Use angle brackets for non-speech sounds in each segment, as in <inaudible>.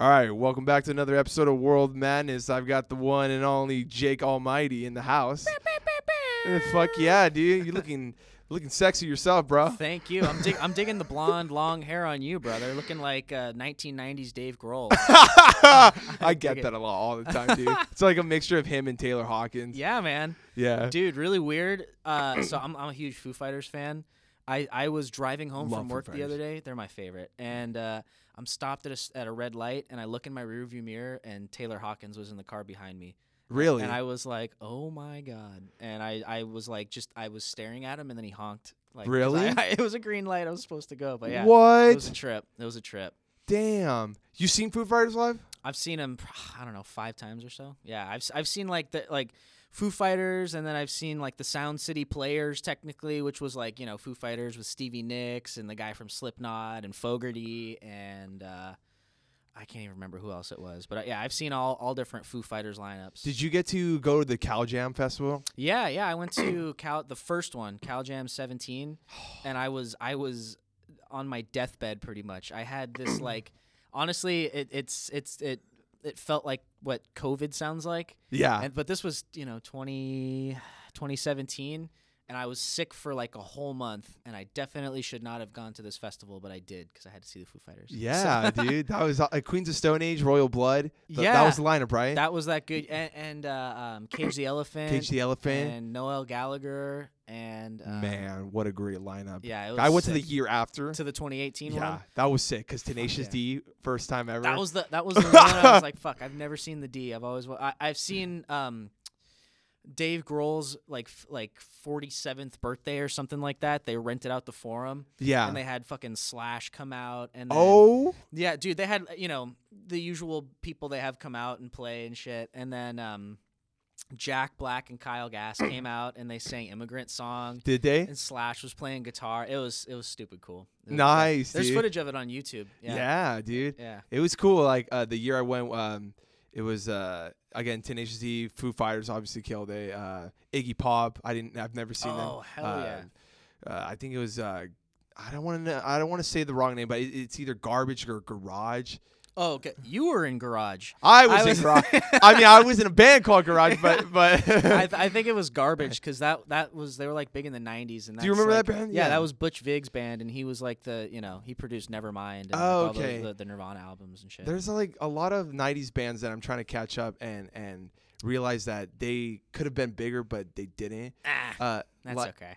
All right, welcome back to another episode of World Madness. I've got the one and only Jake Almighty in the house. Eh, Fuck yeah, dude! You're looking <laughs> looking sexy yourself, <laughs> bro. Thank you. I'm, dig- I'm digging the blonde, long hair on you, brother. Looking like uh, 1990s Dave <laughs> Grohl. I dig get it. that a lot all the time, <laughs> dude. It's like a mixture of him and Taylor Hawkins. yeah, man. Yeah, Dude, really weird. <clears throat> Uh, so I'm, I'm a huge Foo Fighters fan. I, I was driving home Love from Foo work the Fighters. other day. They're my favorite. And uh, I'm stopped at a, s- at a red light, and I look in my rearview mirror, and Taylor Hawkins was in the car behind me. really. And I was like, oh my God. And I, I was like, just, I was staring at him, and then he honked. Like, 'cause Really? <laughs> I- it was a green light. I was supposed to go, but yeah. It was What? a trip. It was a trip. Damn. You seen Foo Fighters live? I've seen him. I don't know, five times or so. Yeah, I've s- I've seen like the like Foo Fighters, and then I've seen like the Sound City Players, technically, which was like you know Foo Fighters with Stevie Nicks and the guy from Slipknot and Fogerty, and uh, I can't even remember who else it was. But uh, yeah, I've seen all all different Foo Fighters lineups. Did you get to go to the Cow Jam Festival? yeah, yeah, <clears throat> I went to Cal the first one, Cal Jam 17, and I was I was on my deathbed pretty much. I <clears throat> had this like honestly, it, it's it's it it felt like what COVID sounds like. Yeah. And, but this was, you know, 20, 2017, and I was sick for like a whole month, and I definitely should not have gone to this festival, but I did because I had to see the Foo Fighters. So <laughs> yeah, dude. That was uh, Queens of Stone Age, Royal Blood. Th- That Yeah. was the lineup, right? that was that good. And, and uh, um, Cage the <clears throat> Elephant. Cage the Elephant. And Noel Gallagher. And. Uh, Man, what a great lineup. Yeah. It was I went to sick. the year after. To the 2018 yeah, one. that was sick because Tenacious D, yeah. first time ever. That was the that was <laughs> the one I was like, fuck, I've never seen the D. I've always wa- I, I've seen um Dave Grohl's like f- like 47th birthday or something like that. They rented out the forum yeah. and they had fucking Slash come out and then, oh, yeah, dude, they had you know the usual people they have come out and play and shit, and then um, Jack Black and Kyle Gass <clears throat> came out and they sang Immigrant Song. did they? And Slash was playing guitar. It was it was stupid cool. It was- Nice, There's dude. footage of it on YouTube. Yeah. Yeah. dude. Yeah. It was cool. Like uh, the year I went, um, it was uh, again Tenacious D, Foo Fighters obviously killed it. Uh, Iggy Pop. I didn't. I've never seen them. Oh, hell yeah. yeah. Uh, I think it was. Uh, I don't want to. I don't want to say the wrong name, but it, it's either garbage or garage. Oh, okay. you were <laughs> in Garage. I was, was- in <laughs> garage. I mean, I was in a band called Garage, but but I, th- I think it was garbage because that that was they were like big in the '90s. And Do you that's, remember like- that band? Yeah, Yeah. that was Butch Vig's band, and he was like the you know he produced Nevermind and like, Oh, all the- okay. the, the, Nirvana albums and shit. there's like a lot of '90s bands that I'm trying to catch up and and realize that they could have been bigger, but they didn't. ah, Uh, <laughs> that's like, okay.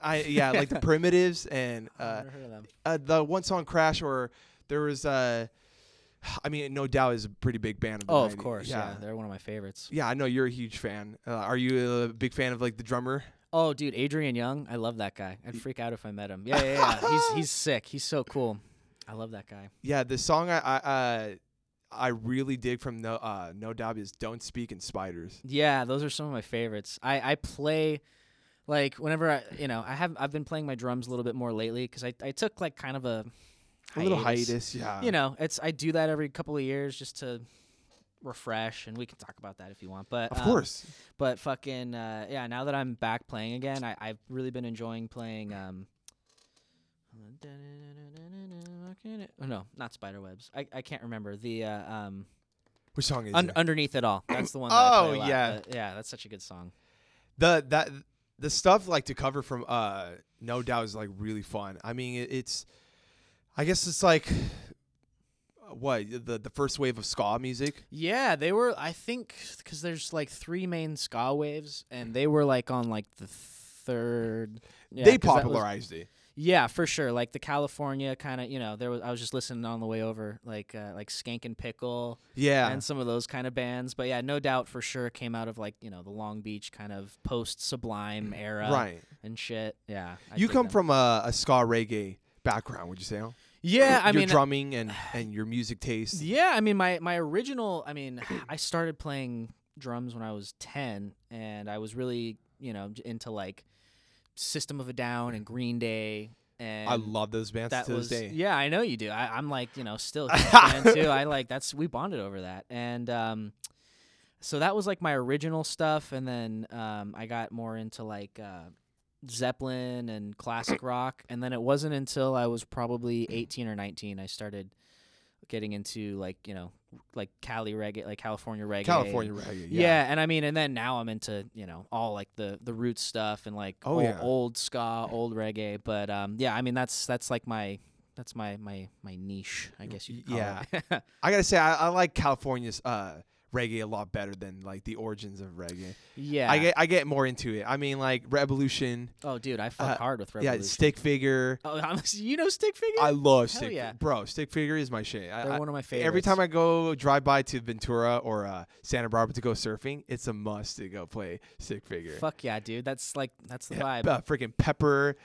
I yeah, like <laughs> the Primitives and I've uh, never heard of them. uh, the one song Crash, or there was uh, I mean, no doubt is a pretty big band. Of the Oh, of 90s. course. Yeah. yeah. they're one of my favorites. Yeah, I know you're a huge fan. Uh, are you a big fan of like the drummer? Oh, dude, Adrian Young, I love that guy. I'd freak out if I met him. Yeah, yeah, yeah. he's he's sick. He's so cool. I love that guy. Yeah, the song I I, uh, I really dig from No uh, No Doubt is "Don't Speak in Spiders." Yeah, those are some of my favorites. I I play like whenever I you know I have I've been playing my drums a little bit more lately because I I took like kind of a A little hiatus, yeah. You know, it's I do that every couple of years just to refresh, and we can talk about that if you want. But of um, course. but fucking uh, yeah, now that I'm back playing again, I, I've really been enjoying playing. Um, oh, no, not spiderwebs. I, I can't remember the uh, um Which song is un- it? underneath it all. That's the one. That I play a Oh, lot. yeah. That- yeah, that's such a good song. the that the stuff like to cover from uh No Doubt is like really fun. I mean, it, it's I guess it's like what the the first wave of ska music. Yeah, they were. I think because there's like three main ska waves, and they were like on like the third. Yeah, they 'cause that was- popularized it. Yeah, for sure. Like the California kind of, you know, there was I was just listening on the way over, like uh, like Skank and Pickle Yeah. and some of those kind of bands. But yeah, no doubt for sure came out of like you know the Long Beach kind of post Sublime era, Mm, right. And shit. Yeah, I you dig come them. from a, a ska reggae background, would you say? huh? yeah. I your mean, uh, drumming <sighs> and and your music taste. Yeah, I mean my my original, I mean, I started playing drums when I was 10 and I was really, you know, j- into like System of a Down and Green Day and I love those bands that to was this day. yeah i know you do I, i'm like you know still <laughs> a huge fan too i like that's we bonded over that and um so that was like my original stuff and then um i got more into like uh zeppelin and <clears throat> classic rock and then it wasn't until i was probably 18 or 19 i started getting into like you know like Cali reggae, like California reggae. California reggae. Yeah. Yeah. and I mean, and then now I'm into you know all like the the root stuff and like Oh, old, yeah. old ska, old reggae. But um, yeah, I mean that's that's like my that's my my my niche, I guess you. Could call yeah. it. <laughs> I gotta say, I, I like California's uh, reggae a lot better than like the origins of reggae. yeah. I get I get more into it. I mean, like Revolution. oh, dude, I fuck uh, hard with Yeah, revolution. stick figure. <laughs> Oh, I'm- <laughs> you know stick figure? I love Hell stick, Fi- yeah. bro. Stick figure is my shit. I, They're I- one of my favorites. every time I go drive by to Ventura or uh, Santa Barbara to go surfing, it's a must to go play stick figure. <laughs> Fuck yeah, dude. That's like that's the vibe. Uh, freaking Pepper.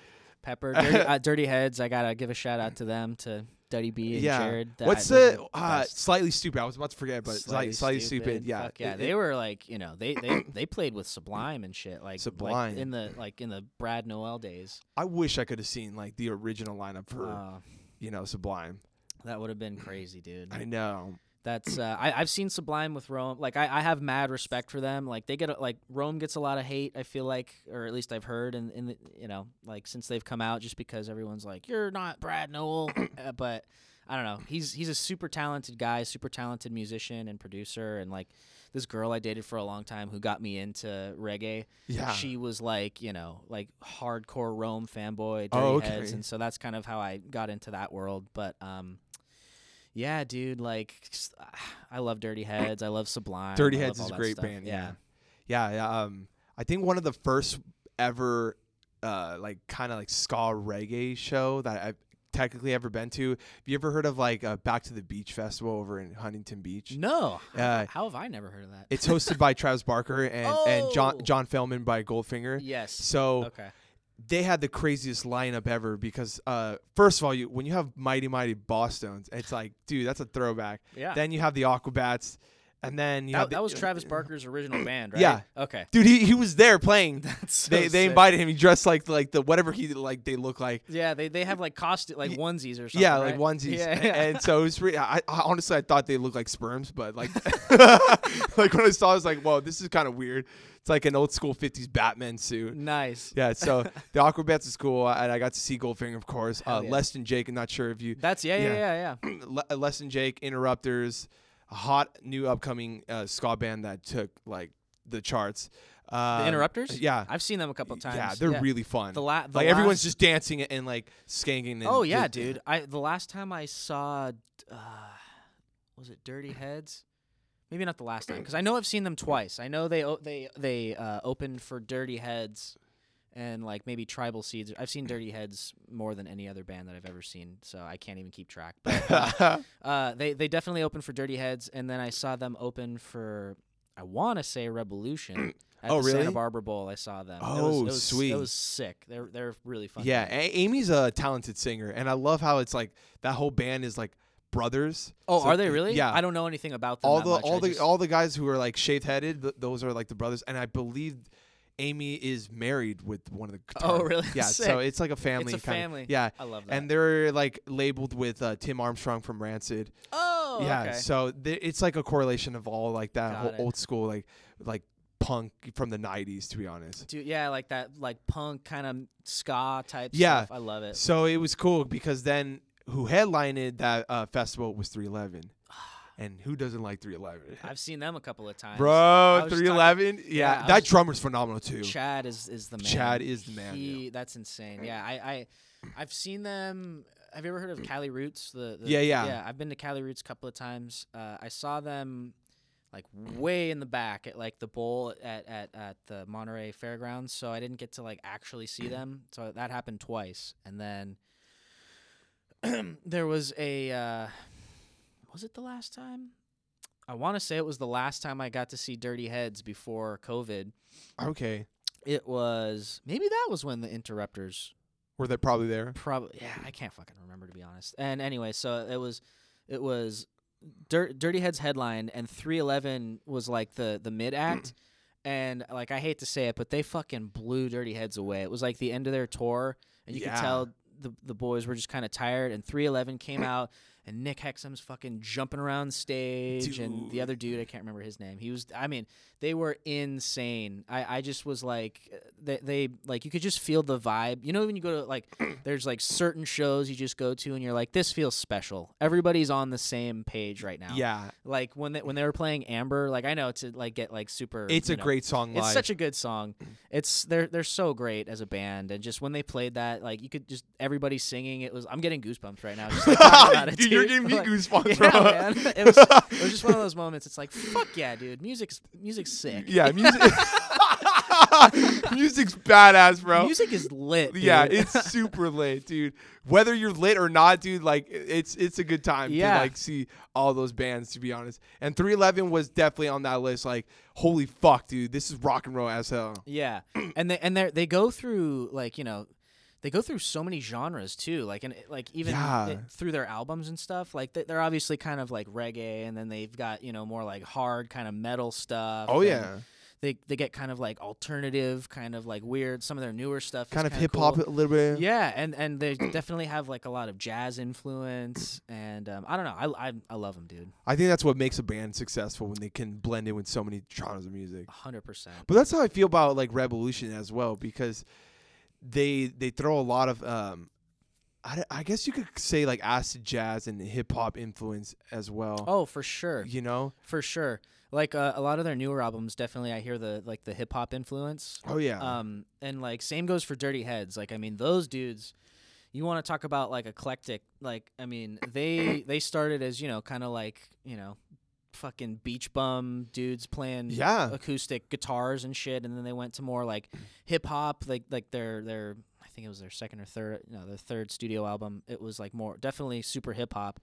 <laughs> Pepper, dirty, uh, dirty Heads. I gotta give a shout out to them to Duddy B and yeah. Jared. that- What's those are the uh, best. slightly stupid? I was about to forget, but slightly, slightly stupid. Yeah, Fuck yeah, It- they it- were like you know they <coughs> they they played with Sublime and shit like like Sublime. in the like in the Brad Noel days. I wish I could have seen like the original lineup for Uh, you know Sublime. that would have been crazy, dude. I know. That's uh, I, I've seen Sublime with Rome. Like I, I have mad respect for them. Like they get a, like Rome gets a lot of hate. I feel like, or at least I've heard, and in, the you know like since they've come out, just because everyone's like, you're not Brad Noel, uh, but I don't know. He's he's a super talented guy, super talented musician and producer, and like this girl I dated for a long time who got me into reggae. Yeah. she was like you know like hardcore Rome fanboy, dirty Oh, heads, okay. and so that's kind of how I got into that world. But um. Yeah, dude. Like, s- <sighs> I love Dirty Heads. I love Sublime. Dirty I love Heads all is a that great stuff. band. Yeah. yeah, yeah. Um, I think one of the first ever, uh, like kind of like ska reggae show that I've technically ever been to. Have you ever heard of like uh, Back to the Beach Festival over in Huntington Beach? No. Uh, how have I never heard of that? It's hosted by Travis Barker and, and Oh. John John Feldman by Goldfinger. yes. So Okay. they had the craziest lineup ever because uh, first of all, you when you have Mighty Mighty Boston's, it's like, dude, that's a throwback. Yeah. Then you have the Aquabats, and then you that, have the- that was Travis <clears throat> Barker's original band, right? Yeah. Okay. <laughs> Dude, he, he was there playing. That's <laughs> so they they sick. invited him. He dressed like like the whatever he like they look like. Yeah, they, they have like cost like Ye- onesies or something. yeah, like right? onesies. Yeah. A- <laughs> And so it was pretty. I, I honestly I thought they looked like sperms, but <laughs> like <laughs> like when I saw, it, I was like, whoa, this is kind of weird. It's like an old school '50s Batman suit. nice. Yeah, <laughs> so the Aquabats is cool, and I got to see Goldfinger, of course. Uh, Hell yeah. Less than Jake. I'm not sure if you <clears throat> That's yeah, yeah, Yeah. yeah, yeah. Le- Less Than Jake, Interrupters, a hot new upcoming uh, ska band that took like the charts. Uh, the Interrupters. Yeah. I've seen them a couple times. Yeah, they're really fun. The la- the like everyone's last- just dancing and like skanking. And Oh yeah, just- <laughs> dude. I the last time I saw, uh, was it Dirty Heads? Maybe not the last time, because I know I've seen them twice. I know they o- they they uh, opened for Dirty Heads, and like maybe Tribal Seeds. I've seen Dirty Heads more than any other band that I've ever seen, so I can't even keep track. But <laughs> uh, uh, they they definitely opened for Dirty Heads, and then I saw them open for I want to <clears throat> say Revolution. At Oh, the Santa really? Barbara Bowl, I saw them. it was, Oh, it was, sweet. It was sick. They're they're really fun. yeah. A- Amy's a talented singer, and I love how it's like that whole band is like brothers. Oh, So- are they really? Yeah. I don't know anything about them. all that the much. I all the just- all the guys who are like shaved headed, th- those are like the brothers, and I believe. Amy is married with one of the. Oh, guitar- really? <laughs> Yeah, so Sick. it's like a family. it's a kinda- family. yeah, I love that. and they're like labeled with uh, Tim Armstrong from Rancid. oh, yeah, okay. so th- it's like a correlation of all like that Got whole it. old school like like punk from the '90s, to be honest. Dude, yeah, like that, like punk kind of ska type. Yeah. stuff. I love it. So it was cool because then who headlined that uh, festival was <sighs> 311, and who doesn't like 311? I've seen them a couple of times. I Bro, was just 311, yeah, yeah, I was that just- drummer's phenomenal too. Chad is is the man. Chad is the man, He, That's insane. Yeah, I, I I've seen them. Have you ever heard of Cali Roots? The, the Mm. Yeah, yeah. yeah. I've been to Cali Roots a couple of times. Uh, I saw them like way in the back at like the bowl at at, at the Monterey Fairgrounds, so I didn't get to like actually <clears throat> see them. So that happened twice, and then <clears throat> there was a uh, was it the last time? I want to say it was the last time I got to see Dirty Heads before COVID. Okay, It was maybe that was when the interrupters were they probably there? probably yeah, I can't fucking remember to be honest. And anyway, so it was it was Dir- Dirty Heads headline and 311 was like the the <clears throat> mid act and like I hate to say it, but they fucking blew Dirty Heads away. It was like the end of their tour and you Yeah. could tell the the boys were just kind of tired and 311 <clears throat> came out and Nick Hexum's fucking jumping around stage and the Dude. other dude I can't remember his name. He was I mean, they were insane. I I just was like uh, they, they like you could just feel the vibe. You know when you go to like <clears throat> there's like certain shows you just go to and you're like this feels special. Everybody's on the same page right now. Yeah, Like when they, when they were playing Amber, like I know to like get like super. it's you a know, great song. It's live. <laughs> such a good song. It's they're they're so great as a band, and just when they played that, like you could just everybody singing. It was I'm getting goosebumps right now. Just <laughs> like, talking about it, dude, you're dude. giving me <laughs> <laughs> Like, goosebumps, yeah, bro. man. It <laughs> was, it was just one of those moments. It's like fuck yeah, dude. Music's music's sick. yeah, music. <laughs> Music's badass, bro. Music is lit. Dude. <laughs> Yeah, it's super lit, dude. Whether you're lit or not, dude, like it's it's a good time Yeah. to like see all those bands to be honest. And 311 was definitely on that list like holy fuck, dude. This is rock and roll as hell. yeah, and they and they they go through like you know, they go through so many genres too. Like and like even Yeah. th- through their albums and stuff. Like they- they're obviously kind of like reggae, and then they've got you know more like hard kind of metal stuff. Oh and yeah. they they get kind of like alternative, kind of like weird. Some of their newer stuff, is Kind of kinda hip hop cool. a little bit. Yeah, and and they definitely have like a lot of jazz influence, and um, I don't know, I I, I love them, dude, I think that's what makes a band successful when they can blend in with so many genres of music. hundred percent. But that's how I feel about like Revolution as well because they they throw a lot of um I, d- I guess you could say like acid jazz and hip hop influence as well. Oh, for sure. You know? For sure. Like uh, a lot of their newer albums, definitely I hear the like the hip hop influence. Oh yeah. Um, and like same goes for Dirty Heads. Like I mean, those dudes, you want to talk about like eclectic? Like I mean, they they started as you know kind of like you know, fucking beach bum dudes playing Yeah. acoustic guitars and shit, and then they went to more like hip hop. Like like their their I think it was their second or third no their third studio album. It was like more definitely super hip hop.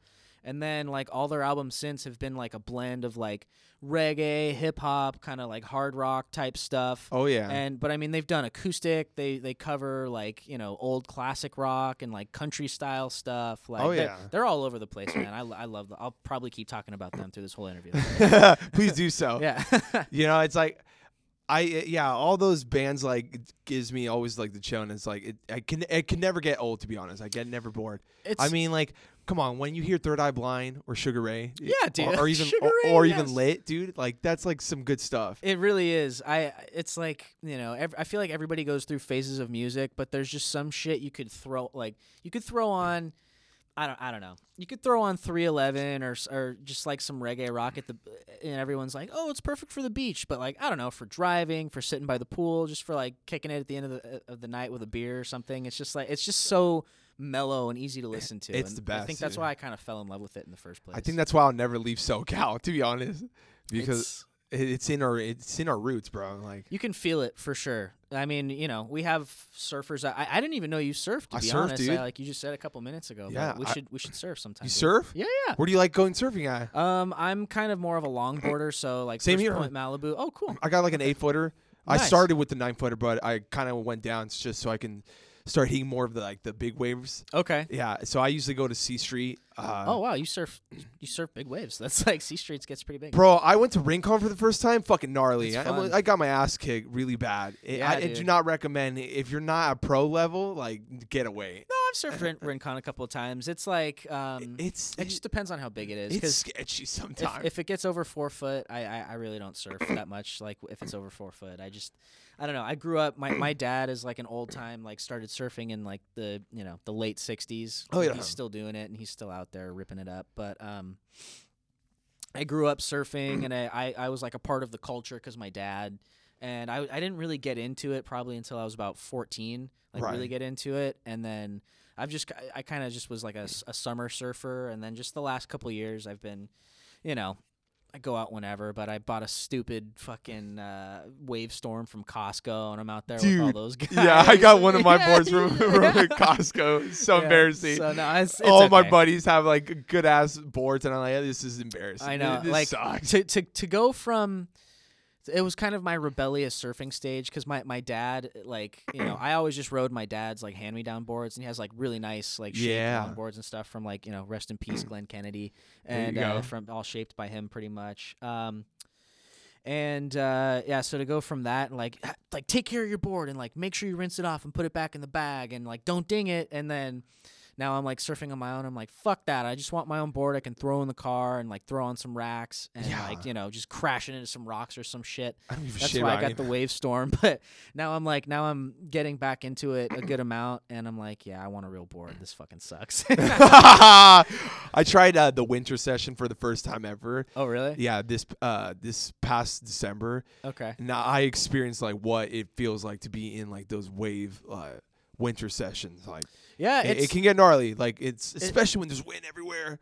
And then like all their albums since have been like a blend of like reggae, hip hop, kind of like hard rock type stuff. oh yeah. And but I mean they've done acoustic, they they cover like, you know, old classic rock and like country style stuff. Like Oh, they're, yeah. they're all over the place, man. I, lo- I love the, I'll probably keep talking about them through this <laughs> whole interview. Please do so. yeah. <laughs> You know, it's like I eh, yeah, all those bands like it gives me always like the chill and it's like it I can it can never get old to be honest. I get never bored. It's I mean like come on, when you hear Third Eye Blind or Sugar Ray, y- Yeah, dude. or, or even <laughs> Sugar or, Ray, or yes. even Lit, dude, like that's like some good stuff. It really is. I it's like you know. Ev- I feel like everybody goes through phases of music, but there's just some shit you could throw like you could throw on. I don't. I don't know. You could throw on 311 or s- or just like some reggae rock at the, and everyone's like, oh, it's perfect for the beach. But like I don't know, for driving, for sitting by the pool, just for like kicking it at the end of the uh, of the night with a beer or something. It's just like it's just so mellow and easy to listen to. Eh, It's and the I think best, that's dude. why I kind of fell in love with it in the first place. I think that's why I'll never leave SoCal, to be honest. Because It's- it- it's in our it's in our roots, bro. Like You can feel it for sure. I mean, you know, we have surfers. I, I didn't even know you surfed. To I be surf, honest, dude. I, like you just said a couple minutes ago. but Yeah, we I- should we should surf sometime. you dude. surf? Yeah, yeah. Where do you like going surfing at? Um, I'm kind of more of a longboarder, so like Same First here. Point Malibu. Oh, cool. I got like an eight footer. I Nice. started with the nine footer, but I kind of went down s- just so I can start hitting more of the like the big waves. Okay. Yeah, so I usually go to C Street. Uh, oh wow, you surf you surf big waves. That's <laughs> like Sea Streets gets pretty big. bro, I went to Rincon for the first time. Fucking gnarly. It's I, fun. I got my ass kicked really bad. I- Yeah, I, I do dude. not recommend if you're not a pro level. Like, get away. No, I've surfed Rin- Rincon a couple of times. It's like um, it, It's it- just depends on how big it is. it's 'cause sketchy if, sometimes. if it gets over four foot, I, I I really don't surf that much. Like if it's over four foot, I just I don't know. I grew up. <coughs> My, my dad is like an old time like started surfing in like the you know the late sixties. Oh, yeah. he's still doing it and he's still out there ripping it up. But um, I grew up surfing <coughs> and I I, I was like a part of the culture because my dad and I I didn't really get into it probably until I was about fourteen. Like really Right. get into it and then. I've just ki- I kind of just was like a, s- a summer surfer, and then just the last couple years I've been, you know, I go out whenever. But I bought a stupid fucking uh, wave storm from Costco, and I'm out there with all Dude, those <laughs> guys. yeah, I got one of my Yeah, boards from, <laughs> from <laughs> yeah. Costco. It's So Yeah, embarrassing. So no, it's, it's all my okay. buddies have like good ass boards, and I'm like, this is embarrassing. I know, This like sucks. to to to go from. It was kind of my rebellious surfing stage because my, my dad like you know I always just rode my dad's like hand me down boards and he has like really nice like shaped Yeah. longboards and stuff from like you know rest in peace Glenn Kennedy There you and uh, go. from all shaped by him pretty much. Um, and uh, yeah, so to go from that and like "Ha- like take care of your board and like make sure you rinse it off and put it back in the bag and like don't ding it and then Now I'm like surfing on my own. I'm like, fuck that. I just want my own board I can throw in the car and like throw on some racks and Yeah. like, you know, just crashing into some rocks or some shit. I don't give a That's shit why I about got any- <laughs> the wave storm. <laughs> But now I'm like, now I'm getting back into it a good amount. And I'm like, yeah, I want a real board. This fucking sucks. <laughs> I tried uh, the winter session for the first time ever. <laughs> oh, really? Yeah, this uh, this past December, Okay. and I experienced like what it feels like to be in like those wave uh, winter sessions. Like Yeah. it, It's, it can get gnarly. Like it's especially when there's wind everywhere.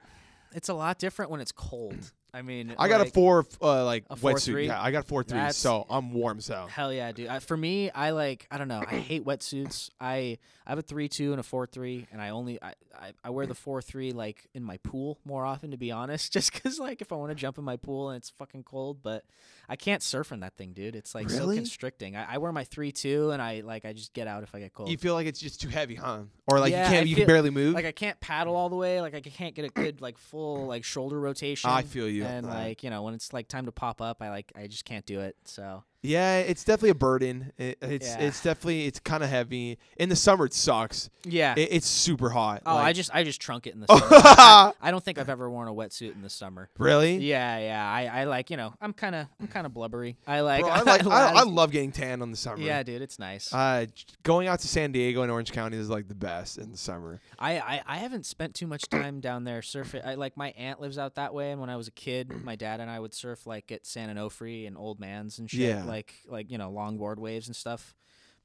it's a lot different when it's cold. I mean, I got a like- four uh, like A four wetsuit. three? Yeah, I got four three, That's- so I'm warm. So Hell yeah, dude. I, for me, I like I don't know. I hate wetsuits. I I have a three two and a four three, and I only I, I, I wear the four three like in my pool more often to be honest, <laughs> just because like if I want to jump in my pool and it's fucking cold, but I can't surf in that thing, dude. It's like so Really? constricting. I, I wear my three two, and I like I just get out if I get cold. you feel like it's just too heavy, huh? Or like Yeah, you I can't, you feel- can barely move. like I can't paddle all the way. Like I can't get a good like full like shoulder rotation. I feel you. And Uh, like you know when it's like time to pop up, I like I just can't do it. So yeah, it's definitely a burden. It, it's Yeah. it's definitely it's kind of heavy. In the summer, it sucks. yeah. It, it's super hot. Oh, like, I just I just <laughs> trunk it in the summer. I, I don't think I've ever worn a wetsuit in the summer. really. Yeah, yeah. I, I like you know I'm kind of I'm kind of blubbery. I like <laughs> Bro, I like I, I like- love getting tan on the summer. yeah, dude. It's nice. Uh, j- going out to San Diego and Orange County is like the best in the summer. I, I I haven't spent too much time down there surfing. I like my aunt lives out that way, and when I was a kid, <clears throat> my dad and I would surf like at San Onofre and Old Man's and shit, Yeah. like like you know longboard waves and stuff.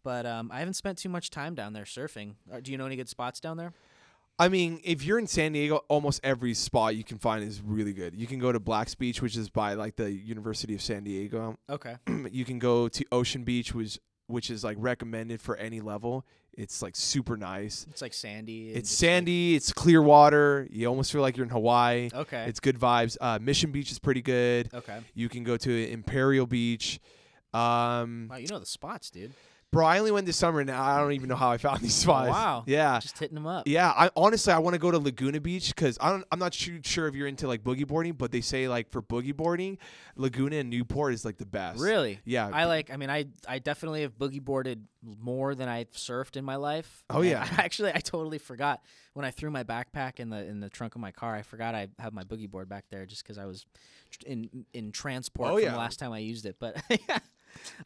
But um, I haven't spent too much time down there surfing. Uh, Do you know any good spots down there? I mean, if you're in San Diego, almost every spot you can find is really good. You can go to Blacks Beach, which is by like the University of San Diego. <clears throat> Okay. you can go to Ocean Beach, which which is like recommended for any level. It's like super nice. It's like sandy. and It's just, like- sandy. It's clear water. You almost feel like you're in Hawaii. okay. It's good vibes. Uh, Mission Beach is pretty good. okay. You can go to Imperial Beach. Um, Wow, you know the spots, dude. Bro, I only went this summer, and I don't even know how I found <laughs> these spots. Wow. Yeah. Just hitting them up. Yeah. I honestly, I want to go to Laguna Beach because I'm not too sure if you're into like boogie boarding, but they say like for boogie boarding, Laguna and Newport is like the best. Really? Yeah. I like. I mean, I I definitely have boogie boarded more than I've surfed in my life. Oh, And yeah. I- <laughs> actually, I totally forgot when I threw my backpack in the in the trunk of my car. I forgot I had my boogie board back there just because I was tr- in in transport Oh, from yeah. the last time I used it. But <laughs> yeah,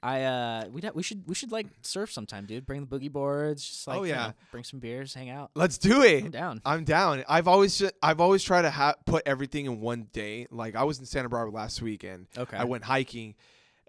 I uh we we should we should like surf sometime, dude. Bring the boogie boards. Just like Oh, you yeah. know, bring some beers, hang out. Let's do I'm it. down. I'm down. I've always ju- I've always tried to ha- put everything in one day. Like I was in Santa Barbara last week and Okay. I went hiking,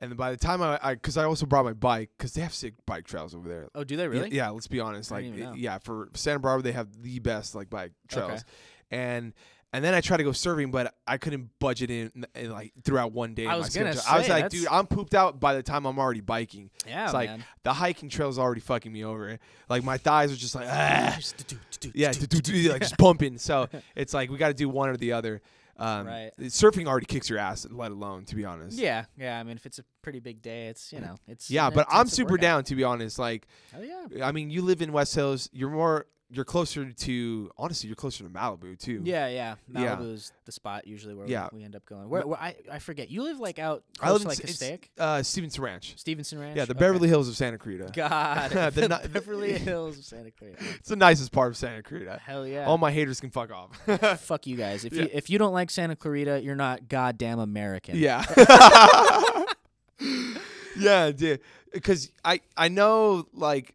and then by the time I, I cause I also brought my bike because they have sick bike trails over there. oh, do they Yeah- really? Yeah, let's be honest. I Like, didn't even it- know. yeah, for Santa Barbara, they have the best like bike Okay. trails, and and then I tried to go surfing, but I couldn't budget in, in like throughout one day. I in was my gonna schedule. I was say, like, that's- dude, I'm pooped out by the time I'm already biking. Yeah, it's like man. the hiking trail's already fucking me over. Like my thighs are just <laughs> like, ah, Just do- do- do- yeah, do- do- do- do, like <laughs> just pumping. So it's like we got to do one or the other. Um, Right. Surfing already kicks your ass, let alone to be honest. Yeah, yeah. I mean, if it's a pretty big day, it's you know, it's Yeah, an but I'm intensive super workout. down to be honest. Like Oh yeah, I mean, you live in West Hills. You're more. You're closer to. Honestly, you're closer to Malibu too. yeah, yeah. Yeah. Malibu is the spot usually where Yeah. we, we end up going. Where, where I I forget. You live like out. Close I live to, in like S- Castaic, it's, uh, Stevens Ranch. Stevenson Ranch. Yeah, the Okay. Beverly Hills of Santa Cruz. <laughs> <laughs> God, The the ni- <laughs> Beverly Hills of Santa Clara. It's the nicest part of Santa Cruz. Hell yeah. All my haters can fuck off. <laughs> Fuck you guys. If Oh Yeah. you if you don't like Santa Clarita, you're not goddamn American. yeah. <laughs> yeah, dude. Because I I know like,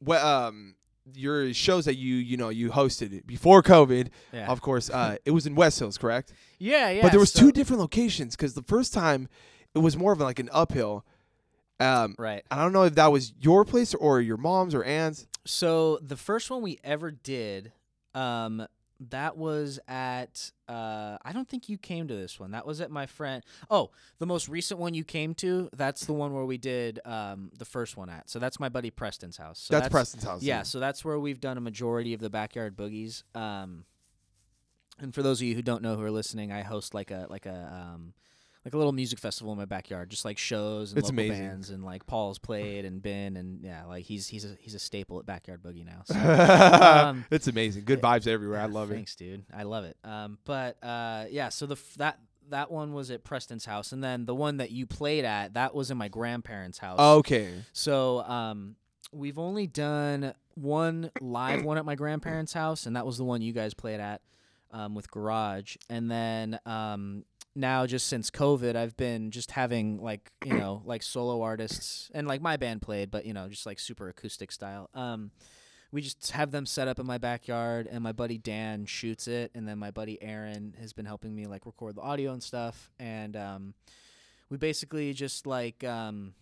what um your shows that you you know you hosted before COVID. Yeah. Of course, <laughs> uh, it was in West Hills, correct? yeah, yeah. but there was so- two different locations because the first time it was more of like an uphill. Um, Right. I don't know if that was your place or your mom's or aunt's. So the first one we ever did, um, that was at uh, I don't think you came to this one. That was at my friend. Oh, the most recent one you came to. That's the one where we did um, the first one at. So that's my buddy Preston's house. So that's, Preston's house. <laughs> Yeah, so that's where we've done a majority of the backyard boogies. Um, and for those of you who don't know who are listening, I host like a like a um, like a little music festival in my backyard, just like shows and It's local amazing. bands and like Paul's played and been and yeah, like he's he's a, he's a staple at backyard boogie now. So. Um, it's amazing. Good vibes everywhere. <laughs> I Yeah, love Thanks, dude. I love it. Um, but uh, yeah, so the f- that that one was at Preston's house, <laughs> and then the one that you played at that was in my grandparents' house. it. Okay. So um, we've only done one live one at my grandparents' house, and that was the one you guys played at um, with Garage. And then um, now, just since COVID, I've been just having like you know like solo artists and like my band played, but you know just like super acoustic style. Um, we just have them set up in my backyard, and my buddy Dan shoots it, and then my buddy Aaron has been helping me like record the audio and stuff, and um, we basically just like. Um,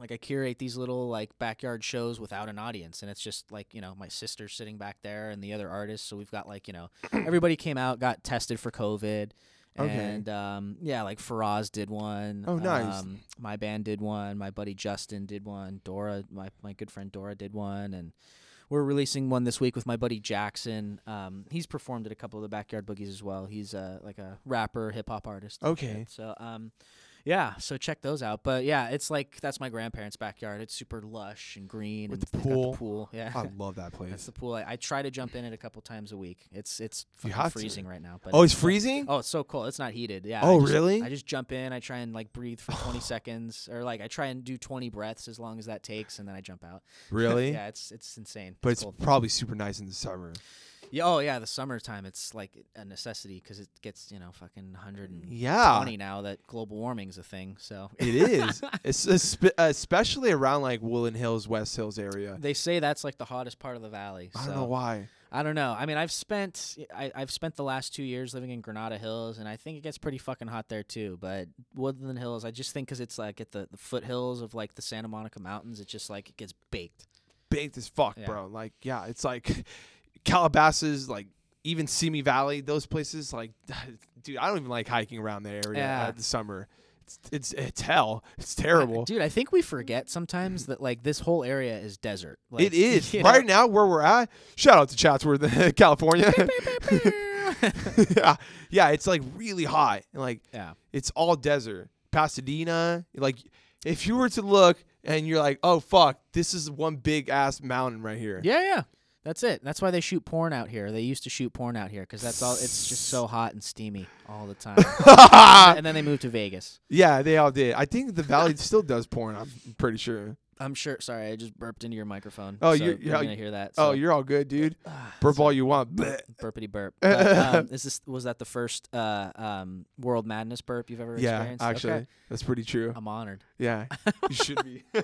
like I curate these little like backyard shows without an audience, and it's just like you know my sister sitting back there and the other artists. So we've got like <coughs> you know everybody came out, got tested for COVID, Okay. and um, yeah, like Faraz did one. Oh, nice. Um, my band did one. My buddy Justin did one. Dora, my my good friend Dora did one, and we're releasing one this week with my buddy Jackson. Um, he's performed at a couple of the backyard boogies as well. He's uh, like a rapper, hip hop artist. and shit. Okay. So um, yeah, so check those out. But yeah, it's like that's my grandparents' backyard. It's super lush and green With and the they've got pool. Oh. pool. Yeah. <laughs> I love that That's place. the pool. I, I try to jump in it a couple times a week. It's it's You fucking have to. freezing right now. But Oh, it's freezing. Oh, <laughs> it's so cold. It's not heated. Yeah. Oh, I just- really? I just jump in. I try and like breathe <sighs> for 20 seconds, or like I try and do 20 breaths as long as that takes, and then I jump out. Really? yeah, it's it's insane. But it's it's cold. probably super nice in the summer. Yeah, oh yeah, the summertime it's like a necessity because it gets you know fucking 120 Yeah, now that global warming's a thing. So it <laughs> is. It's espe- especially around like Woolen Hills, West Hills area. they say that's like the hottest part of the valley. I so. don't know why. I don't know. I mean, I've spent I, I've spent the last two years living in Granada Hills, and I think it gets pretty fucking hot there too. But Woodland Hills, I just think because it's like at the, the foothills of like the Santa Monica Mountains, it's just like it gets baked. Baked as fuck, Yeah. bro. Like, yeah, it's like <laughs> Calabasas, like even Simi Valley, those places. Like, <laughs> dude, I don't even like hiking around that area Yeah. uh, the summer. It's it's it's hell. It's I- terrible. dude. I think we forget sometimes that like this whole area is desert. Like, <laughs> it is you right know? now where we're at. Shout out to Chatsworth, <laughs> California. <laughs> yeah, yeah, it's like really hot and like yeah, it's all desert. Pasadena, like if you were to look and you're like, oh fuck, this is one big ass mountain right here. <laughs> yeah, yeah. That's it. That's why they shoot porn out here. They used to shoot porn out here because that's all. It's just so hot and steamy all <laughs> the time. Yeah, and then they moved to Vegas. they all did. I think <laughs> the valley still does porn. I'm pretty sure. I'm sure. Sorry, I just burped into your microphone. Oh, so you're- you're, you're- gonna hear that. Oh, you're all good, dude. Ah, Burp all you want. Bleh. <laughs> burpity burp. But, um, is this was that the first uh, um, world madness burp you've ever Yeah, experienced? Okay. Um, actually, that's pretty true. I'm honored. Yeah, <laughs> you should be. <laughs>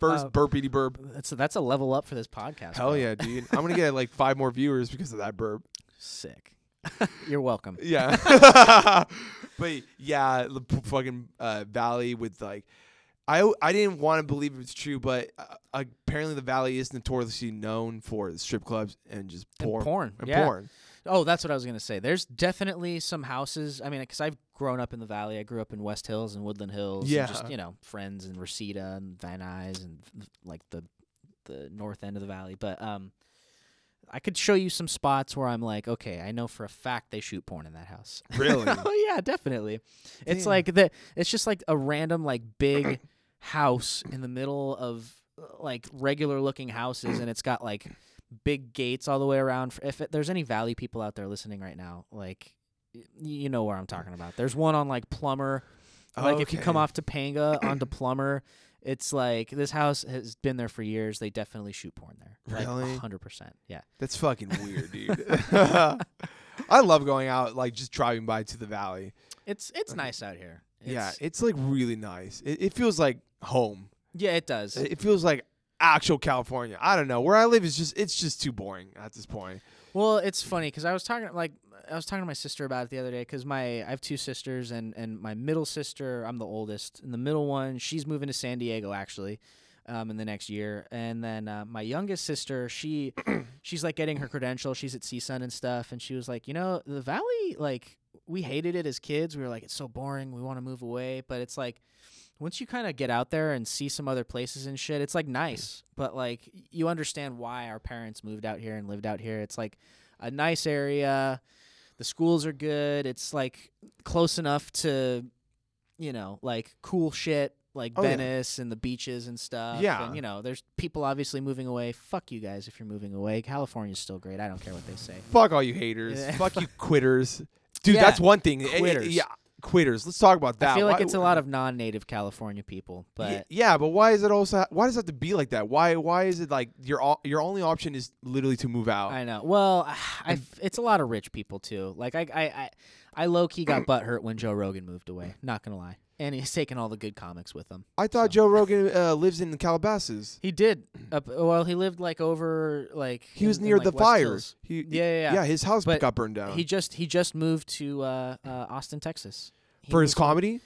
First Uh, burpity burp. That's that's a level up for this podcast. Hell bro. yeah, dude. I'm gonna get like five more viewers because of that burp. sick. <laughs> you're welcome. <laughs> Yeah. <laughs> but yeah, the p- fucking uh, valley with like, I I didn't want to believe it was true, but uh, apparently the valley is notoriously known for strip clubs and just And porn. porn, And yeah. porn. Oh, that's what I was gonna say. There's definitely some houses. I mean, because I've grown up in the valley. I grew up in West Hills and Woodland Hills. and Yeah. just you know, friends and Reseda and Van Nuys and like the the north end of the valley. But um, I could show you some spots where I'm like, okay, I know for a fact they shoot porn in that house. Really? <laughs> oh yeah, definitely. It's Damn. like the it's just like a random like big house in the middle of uh, like regular looking houses and it's got like big gates all the way around. If it, there's any valley people out there listening right now, like y- you know where I'm talking about. There's one on like Plumber. <laughs> Like if you come Okay. off Topanga onto Plumber, it's like this house has been there for years. They definitely shoot porn there. Like Really? 100%. Yeah. That's fucking weird, dude. <laughs> I love going out, like just driving by to the valley. It's it's nice out here. It's, yeah, it's like really nice. It, it feels like home. Yeah, it does. It, it feels like actual California. I don't know where I live is just it's just too boring at this point. Well, it's funny because I was talking like I was talking to my sister about it the other day because my I have two sisters and and my middle sister I'm the oldest and the middle one she's moving to San Diego actually um, in the next year and then uh, my youngest <clears throat> sister she she's like getting her credential she's at CSUN and stuff and she was like you know the valley like we hated it as kids we were like it's so boring we want to move away but it's like once you kind of get out there and see some other places and shit, it's like nice, but like you understand why our parents moved out here and lived out here. It's like a nice area. The schools are good. It's like close enough to, you know, like cool shit like Oh, yeah. Venice and the beaches and stuff. Yeah. And, you know, there's people obviously moving away. Fuck you guys if you're moving away. California's still great. I don't care what they say. Fuck all you haters. Yeah. <laughs> Fuck you quitters. Dude, Yeah. that's one thing. Eh, eh, Quitters. yeah. quitters. Let's talk about that. I feel like Why- it's a lot of non-native California people, Y- but yeah, but why is it also? Why does it have to be like that? Why? Why is it like your o- your only option is literally to move out? I know. Well, <sighs> I, f- it's a lot of rich people too. Like I, I, I, I low <clears throat> key got butt hurt when Joe Rogan moved away. Not gonna lie, and he's taking all the good comics with him. I thought Joe Rogan uh, lives in Calabasas. <clears throat> He did. Up, well, he lived like over like He was in- in, near like, the West fires. Hills. He, Yeah, yeah, yeah. his house But got burned down He just he just moved to uh, uh, Austin, Texas. He for his was- comedy.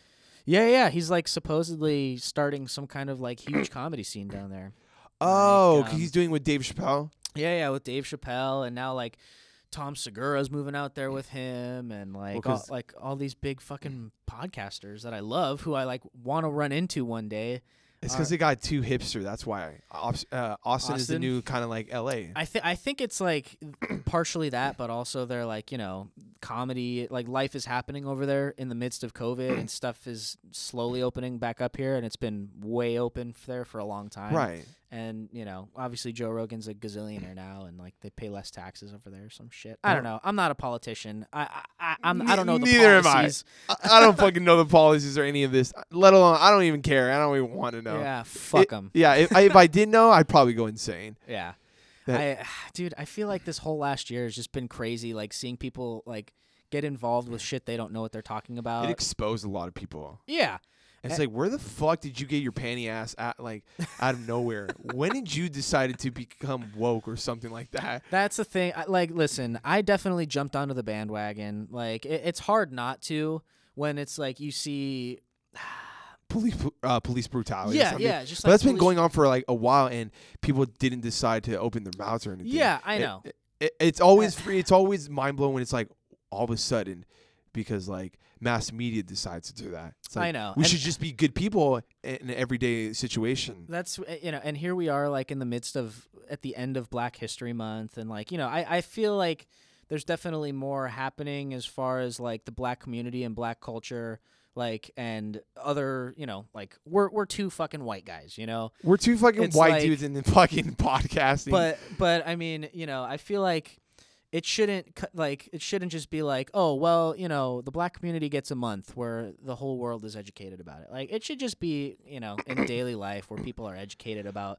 Yeah, yeah. He's like supposedly starting some kind of like huge comedy scene down there. Oh, 'cause um, he's doing with Dave Chappelle. Yeah, yeah, with Dave Chappelle, and now like Tom Segura's moving out there with him, and like all, 'cause- like all these big fucking podcasters that I love, who I like want to run into one day. It's because Are- it got too hipster. That's why Ops- uh, Austin, is the uh, Austin? new kind of like L.A. I think I think it's like <clears throat> partially that, but also they're like you know comedy, like life is happening over there in the midst of COVID, and stuff is slowly opening back up here, and it's been way open f- there for a long time, <laughs> right. And you know, obviously Joe Rogan's a gazillionaire now, and like they pay less taxes over there or some shit. I don't know. I'm not a politician. I I I, I'm, I don't know the Neither am I. policies. I, I don't fucking know the policies or any of this. Let alone I don't even care. I don't even want to know. Yeah, fuck them. Yeah. If I, if I did know, I'd probably go <laughs> insane. Yeah. That- I <sighs> dude, I feel like this whole last year has just been crazy like seeing people like get involved with shit they don't know what they're talking about. it exposed a lot of people. yeah. eh It's like, where the fuck did you get your panty ass at, like out of <laughs> nowhere? when did you decide to become woke or something like that? That's the thing. I, like listen, I definitely jumped onto the bandwagon. Like it, it's hard not to when it's like you see Police, uh, police brutality. or Yeah, something. yeah, just but like that's been police- going on for like a while, and people didn't decide to open their mouths or anything. Yeah, I It- know. It, it- it's always free. It's always mind blowing when it's like all of a sudden, because like mass media decides to do that. It's I like, know, We and- should just be good people in an everyday situation. That's uh, you know, and here we are, like in the midst of at the end of Black History Month, and like you know, I I feel like there's definitely more happening as far as like the Black community and Black culture, like and other you know, like we're we're two fucking white guys, you know, We're two fucking It's white like- dudes in the fucking <laughs> podcasting. but but I mean, you know, I feel like it shouldn't cu- like it shouldn't just be like, oh well, you know, the black community gets a month where the whole world is educated about it. Like it should just be you know in daily life where people are educated about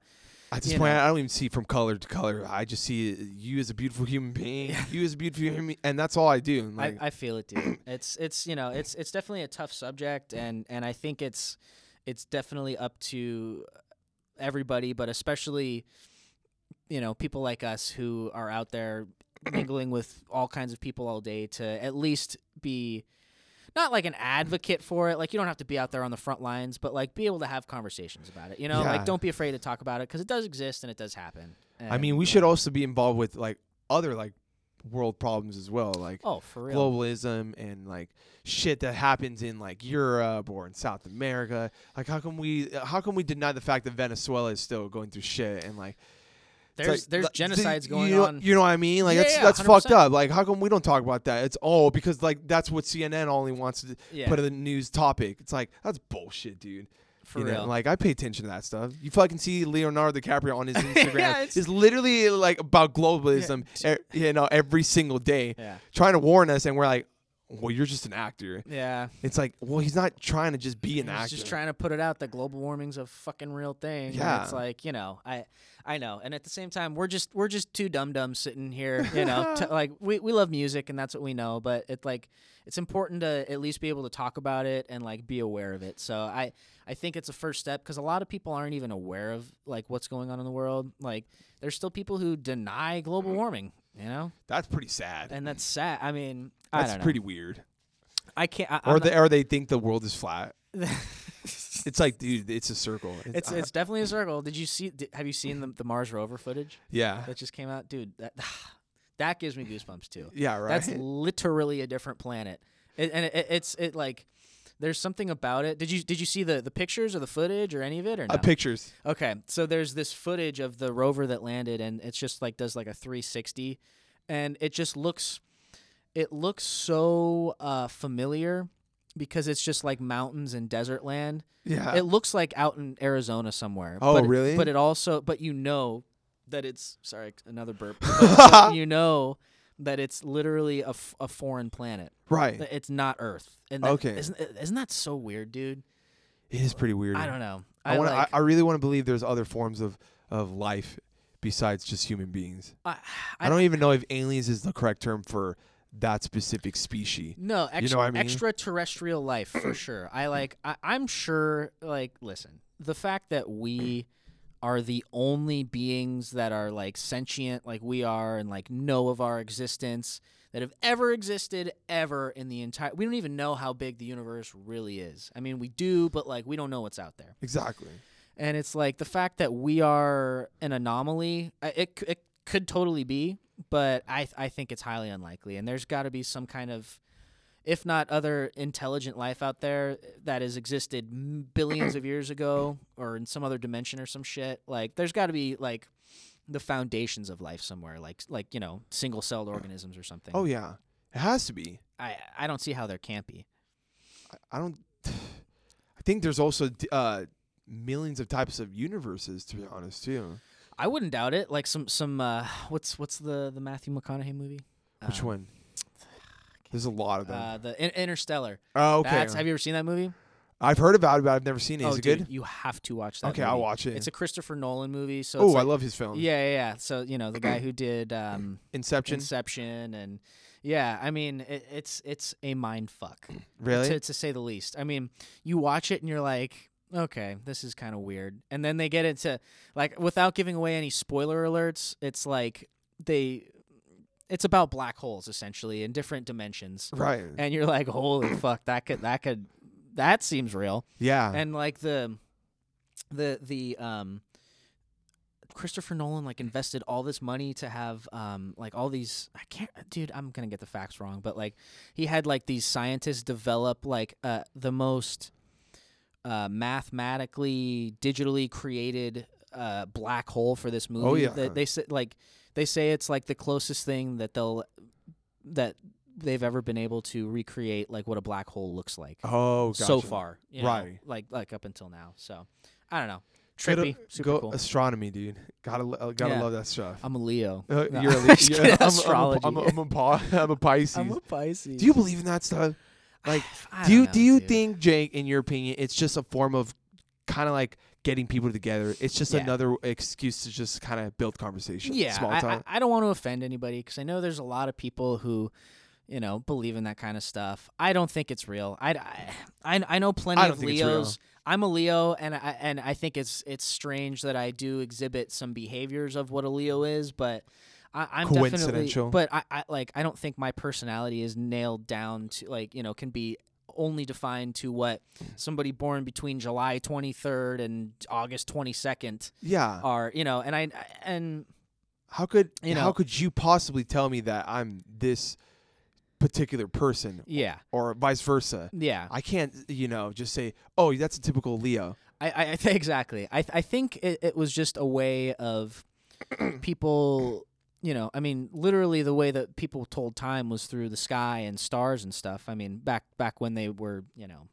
At this you point, know. I don't even see from color to color. I just see you as a beautiful human being. You as a beautiful human, and that's all I do. And, like, I, I feel it, dude. <clears throat> It's it's you know it's it's definitely a tough subject, and and I think it's it's definitely up to everybody, but especially you know people like us who are <clears throat> out there mingling with all kinds of people all day to at least be not like an advocate for it like you don't have to be out there on the front lines but like be able to have conversations about it you know Yeah. like don't be afraid to talk about it because it does exist and it does happen I mean, we And, should also be involved with like other like world problems as well, like oh for real globalism and like shit that happens in like Europe or in South America. Like, how can we how can we deny the fact that Venezuela is still going through shit and like it's there's like, there's like, the- genocides going you know, on You know what I mean? Like Yeah, that's yeah, that's fucked 100%. up. Like how come we don't talk about that? It's oh because like that's what CNN only wants to Yeah. put in the news topic. It's like that's bullshit, dude. for you real know, like I pay attention to that stuff. You fucking see Leonardo DiCaprio on his <laughs> Instagram. it's- it's, literally like about globalism, e- you know, every single day, Yeah. trying to warn us, and we're like, "Well, you're just an actor." Yeah. It's like, well, he's not trying to just be an He's actor. just trying to put it out that global warming's a fucking real thing. and Yeah. it's like, you know, I I know. And at the same time, we're just we're just two dum dums sitting here, <laughs> you know, t- like we, we love music and that's what we know, but it like it's important to at least be able to talk about it and like be aware of it. So I I think it's a first step because a lot of people aren't even aware of like what's going on in the world. Like there's still people who deny global Mm-hmm. warming, you know, That's pretty sad. and that's sad. I mean, I that's don't know. pretty weird. I can't. I, or I'm they or they think the world is <laughs> flat. not- It's like, dude, it's a circle. It's I- it's definitely a circle. Did you see? Did, have you seen the, the Mars rover footage yeah, that just came out, dude? That <sighs> that gives me goosebumps too. yeah, right. That's literally a different planet, it, and it, it's it like there's something about it. Did you did you see the the pictures or the footage or any of it or no? uh, pictures. Okay, so there's this footage of the rover that landed, and it's just like does like a 360, and it just looks, it looks so uh, familiar because it's just like mountains and desert land. Yeah, <laughs> It looks like out in Arizona somewhere. Oh, but it- really? <laughs> but it also, but you know that it's sorry, another burp. But you know that it's literally a, f- a foreign planet. Right. That It's not Earth. And that, Okay. Isn't, isn't that so weird, dude? It is pretty weird. I don't know. I, I, wanna, like, I, I really want to believe there's other forms of, of life besides just human beings. I, I, don't even know if aliens is the correct term for that specific species. No, extra, what I mean? extraterrestrial <clears throat> life for sure. I like. I, I'm sure. Like, listen, the fact that we are the only beings that are like sentient, like we are, and like know of our existence that have ever existed ever in the entire. We don't even know how big the universe really is. I mean, we do, but like we don't know what's out there. Exactly. And it's like the fact that we are an anomaly. I- It c- it could totally be, but I th- I think it's highly unlikely. And there's got to be some kind of, if not other intelligent life out there that has existed m- billions of years ago, or in some other dimension or some shit. Like there's got to be like the foundations of life somewhere, like like you know single celled organisms or something. Oh yeah, it has to be. I I don't see how there can't be. I- I don't. <sighs> I think there's also d- uh, millions of types of universes. To be honest, too. I wouldn't doubt it. Like some some uh, <sighs> what's what's the the Matthew McConaughey movie? Which Um, one? There's a lot of them. Uh, the in- Interstellar. oh, okay. That's, have you ever seen that movie? I've heard about it, but I've never seen it. Is oh, it dude, good? you have to watch that. Okay, I'll movie. watch it. It's a Christopher Nolan movie, so oh, it's I like, love his film. yeah, yeah, yeah. So you know <clears throat> the guy who did um, Inception. Inception and yeah, I mean it, it's it's a mind fuck really? to, to say the least. I mean, you watch it and you're like, okay, this is kind of weird. And then they get into like without giving away any spoiler alerts, it's like they it's about black holes essentially in different dimensions. right. And you're like, holy fuck, that could that could that seems real. yeah. And like the the the um Christopher Nolan like invested all this money to have um like all these I can't dude I'm going to get the facts wrong but like he had like these scientists develop like uh the most uh mathematically digitally created uh black hole for this movie Oh, yeah. that they say like they say it's like the closest thing that they'll that they've ever been able to recreate like what a black hole looks like oh, gotcha. so far, you know, Right. Like like up until now. So I don't know. Good, uh, Trippy, super go cool. astronomy, dude. Gotta lo- uh, gotta Yeah. love that stuff. I'm a Leo. Uh, <laughs> No, you're a I'm Leo- just you're- kidding, <laughs> I'm, astrology. I'm, a, I'm, a, I'm, a Pi- <laughs> I'm a Pisces. Pisces. do you believe in that stuff? like, <sighs> I do you don't know, do you dude. think Jake, in your opinion, it's just a form of kind of like getting people together? It's just Yeah. another excuse to just kind of build conversation. Yeah, small I, talk. I, I don't want to offend anybody because I know there's a lot of people who, you know, believe in that kind of stuff. I don't think it's real. I I, I, I know plenty I don't of think it's real. Leos. I'm a Leo, and I and I think it's it's strange that I do exhibit some behaviors of what a Leo is, but. I, I'm Coincidental. Definitely, but I, I like I don't think my personality is nailed down to like you know can be only defined to what somebody born between July 23rd and August 22nd yeah. are you know and I and How could Oh, you how know- could you possibly tell me that I'm this particular person yeah or vice versa? Yeah, I can't, you know, just say, "Oh, that's a typical Leo." I, I, I th- exactly. I, th- I think it, it was just a way of people, you know, I mean, literally the way that people told time was through the sky and stars and stuff. I mean, back back when they were, you know,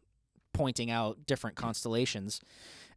pointing out different constellations.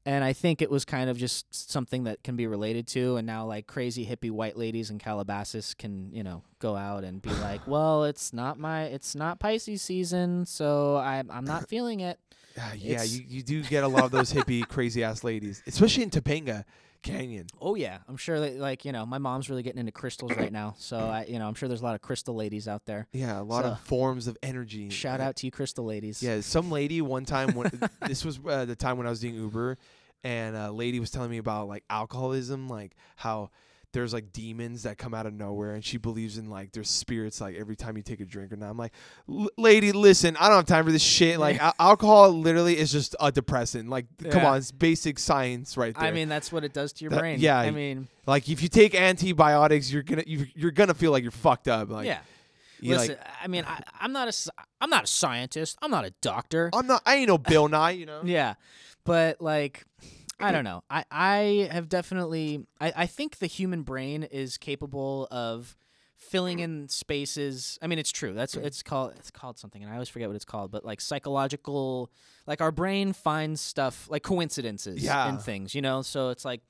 And I think it was kind of just something that can be related to. And now, like crazy hippie white ladies in Calabasas can, you know, go out and be like, "Well, it's not my, it's not Pisces season, so I'm, I'm not feeling it." Ah, yeah, It's- you, you do get a lot of those hippie crazy ass ladies, especially in Topanga Canyon. Oh yeah, I'm sure that like you know my mom's really getting into crystals right now, so I you know I'm sure there's a lot of crystal ladies out there. Yeah, a lot So- of forms of energy. Shout Uh, out to you, crystal ladies. Yeah, some lady one time when this was uh, the time when I was doing Uber, and a lady was telling me about like alcoholism, like how there's like demons that come out of nowhere, and she believes in like there's spirits like every time you take a drink or not. I'm like, "L- lady, listen, I don't have time for this shit. Like al- alcohol literally is just a depressant. Like, th- come Yeah. on, it's basic science right there. I mean that's what it does to your That- brain. yeah, y- I mean like if you take antibiotics, you're gonna you you're gonna feel like you're fucked up. Like, yeah. you, like, Listen, I mean I, I'm not a s- I'm not a scientist. I'm not a doctor. I'm not. I ain't no <laughs> Bill Nye, you know. Yeah, but like I don't know. I I have definitely I I think the human brain is capable of filling in spaces. I mean, it's true. Mm. That's it's called it's called something, and I always forget what it's called. But like psychological, like our brain finds stuff like coincidences Yeah. in things. You know, so it's like.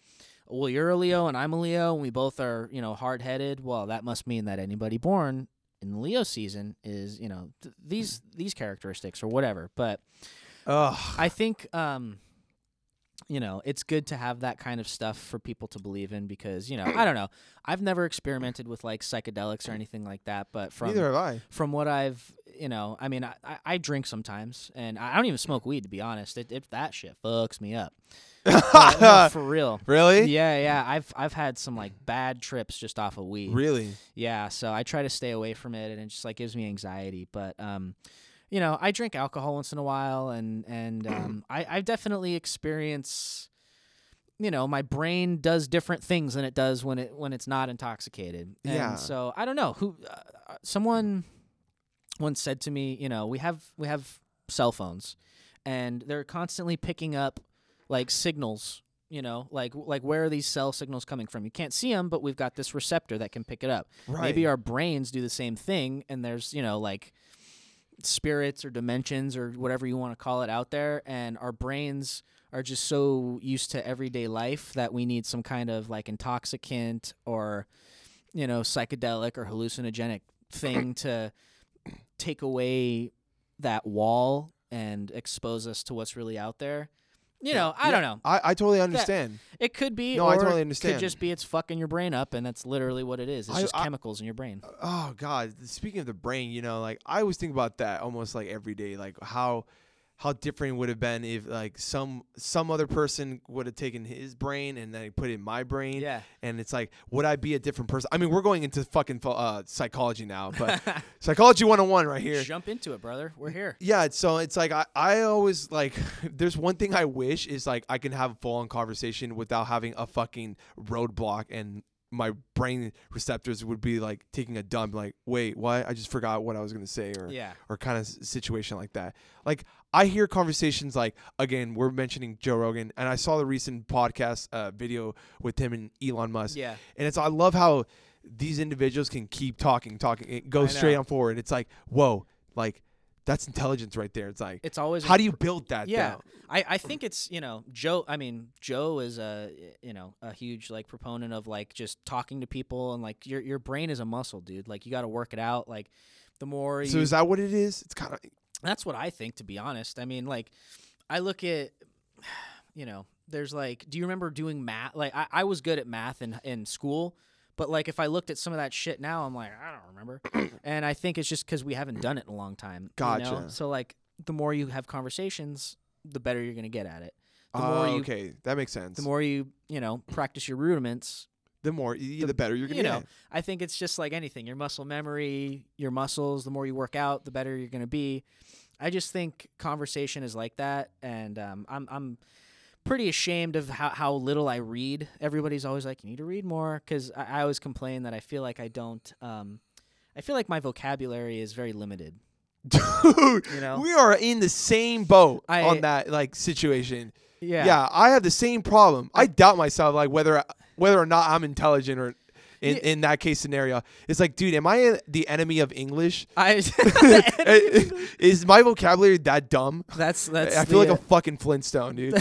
Well, you're a Leo and I'm a Leo, and we both are, you know, hard headed. Well, that must mean that anybody born in the Leo season is you know th- these these characteristics or whatever. But Ugh. I think um, you know it's good to have that kind of stuff for people to believe in because you know I don't know I've never experimented with like psychedelics or anything like that, but from Neither have I. from what I've you know I mean I, I, I drink sometimes and I don't even smoke weed to be honest. It, it that shit fucks me up. But, <laughs> no, for real. really? Yeah, yeah. I've I've had some like bad trips just off of weed. Really? Yeah, so I try to stay away from it, and it just like gives me anxiety. But um, you know, I drink alcohol once in a while, and and um, I I definitely experience, you know, my brain does different things than it does when it when it's not intoxicated. And Yeah. So I don't know who, uh, uh, someone once said to me, you know, we have we have cell phones, and they're constantly picking up like signals. You know, like like where are these cell signals coming from? You can't see them, but we've got this receptor that can pick it up Right. maybe our brains do the same thing and there's you know like spirits or dimensions or whatever you want to call it out there and our brains are just so used to everyday life that we need some kind of like intoxicant or you know psychedelic or hallucinogenic thing to take away that wall and expose us to what's really out there you know i Yeah, don't know I, I totally understand. it could be No, or I totally it understand. could just be it's fucking your brain up and that's literally what it is it's I- just I- chemicals in your brain Oh God. Speaking of the brain, you know, like I always think about that almost like every day, like how how different it would have been if like some some other person would have taken his brain and then he put it in my brain. Yeah. And it's like, would I be a different person? I mean, we're going into fucking pho- uh, psychology now, but <laughs> psychology 101 right here. <laughs> Jump into it, brother. We're here. Yeah, so it's like I, I always like <laughs> there's one thing I wish is like I can have a full on conversation without having a fucking roadblock and my brain receptors would be like taking a dump like wait what I just forgot what I was gonna say or Yeah. or kind of situation like that like I hear conversations like again we're mentioning Joe Rogan and I saw the recent podcast uh, video with him and Elon Musk Yeah. and it's I love how these individuals can keep talking talking and I go know. straight on forward it's like whoa like that's intelligence right there. It's like, It's always how do you build that? Yeah. down? I, I think it's, you know, Joe I mean, Joe is a you know, a huge like proponent of like just talking to people and like your your brain is a muscle, dude. Like you gotta work it out. Like the more So you is that what it is? It's kind of That's what I think, to be honest. I mean, like, I look at, <sighs> you know, there's like, do you remember doing math? Like, I, I was good at math in, in school, but like, if I looked at some of that shit now, I'm like, I don't <coughs> remember. and I think it's just because we haven't done it in a long time. you know? Gotcha. So, like, the more you have conversations, the better you're going to get at it. The oh, more you, okay. That makes sense. the more you, you know, practice your rudiments, the more, y- the, better you're gonna you know, get. I think it's just like anything. Your muscle memory, your muscles, the more you work out, the better you're going to be. I just think conversation is like that and um, I'm I'm pretty ashamed of how, how little I read. Everybody's always like you need to read more cuz I, I always complain that I feel like I don't um, I feel like my vocabulary is very limited, <laughs> Dude, you know. we are in the same boat I- on that like situation. yeah. I have the same problem. I doubt myself, like whether I- whether or not I'm intelligent or. In, Yeah. in that case scenario, it's like, dude, am I the enemy of English? <laughs> I Is my vocabulary that dumb? <laughs> That's that's I feel the, like a fucking Flintstone, dude.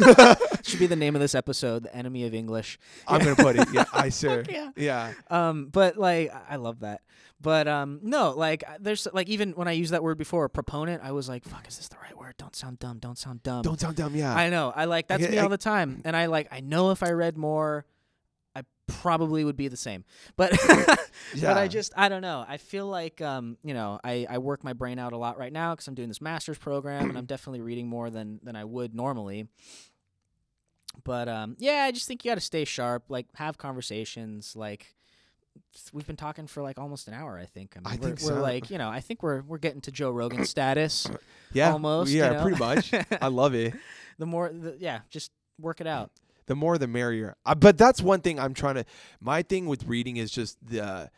uh, should be the name of this episode, The Enemy of English. I'm gonna put it. Yeah, <laughs> I sir. yeah. yeah. um but like I- i love that but um no like I- there's like even when i used that word before proponent i was like fuck is this the right word don't sound dumb don't sound dumb Don't sound dumb. Yeah. i know i like that's get- me I- all the time and i like i know if i read more i probably would be the same but <laughs> yeah. but i just i don't know i feel like um you know i i work my brain out a lot right now because i'm doing this master's program <clears throat> and i'm definitely reading more than than i would normally but um yeah i just think you got to stay sharp like have conversations like s- we've been talking for like almost an hour i think i, mean, I we're, think we're so. like you know i think we're we're getting to <coughs> joe rogan status yeah, almost, Yeah, you know? pretty much. <laughs> I love it. the more the, yeah just work it out The more, the merrier. Uh, but that's one thing I'm trying to. My thing with reading is just the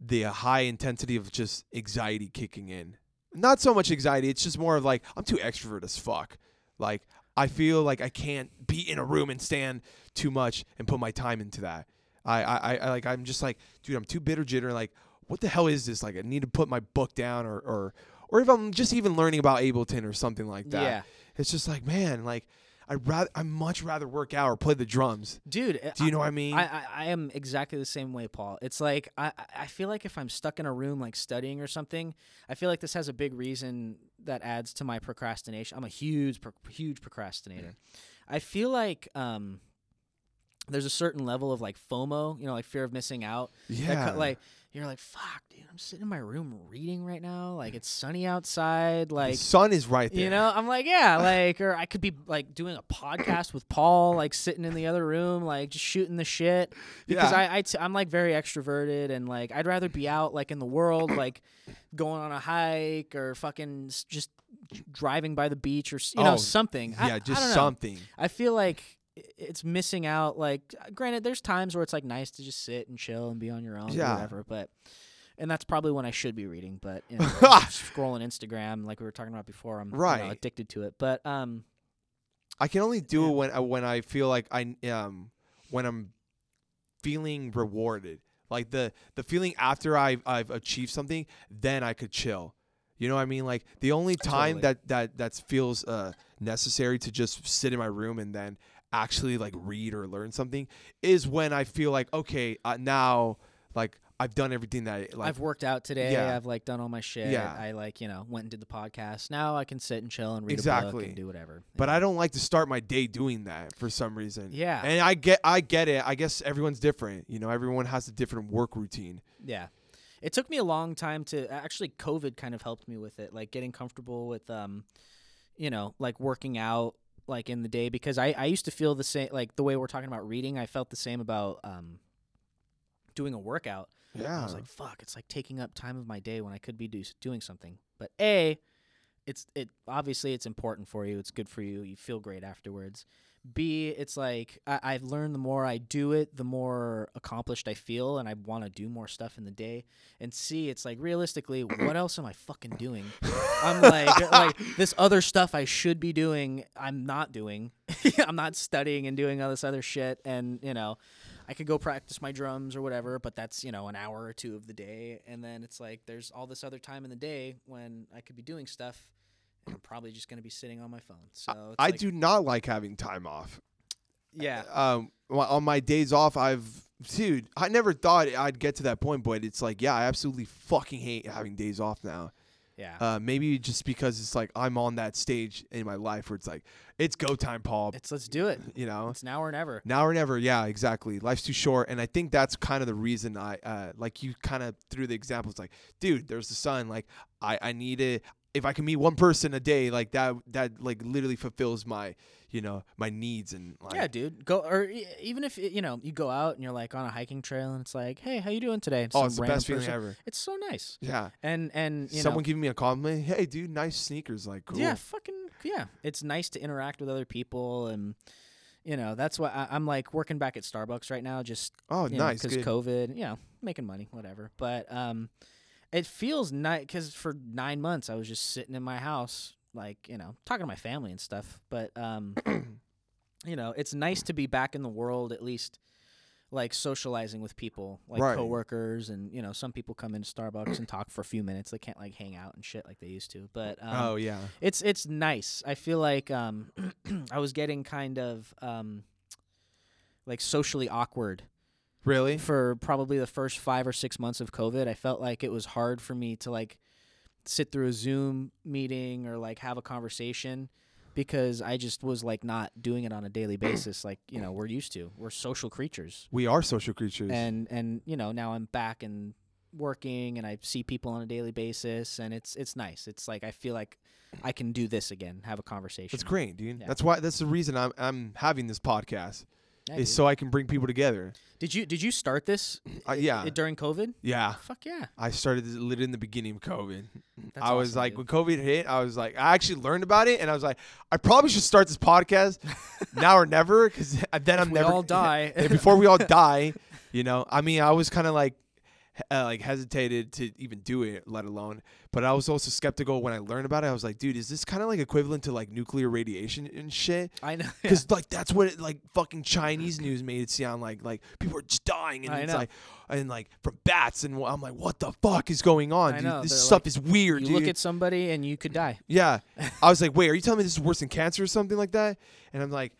the high intensity of just anxiety kicking in. Not so much anxiety. It's just more of like I'm too extrovert as fuck. Like I feel like I can't be in a room and stand too much and put my time into that. I I, I- I like I'm just like dude. I'm too bitter jitter. Like what the hell is this? Like I need to put my book down or or or if I'm just even learning about Ableton or something like that. Yeah. It's just like man, like I rather I much rather work out or play the drums. dude. eh, Do you know what I mean? I, I, I am exactly the same way, Paul. It's like I, I- I feel like if I'm stuck in a room like studying or something, I feel like this has a big reason that adds to my procrastination. I'm a huge pro- huge procrastinator. I feel like um, there's a certain level of like FOMO, you know, like fear of missing out. That yeah. cut, like you're like fuck, dude. I'm sitting in my room reading right now. Like it's sunny outside. The Like sun is right there. you know, I'm <laughs> like, yeah, like, or I could be like doing a podcast with Paul, like sitting in the other room, like just shooting the shit. Because Yeah. I, I t- I'm like very extroverted and like I'd rather be out like in the world, like going on a hike or fucking s- just driving by the beach or s- you Oh, know something. I- yeah, I just don't know. something. I feel like i- it's missing out. Like, granted, there's times where it's like nice to just sit and chill and be on your own, Yeah. or whatever. But and that's probably when I should be reading. But <laughs> you know, scrolling Instagram, like we were talking about before, I'm you know, Right. addicted to it. But um, I can only do Yeah. it when I, when I feel like I um when I'm feeling rewarded. Like the the feeling after I've I've achieved something, then I could chill. You know what I mean? Like the only time Totally. that that that feels uh necessary to just sit in my room and then actually like read or learn something is when I feel like okay uh, now like I've done everything that I, like I've worked out today. Yeah. I've like done all my shit. Yeah. I like you know went and did the podcast. Now I can sit and chill and read a book Exactly. and do whatever. but I don't like to start my day doing that for some reason. Yeah. And I get I get it. I guess everyone's different. You know, everyone has a different work routine. Yeah. It took me a long time to actually COVID kind of helped me with it, like getting comfortable with um you know, like working out like in the day because I I used to feel the same like the way we're talking about reading, I felt the same about um doing a workout. I Yeah. was like, fuck, it's like taking up time of my day when I could be do- doing something. But A, it's it obviously it's important for you. It's good for you. You feel great afterwards. B, it's like I, I've learned the more I do it, the more accomplished I feel, and I want to do more stuff in the day. And C, it's like realistically, what else am I fucking doing? <laughs> I'm like, like this other stuff I should be doing, I'm not doing. <laughs> I'm not studying and doing all this other shit. And, you know, I could go practice my drums or whatever, but that's, you know, an hour or two of the day. And then it's like there's all this other time in the day when I could be doing stuff and I'm probably just going to be sitting on my phone. So it's I like- do not like having time off. <laughs> Yeah. Um wh- on my days off I've dude, I never thought I'd get to that point, but it's like, yeah, I absolutely fucking hate having days off now. Yeah. Uh maybe just because it's like I'm on that stage in my life where it's like, it's go time, Paul. it's let's <laughs> do it. You know? It's now or never. Now or never. Yeah, exactly. Life's too short. And I think that's kind of the reason I, uh, like you kind of threw the examples like, dude, there's the sun. Like I, I need it. If I can meet one person a day, like that, that like literally fulfills my, you know, my needs and like, yeah, dude. Go or e- even if you know you go out and you're like on a hiking trail and it's like, hey, how you doing today? And oh, some it's the random best feeling person- ever. It's so nice. Yeah. And and you know, Someone giving me a compliment. Hey, dude, nice sneakers. Like, cool. Yeah, fucking yeah. It's nice to interact with other people, and you know that's why I, I'm like working back at Starbucks right now, just Oh, you nice. because Good. COVID, and, you know, making money, whatever. But um, it feels nice because for nine months I was just sitting in my house, like you know, talking to my family and stuff. But <clears throat> um, you know, it's nice to be back in the world at least. Like socializing with people, like Right. coworkers, and you know, some people come into Starbucks and talk for a few minutes. They can't like hang out and shit like they used to. But um, oh yeah. it's it's nice. I feel like um, <clears throat> I was getting kind of um, like socially awkward Really? for probably the first five or six months of COVID. I felt like it was hard for me to like sit through a Zoom meeting or like have a conversation because I just was like not doing it on <clears throat> a daily basis. Like you know we're used to. We're social creatures, We are social creatures. and and you know now I'm back and working and I see people on a daily basis and it's it's nice. It's like I feel like I can do this again, have a conversation. that's great, dude. Yeah. That's why. That's the reason I'm I'm having this podcast Yeah, is dude. so I can bring people together. did you did you start this Uh, yeah. i- during COVID? yeah. Fuck yeah. I started this literally in the beginning of COVID. That's I was awesome, like, dude. when COVID hit, I was like, I actually learned about it, and I was like, I probably should start this <laughs> podcast now or never, because then I'm we <laughs> never all die. before we all die. You know, I mean, I was kind of like, uh, like hesitated to even do it, let alone. But I was also skeptical when I learned about it. I was like, dude, is this kind of like equivalent to like nuclear radiation and shit? <laughs> <laughs> I know. yeah. Because like that's what it, like fucking Chinese news made it sound like. Like people are just dying, and I it's know. like, and like from bats, and wh- I'm like, what the fuck is going on? I Dude? know, This they're stuff like, is weird. You dude. look at somebody and you could die. <laughs> Yeah. I was like, wait, are you telling me this is worse than cancer or something like that? And I'm like,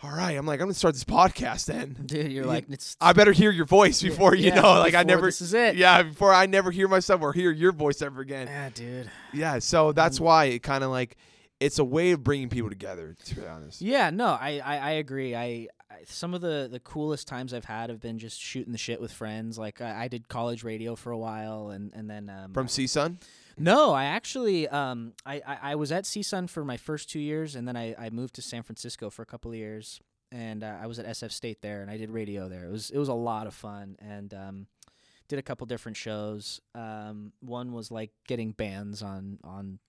all right. I'm like, I'm going to start this podcast then. Dude, you're Yeah. like, it's I better hear your voice before, you yeah, know, like I before never. This is it. Yeah, before I never hear myself or hear your voice ever <sighs> again. Yeah, dude. Yeah, so Mm. that's why it kind of like it's a way of bringing people together. To be honest, Yeah, no, I, I, I agree. I, I some of the the coolest times I've had have been just shooting the shit with friends. Like I, I did college radio for a while, and and then um, from CSUN, no, I actually um I, I, I was at CSUN for my first two years, and then I, I moved to San Francisco for a couple of years, and uh, I was at SF State there, and I did radio there. It was it was a lot of fun, and um did a couple different shows. Um, one was like getting bands on on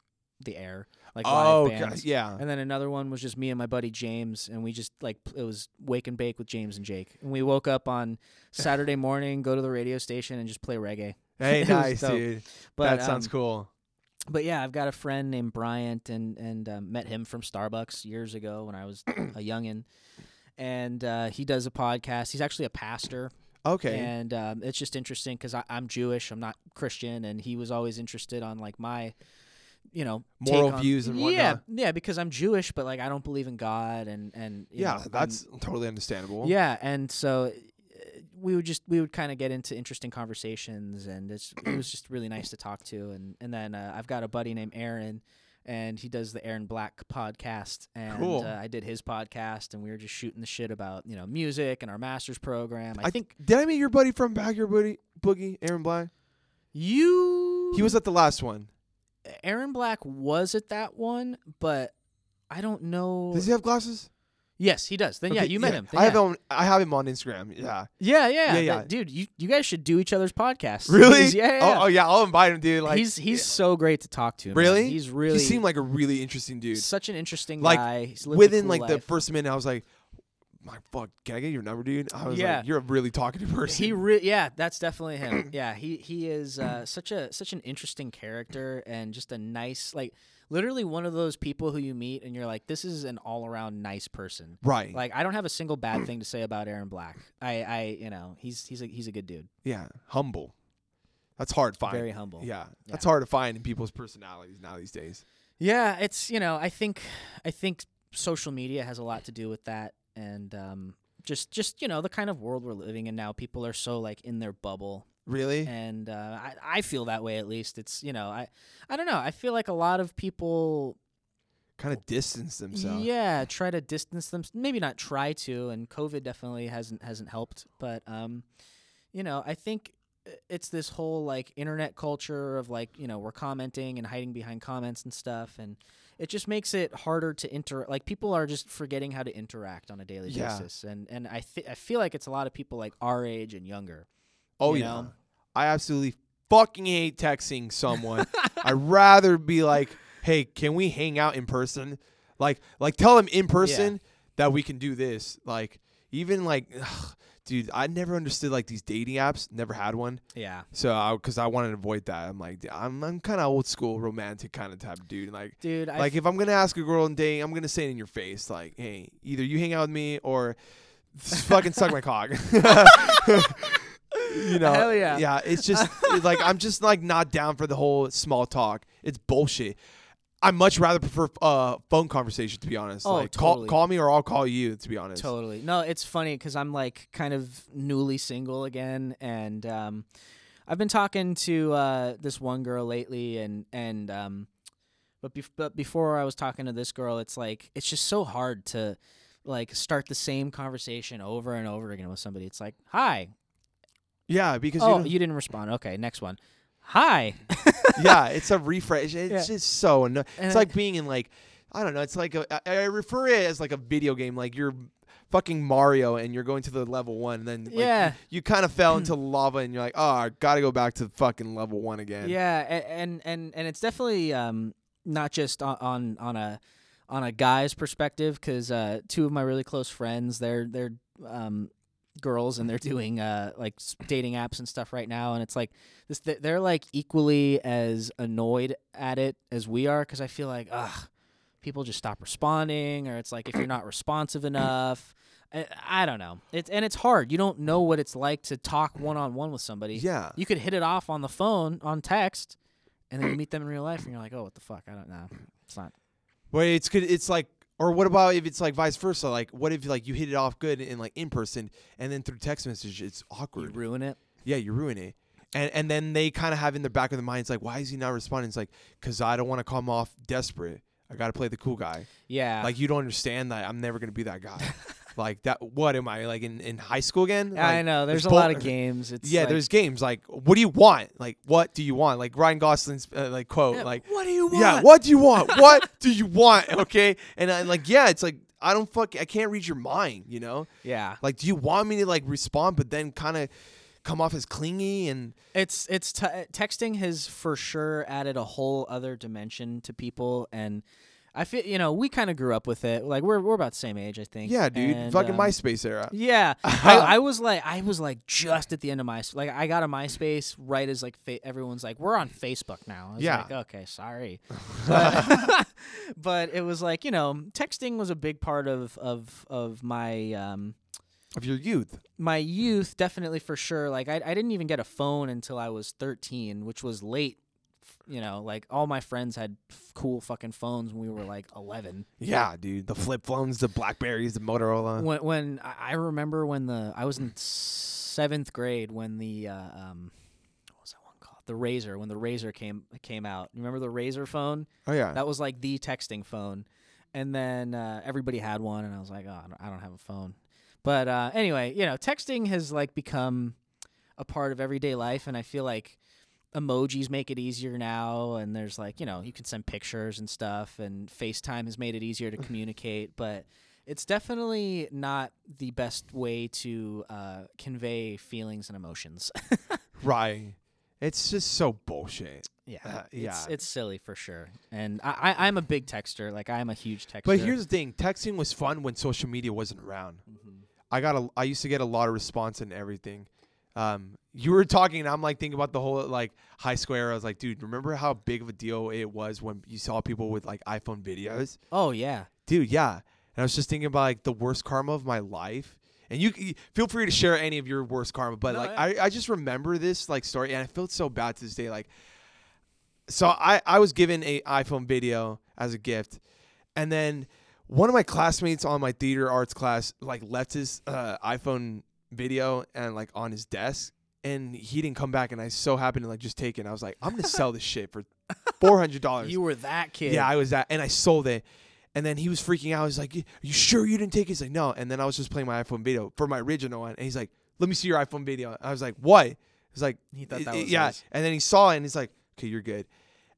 the air, like oh live bands. God, yeah, And then another one was just me and my buddy James, and we just like pl- it was wake and bake with James and Jake. And we woke up on Saturday morning, go to the radio station, and just play reggae. hey, <laughs> It was nice dope. dude, But that sounds um, cool. But yeah, I've got a friend named Bryant, and and um, met him from Starbucks years ago when I <clears throat> was a youngin, and uh, he does a podcast. He's actually a pastor, Okay, and um, it's just interesting because I'm Jewish, I'm not Christian, and he was always interested on like my, you know, take Moral on- views and Yeah, whatnot. yeah, because I'm Jewish, but like I don't believe in God, and and you yeah, know, I'm- that's totally understandable. yeah, and so uh, we would just we would kind of get into interesting conversations, and it's it was just really nice to talk to, and and then uh, I've got a buddy named Aaron. And he does the Aaron Black podcast, and Cool. uh, I did his podcast, and we were just shooting the shit about you know music and our master's program. I I, think Did I meet your buddy from Backyard Boogie, Boogie, Aaron Bly? you He was at the last one. Aaron Black was at that one, but I don't know. Does he have glasses? yes, he does. Then yeah, Okay, you met him. Then, I yeah. have him. on- I have him on Instagram. Yeah. yeah, yeah, Yeah, yeah. That- dude, you, you guys should do each other's podcasts. Really? He's- yeah, yeah, yeah. Oh, oh yeah, I'll invite him, dude. Like he's he's so great to talk to. man. Really? He's really he seemed like a really interesting dude. such an interesting like, guy. He's lived a Within cool like the life. first minute, I was like, "My fuck, can I get your number, dude?" I was Yeah. like, "You're a really talkative person." He re- yeah, that's definitely <clears throat> him. yeah, he he is uh, such a such an interesting character and just a nice like literally one of those people who you meet and you're like this is an all around nice person. right? Like I don't have a <clears throat> single bad thing to say about Aaron Black. I, I you know he's he's a he's a good dude. yeah, humble. That's hard to find. Very humble. Yeah, that's hard to find in people's personalities now these days. Yeah, it's you know I think I think social media has a lot to do with that, and um, just just you know the kind of world we're living in now. People are so like in their bubble, Really? and uh, I I feel that way at least. It's you know I I don't know. I feel like a lot of people kind of distance themselves. yeah try to distance them maybe not try to and covid definitely hasn't hasn't helped but um you know i think i- it's this whole like internet culture of like you know we're commenting and hiding behind comments and stuff and it just makes it harder to inter like people are just forgetting how to interact on a daily Yeah. basis and and i th- i feel like it's a lot of people like our age and younger Oh you yeah. know? I absolutely fucking hate texting <laughs> someone. I'd rather be like, "Hey, can we hang out in person?" Like, like tell them in person that we can do this. Like, even like, <sighs> ugh, dude, I never understood like these dating apps. Never had one, yeah so I because I wanted to avoid that. I'm like, I'm I'm kind of old school romantic kind of type of dude. Like, dude I like if I'm gonna ask a girl on date, I'm gonna say it in your face, like, "Hey, either you hang out with me or s- fucking suck my cock." <laughs> you know? Hell yeah. Yeah, it's just it- like I'm just like not down for the whole small talk. It's bullshit. I much rather prefer uh, phone conversation, to be honest. Oh, like totally. call call me or I'll call you, to be honest. Totally. No, it's funny because I'm like kind of newly single again, and um, I've been talking to uh, this one girl lately, and and um, but bef- but before I was talking to this girl, it's like it's just so hard to like start the same conversation over and over again with somebody. It's like, hi. Yeah, because Oh, you you didn't respond. Okay, next one. Hi. don't- yeah, it's a refresh. It's Yeah. just so annoying. And It's like being in like I don't know. It's like a, I, I refer it as like a video game. Like you're fucking Mario and you're going to the level one. And then like, Yeah. you, kind of <clears throat> fell into lava and you're like, oh, I gotta go back to fucking level one again. Yeah, a- and and and it's definitely um, not just on, on on a on a guy's perspective because uh, two of my really close friends, they're they're um, girls and they're doing uh like s- dating apps and stuff right now and it's like this th- they're like equally as annoyed at it as we are cuz I feel like ugh people just stop responding or it's like if you're not responsive enough I, I don't know. It's and it's hard. You don't know what it's like to talk one on one with somebody. Yeah. You could hit it off on the phone on text and then you meet them in real life and you're like, "Oh, what the fuck? I don't know. It's not Well, it's good. It's like, or what about if it's like vice versa? Like, what if like you hit it off good and like in person, and then through text message it's you awkward. ruin it." yeah, you ruin it. And and then they kind of have in the back of their minds like, why is he not responding? It's like, cause I don't want to come off desperate. I gotta play the cool guy. Yeah. Like you don't understand that I'm never gonna be that <laughs> guy. like that. What am I like in, in high school again? I Like, know. There's, a pol- lot of games. It's Yeah, like- there's games like, what do you want? Like, what do you want? Like Ryan Gosling's uh, like quote, Yeah, like, what do you want? yeah, what do you <laughs> want? what do you want? <laughs> Okay, and I'm like, yeah, it's like I don't fuck, I can't read your mind, you know. Yeah. Like, do you want me to like respond, but then kind of come off as clingy and It's it's t- texting has for sure added a whole other dimension to people and I feel you know, we kind of grew up with it. Like we're we're about the same age, I think. yeah, dude, And, fucking um, MySpace era. Yeah, I, I was like, I was like, just at the end of my like, I got a MySpace right as like fa- everyone's like, we're on Facebook now. I was Yeah. like, okay, sorry, but, <laughs> but it was like you know, texting was a big part of of of my um Of your youth, my youth definitely for sure like I, I didn't even get a phone until i was 13 which was late f- you know like all my friends had f- cool fucking phones when we were like 11 yeah, dude, the flip phones, the Blackberries, the Motorola. when when i I remember when the i was in seventh grade when the uh, um what was that one called the razor when the razor came came out you remember the razor phone Oh yeah, that was like the texting phone. And then uh, everybody had one, and I was like, oh, I don't- I don't have a phone. But uh, anyway, you know, texting has like become a part of everyday life, and I feel like emojis make it easier now. And there's like, you know, you can send pictures and stuff, and FaceTime has made <laughs> it easier to communicate. But it's definitely not the best way to uh, convey feelings and emotions. <laughs> Uh, right. It's just so bullshit. yeah, Uh, It's, yeah. it's silly for sure. And I, I, I'm a big texter. Like I'm a huge texter. But here's the thing: texting was fun when social media wasn't around. I got a, I used to get a lot of response and everything. Um, you were talking, and I'm like thinking about the whole like high school era. I was like, dude, remember how big of a deal it was when you saw people with like iPhone videos? Oh yeah, Dude, yeah. And I was just thinking about like the worst karma of my life. And you, c feel free to share any of your worst karma, but No, like yeah. I, I just remember this like story, and I felt so bad to this day. Like, so I, I was given a iPhone video as a gift, and then one of my classmates on my theater arts class like left his uh, iPhone video and like on his desk, and he didn't come back, and I so happened to like just take it. And I was like, I'm gonna sell this shit <laughs> for four hundred dollars. you were that kid. Yeah, I was that, and I sold it. And then he was freaking out. He's like, "Are you sure you didn't take it?" He's like, "No." And then I was just playing my iPhone video for my original one, and he's like, "Let me see your iPhone video." I was like, "What?" He's like, He thought "I- that I- was yeah." his. And then he saw it, and he's like, "Okay, you're good."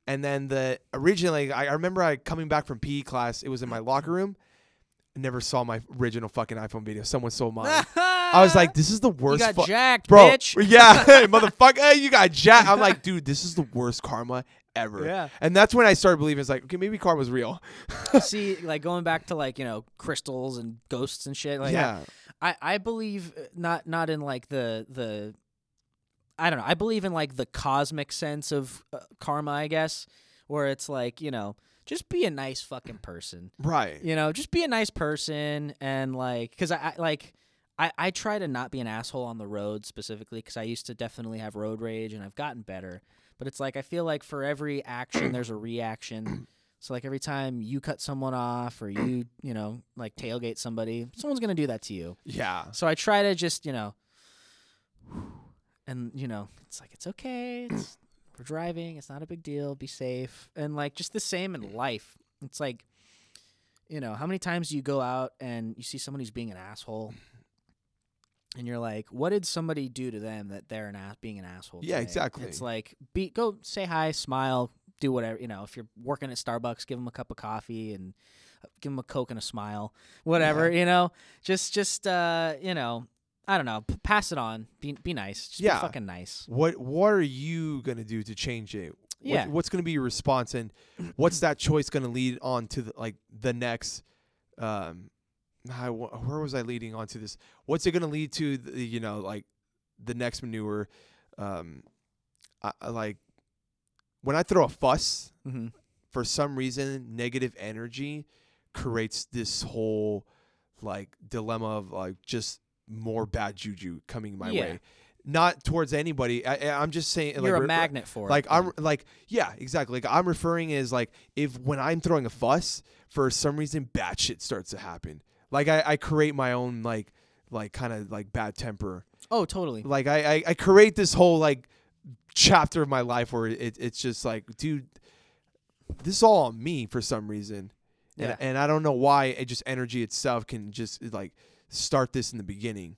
And then the originally, I, I remember I coming back from PE class. It was in my locker room. Never saw my original fucking iPhone video. Someone sold <laughs> mine. I was like, "This is the you worst." got fu- jacked, bro. <laughs> bitch. <laughs> Yeah, hey, motherfucker, hey, you got jacked. I'm like, dude, this is the worst karma ever. Yeah. And that's when I started believing it's like, okay, maybe karma's real. See, like going back to like you know crystals and ghosts and shit. Like, yeah. I, I believe uh, not not in like the the. I don't know. I believe in like the cosmic sense of uh, karma, I guess, where it's like you know just be a nice fucking person. Right. you know just be a nice person and like because I, I like I, I try to not be an asshole on the road specifically because i used to definitely have road rage and i've gotten better but it's like i feel like for every action there's a reaction so like every time you cut someone off or you you know like tailgate somebody someone's gonna do that to you Yeah. so i try to just you know and you know it's like it's okay it's <clears throat> we're driving it's not a big deal be safe and like just the same in life it's like you know how many times do you go out and you see someone who's being an asshole and you're like what did somebody do to them that they're an ass being an asshole Yeah, today? exactly. it's like be go say hi smile do whatever you know if you're working at starbucks give them a cup of coffee and give them a coke and a smile whatever you know just just uh you know i don't know p- pass it on be, be nice just Yeah. be fucking nice What What are you gonna do to change it? What- Yeah. what's gonna be your response, and what's that choice gonna lead on to the, like the next, um, I, wa- where was I leading onto this? What's it going to lead to? The, you know, like the next manure. Um, I, I like when I throw a fuss Mm-hmm. for some reason, negative energy creates this whole like dilemma of like just more bad juju coming my Yeah. way. Not towards anybody. I- I, I'm just saying. You're like, a re- re- magnet for like it. I'm like yeah exactly like I'm referring is like if when I'm throwing a fuss for some reason bad shit starts to happen like I, I create my own like like kind of like bad temper oh, totally. like I, I I create this whole like chapter of my life where it, it's just like dude this is all on me for some reason and, Yeah. and I don't know why it just energy itself can just like start this in the beginning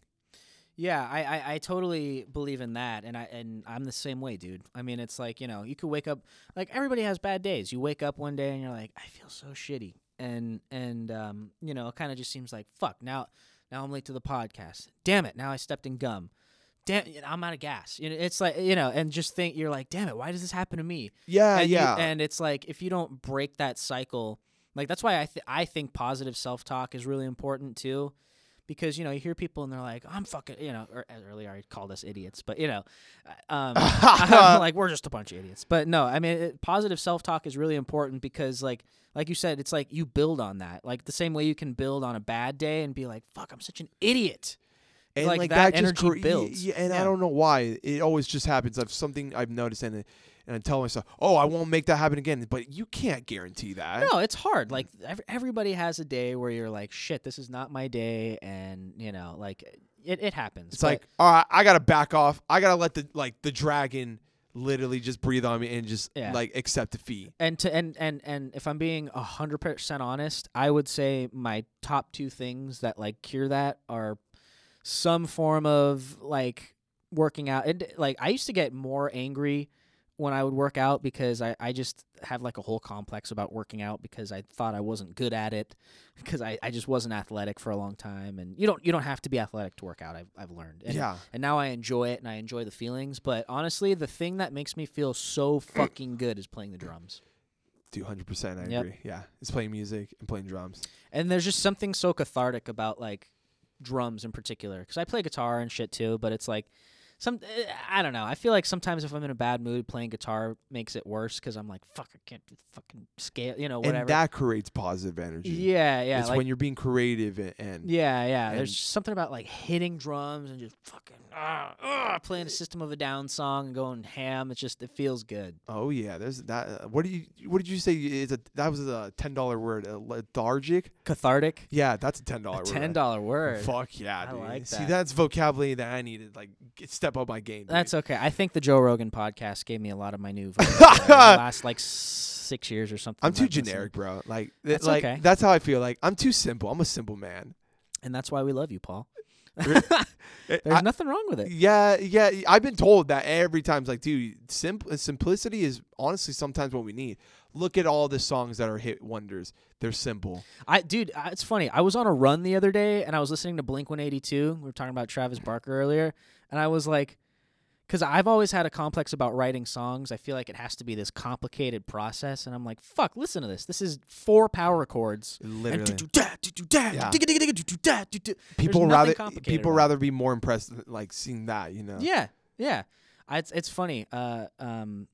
Yeah, I, I, I totally believe in that, and I and I'm the same way, dude. I mean, it's like you know, you could wake up like everybody has bad days. You wake up one day and you're like, I feel so shitty, and and um, you know, it kind of just seems like fuck. Now, now I'm late to the podcast. Damn it! Now I stepped in gum. Damn, it, I'm out of gas. You know, it's like you know, and just think you're like, damn it, why does this happen to me? yeah and you- yeah and it's like if you don't break that cycle, like that's why I th- I think positive self talk is really important too, because you know you hear people and they're like I'm fucking you know or as earlier I called us idiots, but you know, um, <laughs> I'm like we're just a bunch of idiots. But no, I mean it, positive self talk is really important because like like you said, it's like you build on that, like the same way you can build on a bad day and be like fuck I'm such an idiot. and like, like, that that, just energy cre- y- builds. Yeah, and Yeah. I don't know why it always just happens. I've something I've noticed, and and I tell myself, oh, I won't make that happen again. But you can't guarantee that. No, it's hard. Like ev- everybody has a day where you're like, shit, this is not my day, and you know, like it, it happens. it's but- like, all right, I gotta back off. I gotta let the like the dragon literally just breathe on me and just Yeah. like accept defeat. and to and and and if I'm being hundred percent honest, I would say my top two things that like cure that are some form of like working out. And like I used to get more angry when I would work out because I, I just have like a whole complex about working out because I thought I wasn't good at it <laughs> because I, I just wasn't athletic for a long time and you don't you don't have to be athletic to work out I've, I've learned and yeah, and now I enjoy it and I enjoy the feelings. But honestly, the thing that makes me feel so fucking good is playing the drums. two hundred percent. I Yep. agree. Yeah, it's playing music and playing drums. And there's just something so cathartic about like drums in particular because I play guitar and shit too, but it's like some eh, I don't know. I feel like sometimes if I'm in a bad mood, playing guitar makes it worse because I'm like, fuck, I can't do the fucking scale, you know, whatever. And that creates positive energy. yeah, yeah, it's like- when you're being creative and, and yeah, yeah. and- There's just something about like hitting drums and just fucking ah, ah, playing a System of a Down song and going ham. It's just it feels good. oh yeah, there's that. What do you? What did you say? Is a that was a ten dollar word? uh, Lethargic. Cathartic. Yeah, that's a ten dollar. A ten dollar word. Fuck yeah, I dude. like See, that. that's vocabulary that I needed. Like, get, step up my game. dude. That's okay. I think the Joe Rogan podcast gave me a lot of my <laughs> new vocabulary in the last like s- six years or something. I'm too I've listened. generic, bro. Like, th- That's like okay. that's how I feel. Like, I'm too simple. I'm a simple man. and that's why we love you, Paul. Re- Eh, There's I- nothing wrong with it. yeah, yeah. I've been told that every time. It's Like, dude, simp- uh, simplicity is honestly sometimes what we need. Look at all the songs that are hit wonders. They're simple. I, dude, I, it's funny. I was on a run the other day and I was listening to Blink 182. We were talking about Travis Barker earlier, and I was like, because I've always had a complex about writing songs. I feel like it has to be this complicated process, and I'm like, fuck, listen to this. This is four power chords. And Literally, do-do-da, do-do-da, Yeah. do-digga-digga, do-do-da, do-do- There's people nothing rather complicated people about it. rather be more impressed uh, like seeing that. You know. Yeah, yeah. I, it's it's funny. Uh, um,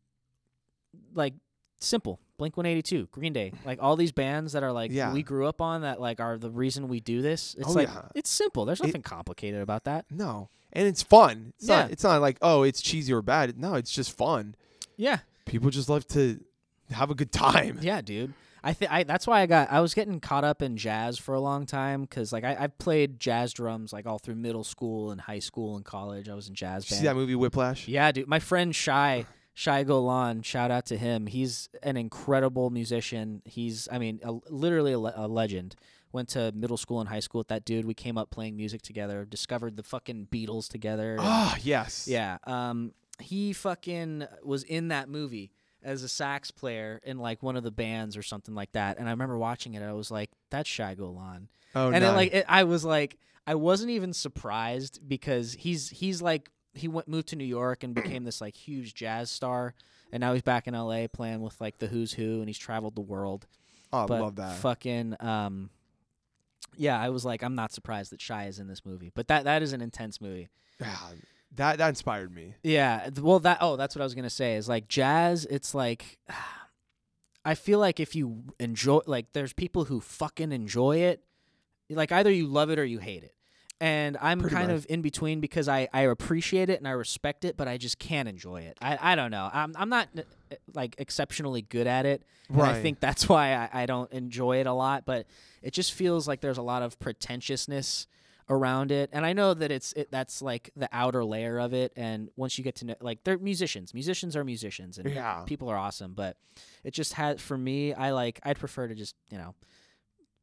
like simple. Blink One Eighty Two, Green Day, like all these bands that are like Yeah. we grew up on that like are the reason we do this. It's Oh, like yeah. it's simple. There's It- nothing complicated about that. No, and it's fun. It's not. Yeah. It's not like oh, it's cheesy or bad. No, it's just fun. Yeah, people just love to have a good <laughs> time. yeah, dude. I think I that's why I got I was getting caught up in jazz for a long time because like I I played jazz drums like all through middle school and high school and college. I was in jazz Did you band. see that movie Whiplash? Yeah, dude. My friend Shy Shy Golan, shout out to him. He's an incredible musician. He's, I mean, a, literally a, le- a legend. Went to middle school and high school with that dude. We came up playing music together. Discovered the fucking Beatles together. and- Ah, yes. yeah. Um, he fucking was in that movie as a sax player in like one of the bands or something like that. And I remember watching it. I was like, that's Shy Golan Oh, and no. it, like it, I was like I wasn't even surprised because he's he's like he went moved to New York and became this like huge jazz star and now he's back in LA playing with like the who's who and he's traveled the world. oh, I but love that. Fucking um yeah, I was like, I'm not surprised that Shy is in this movie, but that that is an intense movie. Ah, that that inspired me. Yeah, th- well, that oh, that's what I was gonna say is like jazz. It's like, <sighs> I feel like if you enjoy, like, there's people who fucking enjoy it. Like either you love it or you hate it, and I'm Pretty kind much. of in between because I I appreciate it and I respect it, but I just can't enjoy it. I I don't know. I'm I'm not uh, like exceptionally good at it. And I Right. think that's <laughs> why I, I don't enjoy it a lot, but it just feels like there's a lot of pretentiousness around it. And I know that it's it, that's like the outer layer of it. And once you get to know, like, they're musicians. Musicians are musicians, and Yeah. people are awesome. But it just had for me. I like. I'd prefer to just you know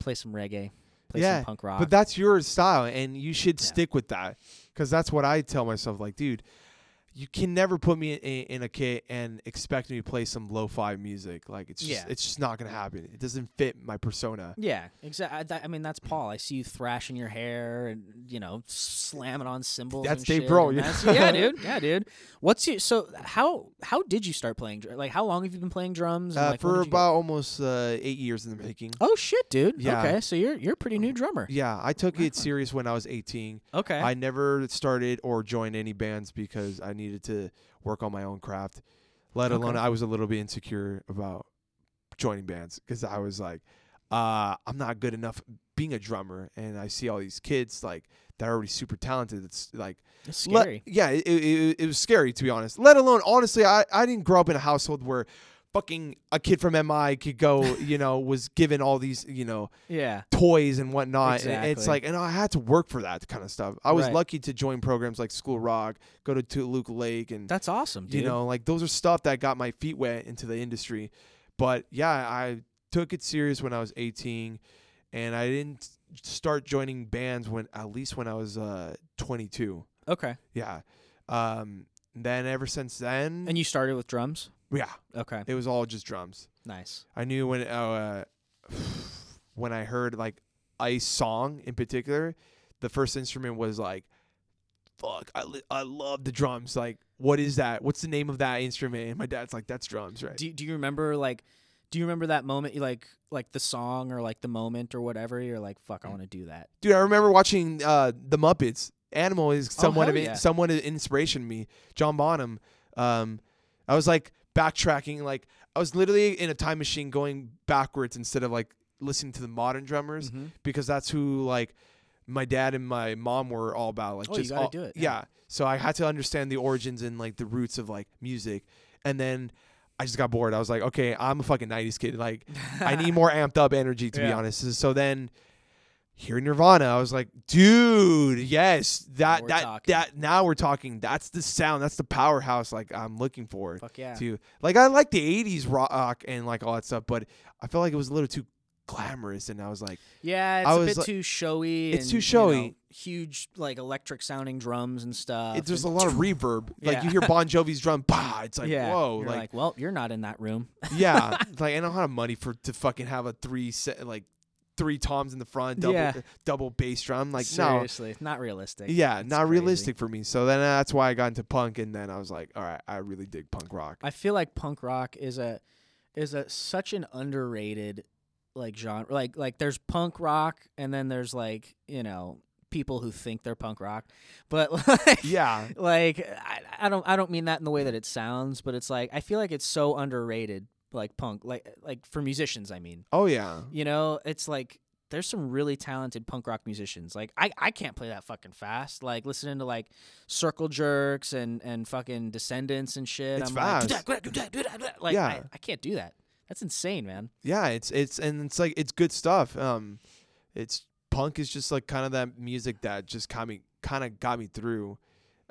play some reggae, play Yeah, some punk rock. But that's your style, and you should Uh, Yeah. stick with that because that's what I tell myself. Like, dude, you can never put me in, in a kit and expect me to play some lo-fi music. Like, it's just, Yeah. it's just not gonna happen. It doesn't fit my persona. yeah, exactly. I, I mean, that's Paul. I see you thrashing your hair and you know slamming on cymbals. That's and Dave shit, Grohl, and yeah. <laughs> that's- yeah, dude. Yeah, dude. What's your so how how did you start playing? dr- Like, how long have you been playing drums? and, Uh, like, when for did you get- about almost uh, eight years in the making. Oh shit, dude. Yeah. Okay, so you're you're a pretty new drummer. Yeah, I took it serious when I was 18. Okay. I never started or joined any bands because I needed to work on my own craft. Let Okay. alone I was a little bit insecure about joining bands because I was like, uh, I'm not good enough being a drummer, and I see all these kids like that are already super talented. It's like It's let- scary. yeah, it, it- it, it was scary to be honest. Let alone, honestly, I, I didn't grow up in a household where fucking a kid from MI could go, you know, was given all these, you know, yeah. toys and whatnot. and it's Exactly. like, and I had to work for that kind of stuff. I was Right. lucky to join programs like School Rock, go to Toluca Lake, and That's awesome, dude. you know, like those are stuff that got my feet wet into the industry. But yeah, I took it serious when I was 18, and I didn't start joining bands when at least when I was uh 22. Okay. Yeah. Um. Then ever since then, And you started with drums? yeah, Okay. it was all just drums. Nice. I knew when uh, <sighs> when I heard like Ice song in particular, the first instrument was like, "Fuck, I li- I love the drums." Like, what is that? What's the name of that instrument? And my dad's like, "That's drums, right?" Do do you remember like do you remember that moment you like like the song or like the moment or whatever? You're like, fuck, Mm. I want to do that. Dude, I remember watching uh, the Muppets. Animal is Oh, somewhat hell of it, yeah. somewhat of inspiration to me. John Bonham. Um, I was like backtracking, like I was literally in a time machine going backwards instead of like listening to the modern Mm-hmm. drummers. because that's who like my dad and my mom were all about like Oh, you just gotta all- do it, yeah. yeah. so i had to understand the origins and like the roots of like music and then i just got bored i was like okay i'm a fucking 90s kid like Mm-hmm. i <laughs> need more amped up energy to be Yeah. honest so then here nirvana i was like dude yes that We're that talking. that now we're talking that's the sound that's the powerhouse like i'm looking for Fuck yeah. too. Like I like the '80s rock and like all that stuff, but I felt like it was a little too glamorous, and I was like, Yeah, it's I a was bit like- too showy. It's and, too you know, showy. huge like electric sounding drums and stuff. it, there's a and- lot of reverb. Like you Uh, Yeah. hear <laughs> Bon Jovi's drum, bah! It's like, yeah. whoa, You're like, like, well, you're not in that room. <laughs> yeah, It's like I don't have money for to fucking have a three set like three toms in the front, double Yeah. double bass drum. Like no, Seriously, it's not realistic. yeah, It's not crazy. realistic for me. So then that's why I got into punk, and then I was like, all right, I really dig punk rock. I feel like punk rock is a is a such an underrated like genre. Like like there's punk rock and then there's like, you know, people who think they're punk rock. But <laughs> like yeah, like I, I don't I don't mean that in the way that it sounds, but it's like I feel like it's so underrated like punk like like for musicians, I mean. oh yeah, You know, it's like there's some really talented punk rock musicians. Like I, I can't play that fucking fast. Like listening to like Circle Jerks and and fucking Descendants and shit. It's I'm fast. like, "Do that, do that, do that, do that." Like, Yeah. I, I can't do that. That's insane, man. yeah. It's it's and it's like it's good stuff. Um, it's punk is just like kind of that music that just got me kind of got me through,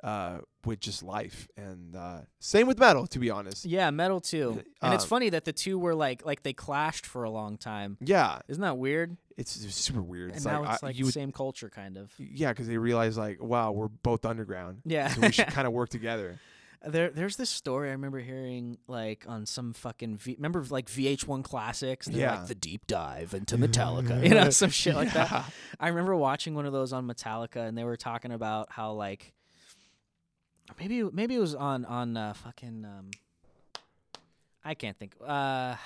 uh, with just life. And uh, same with metal, to be honest. Yeah, metal too. And it's Um, funny that the two were like like they clashed for a long time. Yeah, Isn't that weird? it's, it's super weird. And It's now like, it's I, like you the would, same culture kind of. yeah, because they realize like, wow, we're both underground, Yeah. so we <laughs> should kind of work together. There, there's this story I remember hearing, like on some fucking v- remember like VH1 classics. They're Yeah. like the deep <laughs> dive into Metallica, you know, some shit like that. Yeah. I remember watching one of those on Metallica, and they were talking about how like maybe maybe it was on on uh, fucking um I can't think. Uh,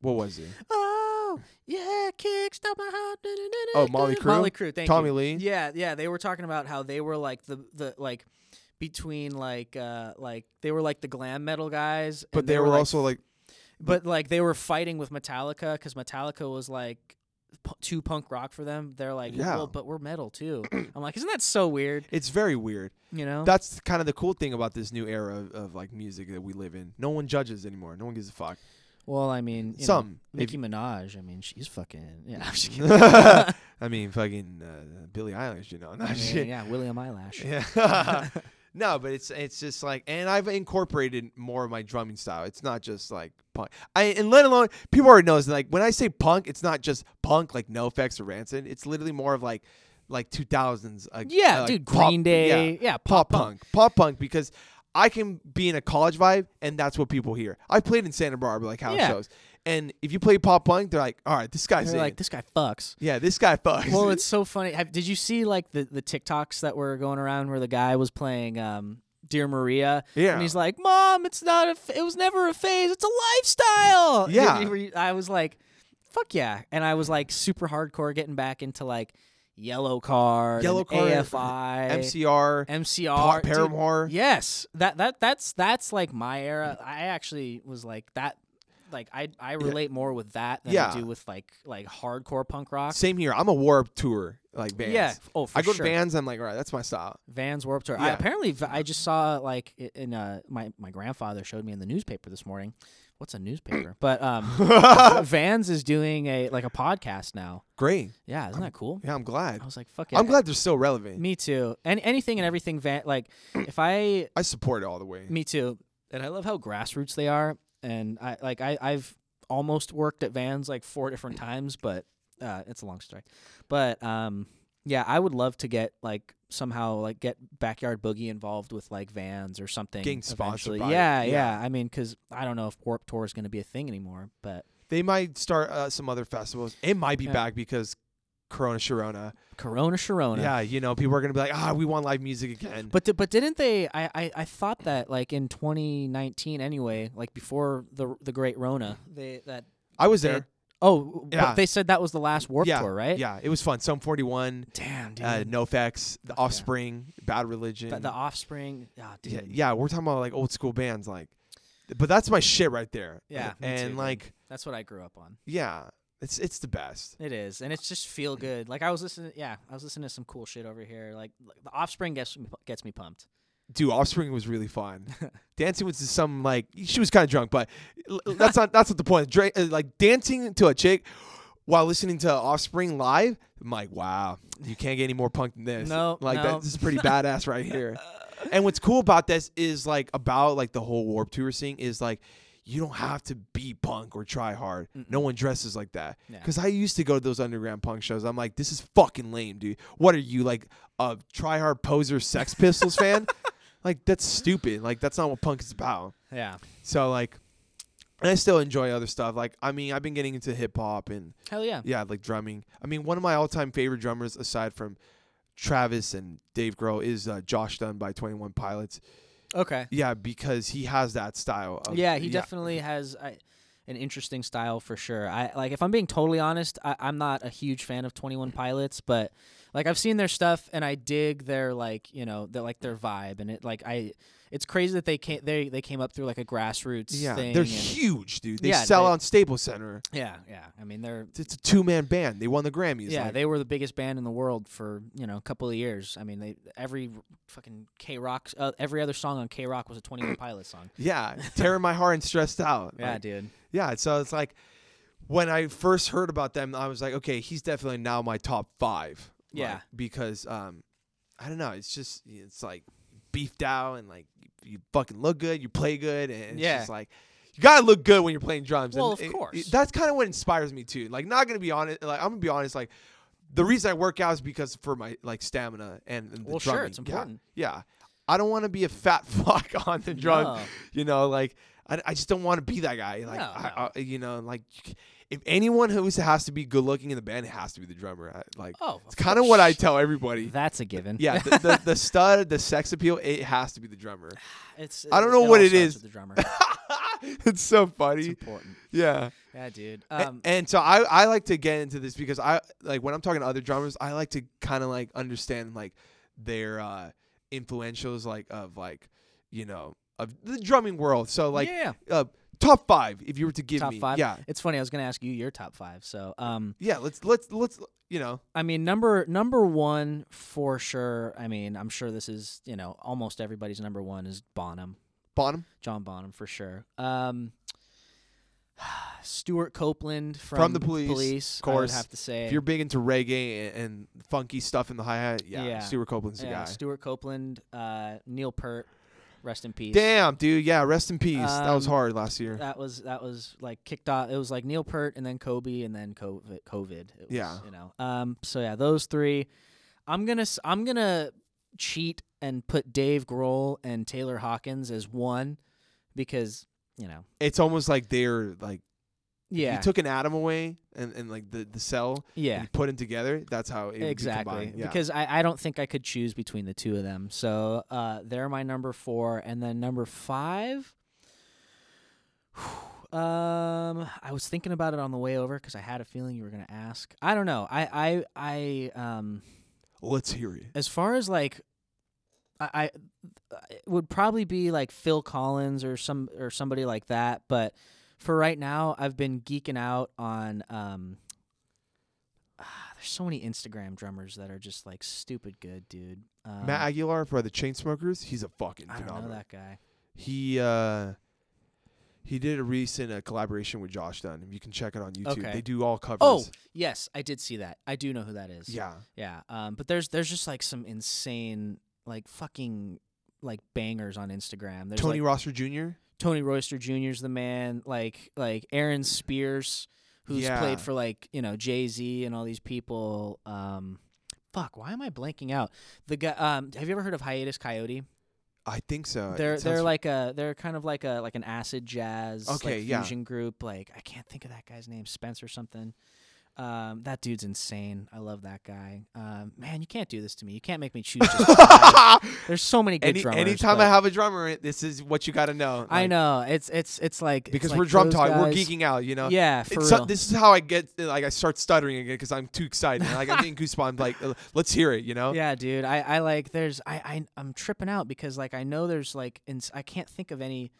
What was it? oh, go. Yeah, kick, stop my heart. da, da, da, Oh, da, Motley da." Crue? Motley Crue, thank Tommy you. Lee? Yeah, yeah. They were talking about how they were like the the like between like uh like they were like the glam metal guys, But and they, were, like, also like but like they were fighting with Metallica because Metallica was like p- too punk rock for them. They're like, Yeah. well, but we're metal too. I'm like, isn't that so weird? it's very weird. You know? That's kind of the cool thing about this new era of, of like music that we live in. No one judges anymore. No one gives a fuck. well, I mean, you know, Some. If- Nicki Minaj. I mean, she's fucking. Yeah, <laughs> <laughs> I'm just kidding. I mean, fucking uh, Billie Eilish, you know. <laughs> No, I mean, shit. yeah, William Eyelash. Yeah. <laughs> no, but it's it's just like, and I've incorporated more of my drumming style. It's not just like punk. I and let alone people already knows like when I say punk, it's not just punk like No Effects or Rancid. It's literally more of like like two thousands. Like, uh, Yeah, like dude, pop- Green yeah, Day. Yeah, pop punk, pop punk, because I can be in a college vibe, and that's what people hear. I played in Santa Barbara like house Yeah. shows, and if you play pop punk, they're like, all right, this guy's They're in. like, this guy fucks. yeah, this guy fucks. Well, <laughs> it's so funny. Have, did you see like the the TikToks that were going around where the guy was playing um, Dear Maria? Yeah. And he's like, "Mom, it's not a. F- it was never a phase. It's a lifestyle." <laughs> Yeah. You- you- I was like, "Fuck yeah!" And I was like, super hardcore, getting back into like Yellow Card, Yellow Card, and AFI, MCR, MCR, Pa- dude, Paramore. Yes, that that that's that's like my era. I actually was like that. Like I I relate more with that than Yeah. I do with like like hardcore punk rock. Same here. I'm a Warp Tour like bands. Yeah. Oh, for I go sure. to bands. I'm like, all right, that's my <laughs> style. Vans Warped Tour. I, Yeah. apparently, v- I just saw like i- in uh, my my grandfather showed me in the newspaper this morning. What's a newspaper? <laughs> but um, <laughs> Vans is doing a like a podcast now. Great. Yeah, isn't that cool? Yeah, I'm glad. I was like, fuck yeah. I'm glad they're still relevant. Me too. And anything and everything. Van like if I I support it all the way. Me too. And I love how grassroots they are. And I like I I've almost worked at Vans like four different times, but uh, it's a long story. But um, yeah, I would love to get like somehow like get backyard boogie involved with like Vans or something. Getting sponsored eventually. by it. yeah, Yeah. yeah, I mean, because I don't know if Warp Tour is going to be a thing anymore, but They might start uh, some other festivals. It might be Yeah. back because Corona Sharona. Corona Sharona. Yeah, you know, people are gonna be like, ah, we want live music again. But di- but didn't they? I, I, I thought that like in 2019 anyway, like before the the Great Rona, they that I was they- there. Oh, Yeah. but they said that was the last Warp yeah, Tour, right? Yeah, it was fun. Some 41, Damn, dude. uh, NoFX, The Offspring, Bad Religion. the, the Offspring. Ah, dude. yeah, yeah, we're talking about like old school bands, like. But that's my shit right there. Yeah, me too, and dude. like, That's what I grew up on. yeah, it's it's the best. It is, and it's just feel good. Like I was listening, yeah, I was listening to some cool shit over here. Like like, the Offspring gets me, gets me pumped. Dude, Offspring was really <laughs> fun. dancing was just some like she was kind of drunk, but l- l- that's not that's not the point. Dra- uh, like dancing to a chick while listening to Offspring live. I'm like, wow, you can't get any more punk than this. No, like no. that's this is pretty badass <laughs> right here. And what's cool about this is like about like the whole Warp Tour scene is like. You don't have to be punk or try hard. No one dresses like that. Yeah. Because I used to go to those underground punk shows. I'm like, this is fucking lame, dude. What are you like a try hard poser Sex Pistols <laughs> fan? Like that's stupid. Like that's not what punk is about. Yeah, So like, and I still enjoy other stuff. Like I mean, I've been getting into hip hop and hell yeah. yeah, like drumming. I mean, one of my all time favorite drummers aside from Travis and Dave Grohl is uh, Josh Dunn by Twenty One Pilots. Okay. Yeah, because he has that style. Of, yeah, he definitely has I, an interesting style for sure. I like if I'm being totally honest, I, I'm not a huge fan of Twenty One Pilots, but like I've seen their stuff and I dig their like you know their like their vibe and it like I it's crazy that they came they they came up through like a grassroots Yeah, thing. they're and- huge, dude. They Yeah, sell they- out Staples Center. yeah, yeah. I mean they're It's a two man band. They won the Grammys. yeah like- they were the biggest band in the world for you know a couple of years. I mean they every fucking K Rock uh, every other song on K Rock was <coughs> a Twenty One Pilots song. <laughs> yeah, tearing my heart and stressed out. Yeah, Like, dude. Yeah, so it's like when I first heard about them, I was like, okay, he's definitely now my top five. like, Yeah. because um, I don't know, it's just it's like beefed out and like you fucking look good, you play good, and it's Yeah. just like. You gotta look good when you're playing drums. Well, and of it- it- course. that's kind of what inspires me too. Like, not gonna be honest. Like, I'm gonna be honest. Like, the reason I work out is because for my like stamina and, and the Well, sure, drumming. it's Yeah. important. Yeah, I don't want to be a fat <laughs> fuck on the drum. No. You know, like I, I just don't want to be that guy. Like, No, I, I, you know, like if anyone who has to be good looking in the band, it has to be the drummer. I, like, Oh, it's kind of what I tell everybody. <laughs> That's a given. Yeah, the, the, the stud, the sex appeal, it has to be the drummer. <laughs> It's I don't it- know it what all it starts is. <laughs> with The drummer. it's so It's funny. important. Yeah. Yeah, dude. A- Um, and so I, I like to get into this because I like when I'm talking to other drummers, I like to kind of like understand like their uh influentials like of like, you know, of the drumming world. So like yeah, uh top 5 if you were to give top me. five. Yeah. It's funny. I was gonna ask you your top five. So, um, Yeah, let's let's let's you know. I mean, number number one for sure. I mean, I'm sure this is you know almost everybody's number one is Bonham, Bonham John Bonham for sure. Um, Stuart Copeland from, the Police, Police, of course. I would have to say. If you're big into reggae and, and funky stuff in the hi hat, yeah, Yeah. Stuart Copeland's the yeah, guy. Stuart Copeland, uh, Neil Peart, rest in peace. Damn, dude. Yeah, rest in peace. that was Um, hard last year. That was that was like kicked off. It was like Neil Peart and then Kobe and then COVID. COVID. It was, Yeah. You know. Um. So yeah, those three. I'm gonna s- I'm gonna cheat and put Dave Grohl and Taylor Hawkins as one because you know it's almost like they're like yeah you took an atom away and, and like the, the cell yeah and you put them together. That's how it would be exactly combined. Yeah. because I I don't think I could choose between the two of them. So uh, they're my number four, and then number five. <sighs> Um, I was thinking about it on the way over because I had a feeling you were gonna ask. I don't know. I I I um let's hear it. as far as like I, I it would probably be like Phil Collins or some or somebody like that, but for right now I've been geeking out on um ah, there's so many Instagram drummers that are just like stupid good, dude. Um, Matt Aguilar for the Chainsmokers, he's a fucking I don't know phenomenal. that guy. He uh he did a recent uh, collaboration with Josh Dunn. You can check it on YouTube. Okay. They do all covers. Oh, yes, I did see that. I do know who that is. yeah. Yeah. Um, but there's there's just like some insane like fucking like bangers on Instagram. There's Tony like, Rosser Jr. Tony Royster Jr.'s the man. Like like Aaron Spears, who's Yeah. played for like you know Jay Z and all these people. Um, fuck, why am I blanking out? The guy. Um, have you ever heard of Hiatus Coyote? I think so. Uh, It they're sounds they're fa- like a they're kind of like a like an acid jazz like, Okay, yeah. fusion group. Like I can't think of that guy's name, Spence or something. Um, that dude's insane. I love that guy. Um, man, you can't do this to me. You can't make me choose. Just five. <laughs> There's so many good Any, drummers. anytime but I have a drummer, this is what you got to know. I Like, know it's it's it's like it's because like we're drum those talk, we're guys- geeking out. You know, Yeah, for It's so- real. this is how I get like I start stuttering again because I'm too <laughs> excited. Like I'm getting goosebumps. Like uh, let's hear it. You know. yeah, dude. I, I like there's I, I I'm tripping out because like I know there's like ins- I can't think of any.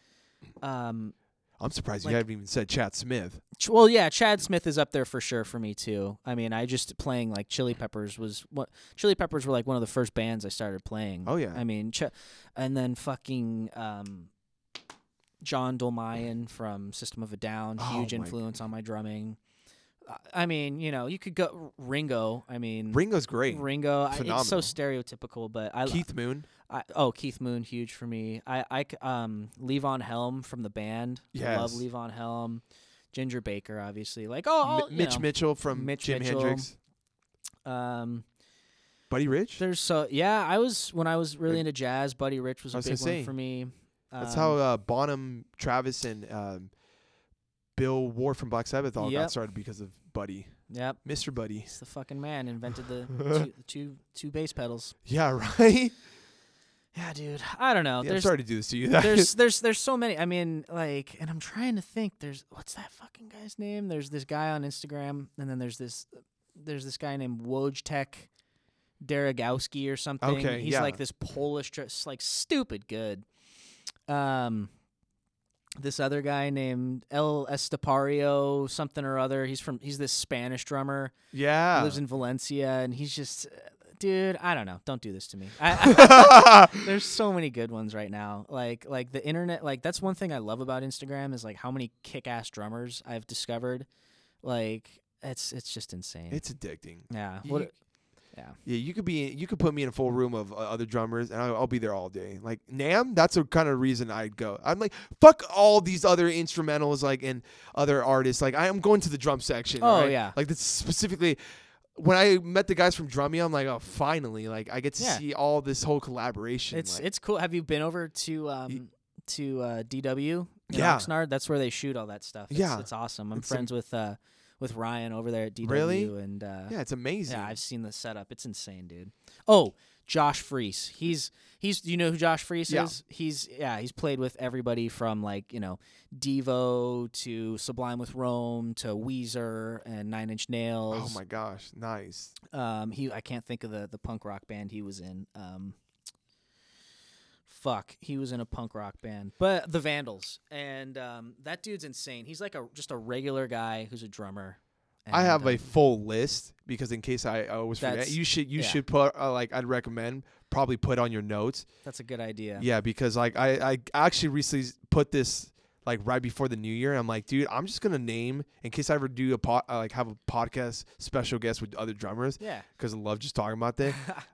Um. I'm surprised Like- you haven't even said Chad Smith. ch- Well, yeah, Chad Smith is up there for sure for me too. I mean, I just playing like Chili Peppers was what Chili Peppers were like one of the first bands I started playing. Oh, yeah. I mean, ch- and then fucking um, John Dolmayan from System of a Down, Oh, huge my- influence on my drumming. I- I mean, you know, you could go Ringo. I mean, Ringo's great. Ringo. I, it's so Phenomenal. stereotypical, but I Keith Moon. I, oh, Keith Moon, huge for me. I I c- um Levon Helm from the band. I love Yes. Levon Helm. Ginger Baker, obviously. Like oh, all, M- you Mitch know. Mitchell from Mitch Jimi Mitchell. Hendrix. Um, Buddy Rich. there's so yeah. I was when I was really Like- into jazz. Buddy Rich was I a was big gonna one say, for me. That's Um, how uh, Bonham, Travis, and um, Bill Ward from Black Sabbath all Yep. got started because of Buddy, Yep, Mr. Buddy. he's the fucking man. <laughs> Invented the two, two two bass pedals. Yeah, <laughs> right. Yeah, dude. I don't know. Yeah, I'm there's sorry to do this to you. <laughs> That there's there's there's so many. I mean, like, and I'm trying to think. There's what's that fucking guy's name? There's this guy on Instagram, and then there's this there's this guy named Wojtek Deragowski or something. Okay, he's yeah. like this Polish, dr- s- like stupid good. Um, this other guy named El Estepario something or other. He's from he's this Spanish drummer. yeah. Lives in Valencia, and he's just. Dude, I don't know. Don't do this to me. I, there's so many good ones right now. Like like the internet like that's one thing I love about Instagram is like how many kick ass drummers I've discovered. Like it's it's just insane. <laughs> it's addicting. yeah. You- What Yeah, you could be you could put me in a full room of uh, other drummers, and I'll, I'll be there all day. Like Nam, that's the kind of reason I'd go. I'm like, fuck all these other instrumentals, like and other artists. Like I am going to the drum section. Oh, right? yeah. Like that's specifically when I met the guys from Drummy, I'm like, oh, finally, like I get to Yeah. see all this whole collaboration. it's like, it's cool. Have you been over to um to uh DW in Yeah. Oxnard? That's where they shoot all that stuff. It's, Yeah. It's awesome. I'm It's am- friends with uh with Ryan over there at DW Really? and uh yeah, it's amazing. yeah, I've seen the setup. It's insane, dude. Oh, Josh Freese. He's he's you know who Josh Freese Yeah. is? He's yeah, he's played with everybody from like, you know, Devo to Sublime with Rome to Weezer and Nine Inch Nails. Oh my gosh, nice. Um, he I can't think of the the punk rock band he was in. Um, fuck, he was in a punk rock band, but the Vandals, and um, that dude's insane. He's like a just a regular guy who's a drummer. I and, have um, a full list because in case I, I always forget, That's- you should you yeah. should put uh, like I'd recommend probably put on your notes. that's a good idea. Yeah. because like I I actually recently s- put this like right before the new year. And I'm like, dude, I'm just gonna name in case I ever do a pot uh, like have a podcast special guest with other drummers Yeah, because I love just talking about <laughs> that.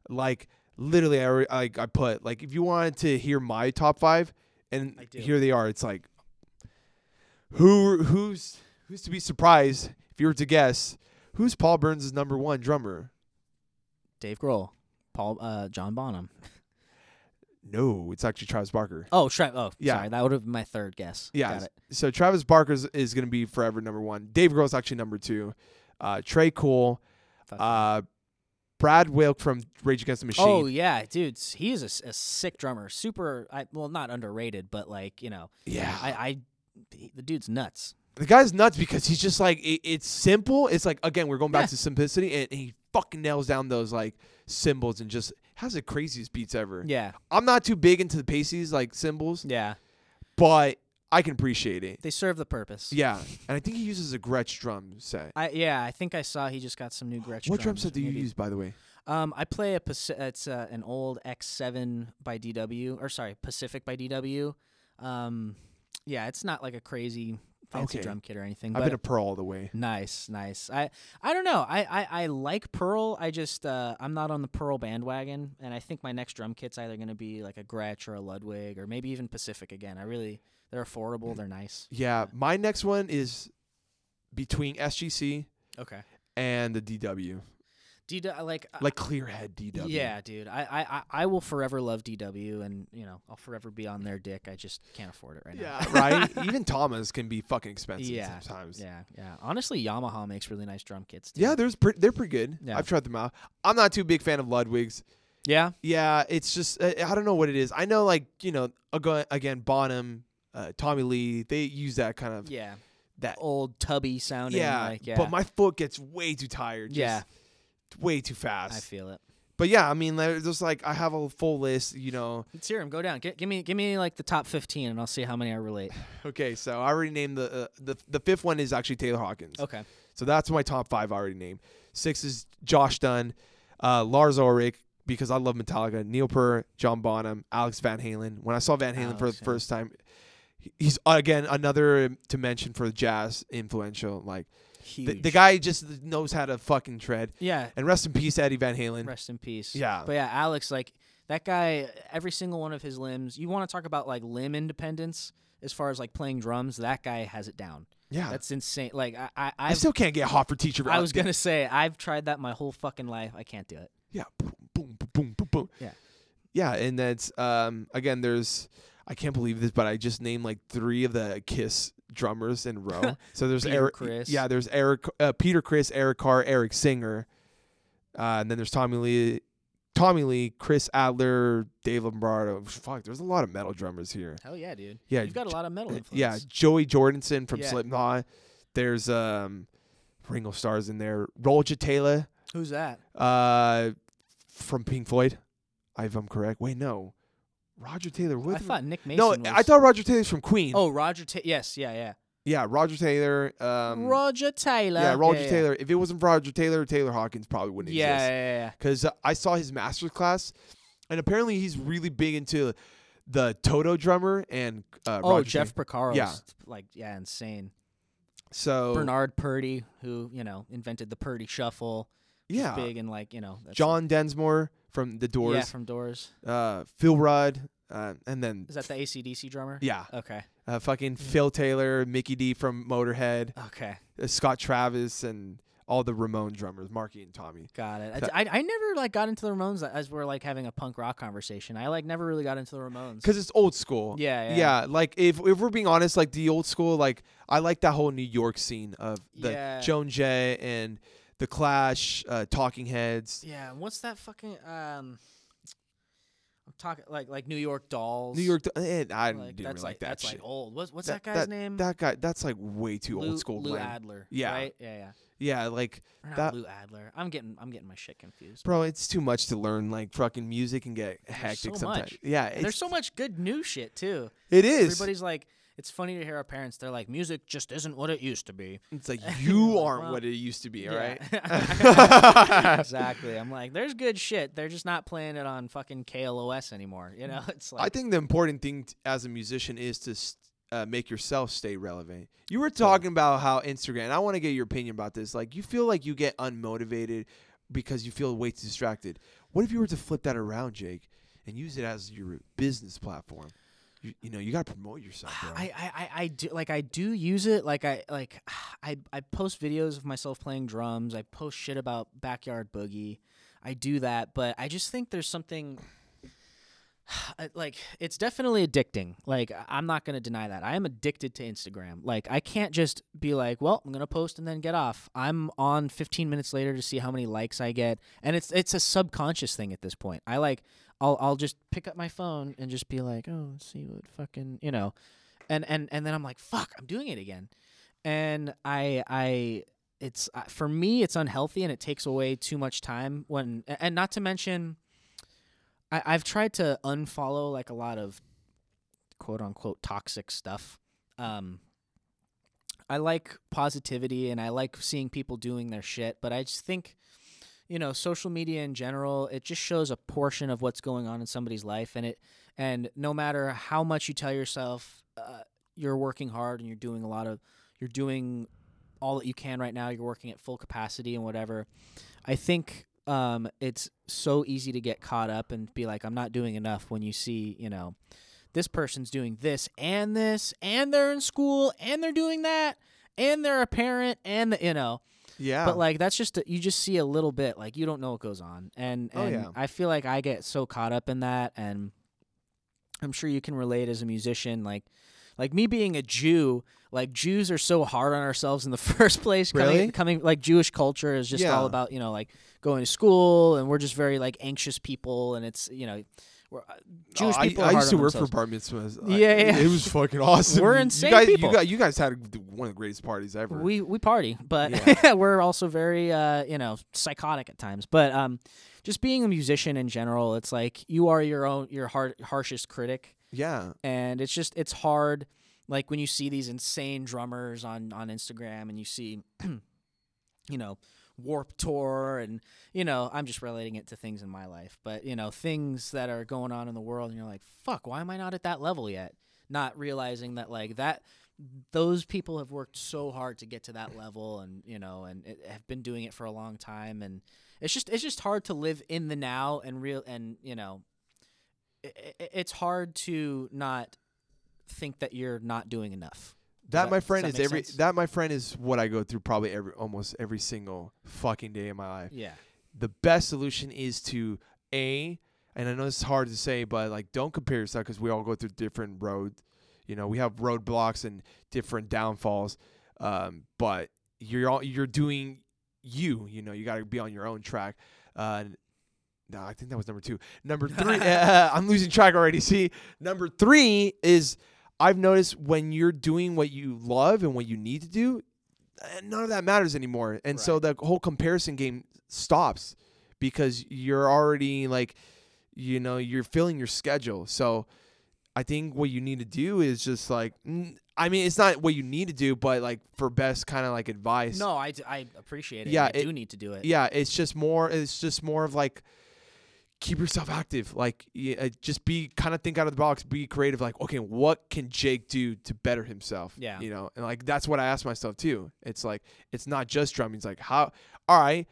like literally, I re- like I put like if you wanted to hear my top five, and I do. here they are. It's like who who's who's to be surprised if you were to guess who's Paul Burns' number one drummer? Dave Grohl, Paul, uh, John Bonham. No, it's actually Travis Barker. Oh, Shri- oh, Yeah. sorry, that would have been my third guess. Yeah, Got it. so Travis Barker is going to be forever number one. Dave Grohl's actually number two. Uh, Trey Cool, Fuck. uh, Brad Wilk from Rage Against the Machine. Oh yeah, dude, s- he is a s- a, sick drummer. Super, I, well, not underrated, but like you know, yeah, I, I the- the dude's nuts. The guy's nuts because he's just like it, it's simple. It's like again we're going back Yeah. to simplicity, and, and he fucking nails down those like symbols and just has the craziest beats ever. Yeah, I'm not too big into the Paces like symbols, yeah. but I can appreciate it. They serve the purpose. Yeah, and I think he uses a Gretsch drum set. I yeah, I think I saw he just got some new Gretsch. what drum drums, set do you maybe. use, by the way? Um, I play a Paci- it's uh, an old X7 by DW or sorry Pacific by DW. Um, yeah, it's not like a crazy fancy Okay. drum kit or anything. I've but been a Pearl all the way. nice, nice. I I don't know. I, I I like Pearl. I just uh, I'm not on the Pearl bandwagon, and I think my next drum kit's either gonna be like a Gretsch or a Ludwig or maybe even Pacific again. I really they're affordable. They're nice. Yeah, my next one is between SGC Okay. and the DW, Do you, uh, like I- like Clearhead DW. Yeah, dude. I, I, I- I will forever love DW, and you know I'll forever be on their dick. I just can't afford it right Yeah, now. right. Even Thomas can be fucking expensive Yeah, sometimes. <laughs> yeah, yeah. Honestly, Yamaha makes really nice drum kits. Too. Yeah, there's pretty, they're pretty good. Yeah. I've tried them out. I'm not too big fan of Ludwig's. yeah, Yeah, it's just uh, I don't know what it is. I know like you know aga- again Bonham, uh, Tommy Lee, they use that kind of yeah. that. Old tubby sounding. Yeah, like, yeah. but my foot gets way too tired. Just Yeah. way too I fast. feel it. but yeah, I mean, there- there's like I have a full list. You know, Let's hear him. Go down. Gi- give me, give me like the top fifteen, and I'll see how many I <sighs> relate. okay, so I already named the uh, the the fifth one is actually Taylor Hawkins. Okay. So that's my top five I already named. Six is Josh Dunn, uh, Lars Ulrich, because I love Metallica, Neil Peart, John Bonham, Alex Van Halen. When I saw Van Halen for the Alex, yeah. first time, he- he's again another to mention for jazz influential. Like the, Huge. the guy just knows how to fucking tread. yeah. And rest in peace, Eddie Van Halen. Rest in peace. Yeah. But yeah, Alex, like that guy, every single one of his limbs. You want to talk about like limb independence as far as like playing drums? That guy has it down. yeah, That's insane. Like I, I, Ah. I I've, still can't get hot for teacher. I was gonna say I've tried that my whole fucking life. I can't do it. Yeah. Boom, boom, boom, boom, boom, boom. Yeah. Yeah, and that's um again there's I can't believe this, but I just named like three of the Kiss drummers in a <laughs> row. So there's Peter Eric Criss. Yeah, there's Eric uh, Peter Chris, Eric Carr, Eric Singer. Uh, and then there's Tommy Lee Tommy Lee, Chris Adler, Dave Lombardo. Fuck, there's a lot of metal drummers here. Hell yeah, dude. Yeah. You've got a lot of metal influence. Yeah, Joey Jordanson from Yeah. Slipknot. There's um Ringo Stars in there. Roll Jatela Who's that? uh, from Pink Floyd, if I'm correct. Wait, no, Roger Taylor. With I thought Nick Mason. no, was. I thought Roger Taylor's from Queen. Oh, Roger. Ta- yes, yeah, yeah. yeah, Roger Taylor. Um, Roger Taylor. yeah, Roger yeah. Taylor. If it wasn't for Roger Taylor, Taylor Hawkins probably Yeah, wouldn't yeah, exist. yeah, yeah. Because I saw his master's class, and apparently he's really big into the Toto drummer and uh, Oh, Roger Jeff Taylor. Porcaro. Yeah. Oh. Like, yeah, insane. So Bernard Purdy, who you know invented the Purdy Shuffle. was yeah, Big and like you know. that's- John Densmore from the Yeah, Doors, from Doors. uh, Phil Rudd, uh, and then Is that the ACDC drummer? yeah, Okay. uh, Mm. fucking Phil Taylor, Mickey D from Motorhead. Okay. uh, Scott Travis and all the Ramon drummers, Marky and Tommy. Got it. I, I, I never like got into the Ramones as we're like having a punk rock conversation. I like never really got into the Ramones. Because it's old school. Yeah, yeah. like if if we're being honest, like the old school, like I like that whole New York scene of the Yeah. Joan Jett and the Clash, uh, Talking Heads. Yeah, and what's that fucking um talk like like New York Dolls. New York. Do- eh, I like, didn't really that's like that that's shit. like old. What's what's that, guy's name? That guy. That's like way too Lou, old school. Lou glam. Adler. Yeah. Right? Yeah, yeah. yeah, like Or not That- Lou Adler. I'm getting I'm getting my shit confused. bro, it's too much to learn like fucking music and get hectic so sometimes. much. Yeah, And there's it's, so much good new shit too. it is. Everybody's like, it's funny to hear our parents. They're like, music just isn't what it used to be. It's <laughs> like You're you like, aren't well, what it used to be. All right. <laughs> Yeah. <laughs> exactly. I'm like, there's good shit. They're just not playing it on fucking KLOS anymore. You know, <laughs> it's like I think the important thing t- as a musician is to st- uh, make yourself stay relevant. You were talking about how Instagram. and I want to get your opinion about this. Like, you feel like you get unmotivated because you feel way too distracted. What if you were to flip that around, Jake, and use it as your business platform? You, you know, you gotta promote <sighs> yourself. Bro. I, I, I, I do like I do use it like I like <sighs> I, I post videos of myself playing drums. I post shit about backyard boogie. I do that, but I just think there's something <sighs> I- like it's definitely addicting. Like I- I'm not gonna deny that. I am addicted to Instagram. Like I can't just be like, well, I'm gonna post and then get off. I'm on 15 minutes later to see how many likes I get, and it's it's a subconscious thing at this point. I like I'll I'll just pick up my phone and just be like, oh, let's see what fucking you know, and and and then I'm like, fuck, I'm doing it again, and I I it's uh, for me it's unhealthy and it takes away too much time when a- and not to mention I, I've tried to unfollow like a lot of quote unquote toxic stuff. Um, I like positivity and I like seeing people doing their shit, but I just think, you know, social media in general, it just shows a portion of what's going on in somebody's life, and it, and no matter how much you tell yourself uh, you're working hard and you're doing a lot of, you're doing all that you can right now, you're working at full capacity and whatever. I think um, it's so easy to get caught up and be like, I'm not doing enough when you see, you know, this person's doing this and this, and they're in school and they're doing that, and they're a parent, and the, you know, yeah. but like that's just you just see a little bit, like you don't know what goes on, and Oh, and yeah. I feel like I get so caught up in that, and I'm sure you can relate as a musician, like. Like me being a Jew, like Jews are so hard on ourselves in the <laughs> first place. Really? Coming, coming like Jewish culture is just all Yeah. about you know like going to school, and we're just very like anxious people, and it's you know, we're, uh, Jewish Oh, I, people. are I hard used to on work themselves. for bar mitzvahs. I- Yeah, yeah. It was fucking <laughs> awesome. We're You- insane You guys, people. You guys, you guys had one of the greatest parties ever. We we party, but <laughs> we're also very uh, you know psychotic at times. But um, just being a musician in general, it's like you are your own your hard, harshest critic, yeah. and it's just it's hard. Like when you see these insane drummers on on Instagram, and you see, <clears throat> you know, Warp Tour, and you know, I'm just relating it to things in my life, but you know, things that are going on in the world, and you're like, fuck, why am I not at that level yet? Not realizing that like that those people have worked so hard to get to that level and you know and it, have been doing it for a long time and it's just it's just hard to live in the now and real and you know i i it's hard to not think that you're not doing enough That, that- my does friend that is make every sense? that my friend is what I go through probably every almost every single fucking day of my life. yeah The best solution is to a and I know this is hard to say, but like don't compare yourself because we all go through different roads. You know, we have roadblocks and different downfalls. Um, but you're all you're doing you. You know, you got to be on your own track. Uh, no, I think that was number two. Number three, <laughs> uh, I'm losing track already. See, number three is I've noticed when you're doing what you love and what you need to do, uh, none of that matters anymore. And so the whole comparison game stops because you're already like, you know, you're filling your schedule. So I think what you need to do is just like, mm, I mean, it's not what you need to do, but like for best kind of like advice. no i, d- I appreciate it Yeah, yeah i it- do need to do it Yeah, it's just more. It's just more of like keep yourself active. Like y- uh, just be kind of think out of the box. Be creative. Like okay, what can Jake do to better himself? Yeah. you know, and like that's what I ask myself too. It's like it's not just drumming. It's like how all right,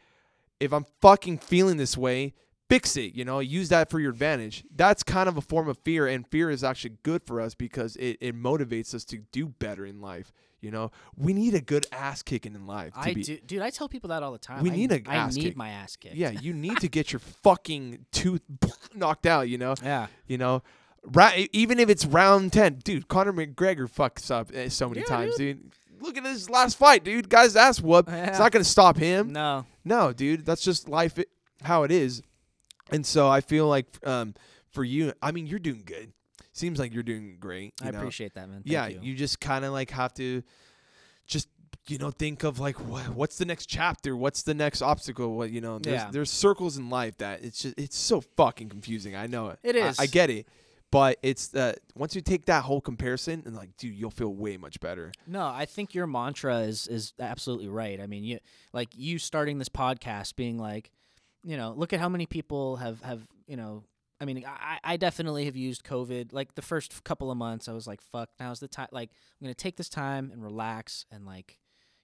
if I'm fucking feeling this way. Fix it, you know, use that for your advantage. That's kind of a form of fear, and fear is actually good for us because it, it motivates us to do better in life. You know, we need a good ass kicking in life. To i be, do dude i tell people that all the time We I, need a I ass need kick. my ass kicked yeah, you need to get your fucking tooth <laughs> knocked out, you know? yeah You know? Ra- e, even if it's round 10. Dude, Conor McGregor fucks up eh, so many Yeah, times, dude. Look at his last fight, dude. Guy's ass <laughs> whoop. Yeah. It's not going to stop him. no No, dude, that's just life, i- how it is. And so I feel like um, for you, I mean, you're doing good. Seems like you're doing great. you I know? appreciate that, man. Thank yeah, you. you, just kind of like have to just you know think of like wha what's the next chapter, what's the next obstacle, what you know. There's Yeah. there's circles in life that it's just it's so fucking confusing. I know it. It I- is. I, get it. But it's the once you take that whole comparison and like, dude, you'll feel way much better. No, I think your mantra is is absolutely right. I mean, you like you starting this podcast, being like, you know, look at how many people have have you know. I mean, I, I definitely have used COVID. Like the first couple of months, I was like, "Fuck, now's the time." Like, I'm gonna take this time and relax, and like,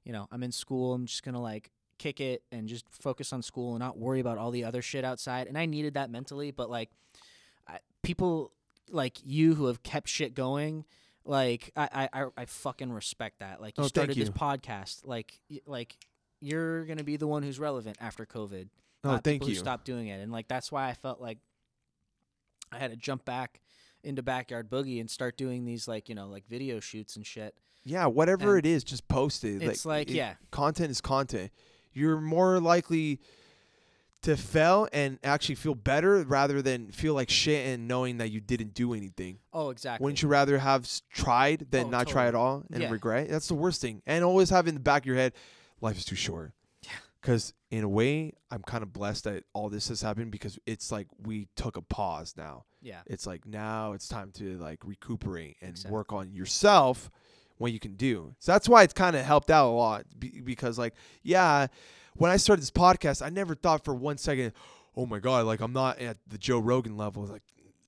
you know, I'm in school. I'm just gonna like kick it and just focus on school and not worry about all the other shit outside. And I needed that mentally, but like, I, people like you who have kept shit going, like I I, I, I fucking respect that. Like Oh, you thank started this you. podcast, like y- like you're gonna be the one who's relevant after COVID. No, not Oh, thank people who you. Stop doing it, and like that's why I felt like I had to jump back into backyard boogie and start doing these like you know like video shoots and shit. Yeah, whatever And it is, just post it. It's like, it- yeah. content is content. You're more likely to fail and actually feel better rather than feel like shit and knowing that you didn't do anything. Oh, exactly. Wouldn't you rather have s- tried than Oh, not try at totally. all and Yeah. regret? That's the worst thing. And always have in the back of your head, life is too short. Yeah. Because in a way, I'm kind of blessed that all this has happened because it's like we took a pause now. <laughs> yeah. It's like now it's time to like recuperate and Exactly. work on yourself what you can do. So that's why it's kind of helped out a lot be- because like yeah, when I started this podcast, I never thought for one second, "Oh my god, like I'm not at the Joe Rogan level." Like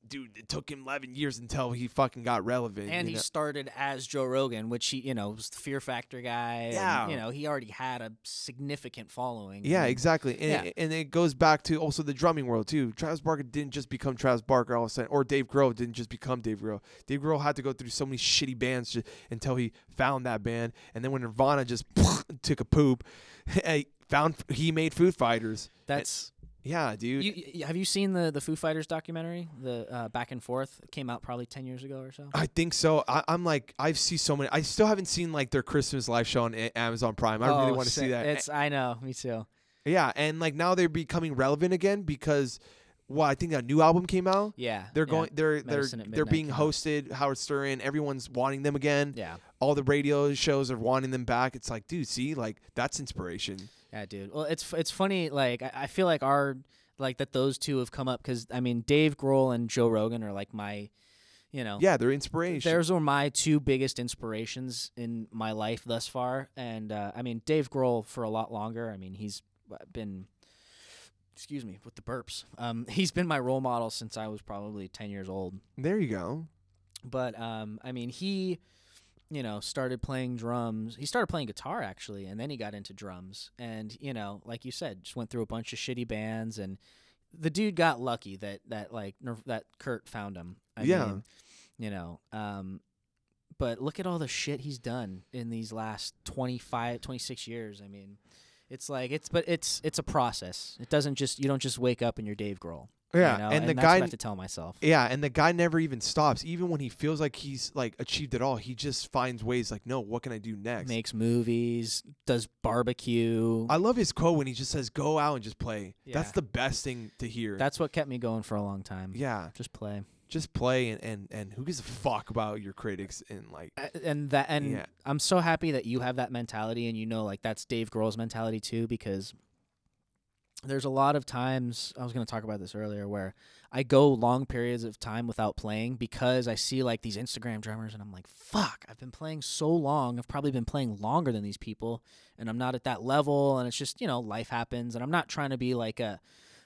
dude, it took him 11 years until he fucking got relevant. And you he know? started as Joe Rogan, which he, you know, was the Fear Factor guy. and, Yeah. you know, he already had a significant following. Yeah, and- exactly. And, Mm-hmm. Yeah. It, and it goes back to also the drumming world too. Travis Barker didn't just become Travis Barker all of a sudden, or Dave Grohl didn't just become Dave Grohl. Dave Grohl had to go through so many shitty bands ju- until he found that band. And then when Nirvana just <laughs> took a poop, <laughs> he found he made Food Fighters. That's. Yeah, dude. You, you- have you seen the, the Foo Fighters documentary, the uh, Back and Forth? It came out probably 10 years ago or so. I think so. I, I'm like I've seen so many. I still haven't seen like their Christmas live show on A- Amazon Prime. I really Oh, want to see sick. that. It's I know, me too. Yeah, and like now they're becoming relevant again because, well, I think a new album came out. Yeah. They're yeah, going. They're they're Medicine at they're Midnight being came out. hosted. Howard Stern. Everyone's wanting them again. Yeah. All the radio shows are wanting them back. It's like, dude, see, like that's inspiration. Yeah, dude. Well, it's it's funny. Like I, I feel like our like that those two have come up because I mean Dave Grohl and Joe Rogan are like my, you know, Yeah, they're inspiration. Those were my two biggest inspirations in my life thus far, and uh, I mean Dave Grohl for a lot longer. I mean he's uh, been, excuse me, with the burps. Um, <laughs> he's been my role model since I was probably ten years old. there you go. But um, I mean he, you know, started playing drums. He started playing guitar actually, and then he got into drums. And you know, like you said, just went through a bunch of shitty bands, and the dude got lucky that that like Nir- that Kurt found him. I Yeah. mean, you know, um, but look at all the shit he's done in these last 25, 26 years. I mean, it's like it's but it's it's a process. It doesn't just you don't just wake up and you're Dave Grohl. you Yeah, know? and, the that's what I guy. have to tell myself. yeah, and the guy never even stops. Even when he feels like he's like achieved it all, he just finds ways. Like, no, what can I do next? Makes movies, does barbecue. I love his quote when he just says, "Go out and just play." That's Yeah. the best thing to hear. That's what kept me going for a long time. yeah, Just play. just play and and and who gives a fuck about your critics and like And that and Yeah. I'm so happy that you have that mentality and you know like that's Dave Grohl's mentality too because there's a lot of times I was going to talk about this earlier where I go long periods of time without playing because I see like these Instagram drummers and I'm like fuck I've been playing so long I've probably been playing longer than these people and I'm not at that level and it's just you know life happens and I'm not trying to be like a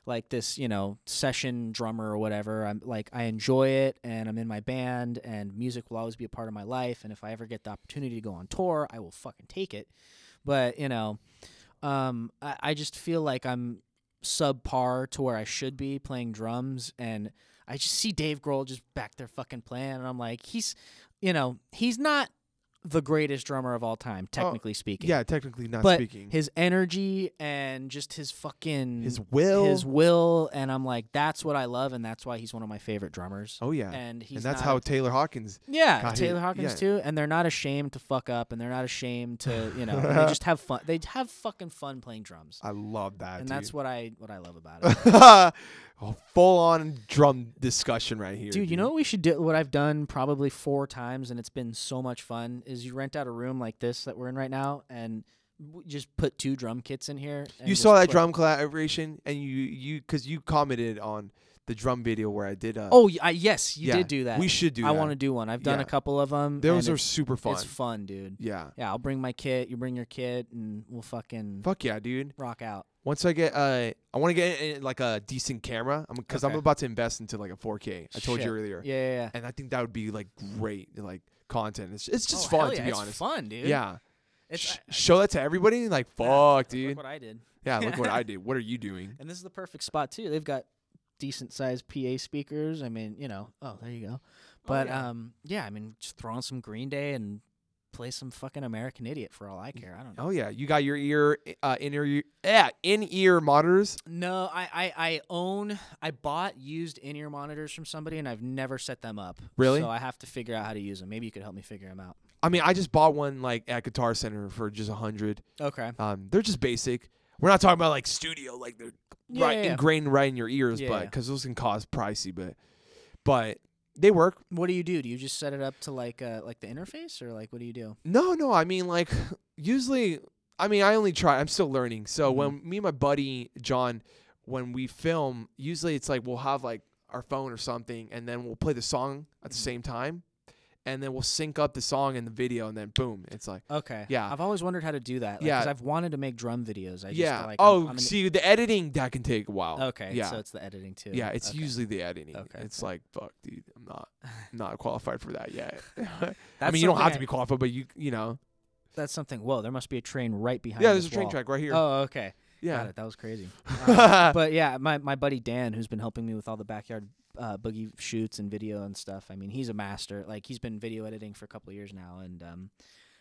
like this, you know, session drummer or whatever. I'm like I enjoy it and I'm in my band and music will always be a part of my life and if I ever get the opportunity to go on tour, I will fucking take it. But, you know, um I, I just feel like I'm subpar to where I should be playing drums and I just see Dave Grohl just back there fucking playing and I'm like, he's you know, he's not the greatest drummer of all time, technically speaking. Oh, yeah, technically not But speaking. his energy and just his fucking his will. his will and i'm like that's what i love and that's why he's one of my favorite drummers oh yeah, and he's and that's not how a- Taylor Hawkins. yeah got taylor hit. hawkins Yeah. too and they're not ashamed to fuck up and they're not ashamed to you know and <laughs> they just have fun they have fucking fun playing drums I love that. Ah, and dude. <laughs> that's what i what i love about it a full on drum discussion right here. Dude, you know what we should do? What I've done probably four times, and it's been so much fun. Is you rent out a room like this that we're in right now, and w- just put two drum kits in here. and You just saw that play- drum collaboration, and you you because you commented on the drum video where I did. Uh, Oh, y- I, yes, you yeah, did do that. We should do. I that. want to do one. I've done Yeah. a couple of them. Those are super fun. It's fun, dude. yeah. Yeah, I'll bring my kit. You bring your kit, and we'll fucking Fuck yeah, dude. rock out. Once I get, uh, I want to get uh, like a decent camera, because I'm, Okay. about to invest into like a 4K. I told Shit. you earlier, Yeah, yeah, yeah. and I think that would be like great, like content. It's it's just Oh, fun hell to yeah, be it's honest. fun, dude. Yeah, It's, Sh- I- show that to everybody. and Like fuck, yeah, look dude. what I did. yeah, look <laughs> what I did. What are you doing? And this is the perfect spot too. They've got decent sized PA speakers. I mean, you know, oh, there you go. But yeah. um yeah, I mean, just throw on some Green Day and play some fucking American Idiot for all I care. I don't know. Oh yeah, you got your ear, uh, inner, ear- yeah, in ear monitors. No, I I, I own I bought used in ear monitors from somebody and I've never set them up. Really? So I have to figure out how to use them. Maybe you could help me figure them out. I mean, I just bought one like at Guitar Center for just a hundred. Okay. Um, they're just basic. We're not talking about like studio, like they're Yeah, right yeah, yeah. ingrained right in your ears, Yeah, but yeah. because those can cost pricey, but but they work. What do you do? Do you just set it up to like uh like the interface or like what do you do? No, no, I mean like <laughs> usually, I mean I only try. I'm still learning. So Mm-hmm. when me and my buddy John, when we film, usually it's like we'll have like our phone or something, and then we'll play the song at Mm-hmm. the same time, and then we'll sync up the song and the video, and then boom, it's like. Okay. Yeah. I've always wondered how to do that. Like, Yeah. 'cause I've wanted to make drum videos. I yeah. Just, like, I'm- oh, I'm an- see, the editing that can take a while. Okay, Yeah. so it's the editing too. yeah, it's okay. usually the editing. Okay. It's like, fuck, dude, I'm <laughs> not not qualified for that yet. <laughs> I That's mean, you don't something have to I- be qualified, but you you know, That's something. Whoa, there must be a train right behind. yeah, there's this a train wall. track right here. Oh, okay. Got yeah. it. That was crazy. <laughs> Uh, but yeah, my my buddy Dan, who's been helping me with all the backyard uh, boogie shoots and video and stuff. I mean, he's a master. Like he's been video editing for a couple of years now, and um,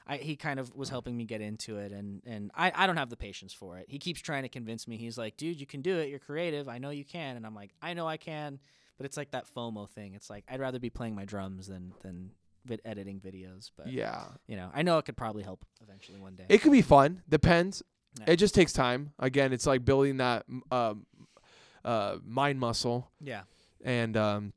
I he kind of was helping me get into it, and and I I don't have the patience for it. He keeps trying to convince me. He's like, dude, you can do it. You're creative. I know you can. And I'm like, I know I can. But it's like that FOMO thing. It's like I'd rather be playing my drums than than vid- editing videos. But yeah. you know, I know it could probably help eventually one day. It could be fun. Depends. Yeah. It just takes time. Again, it's like building that m- um, uh, mind muscle, yeah. and um,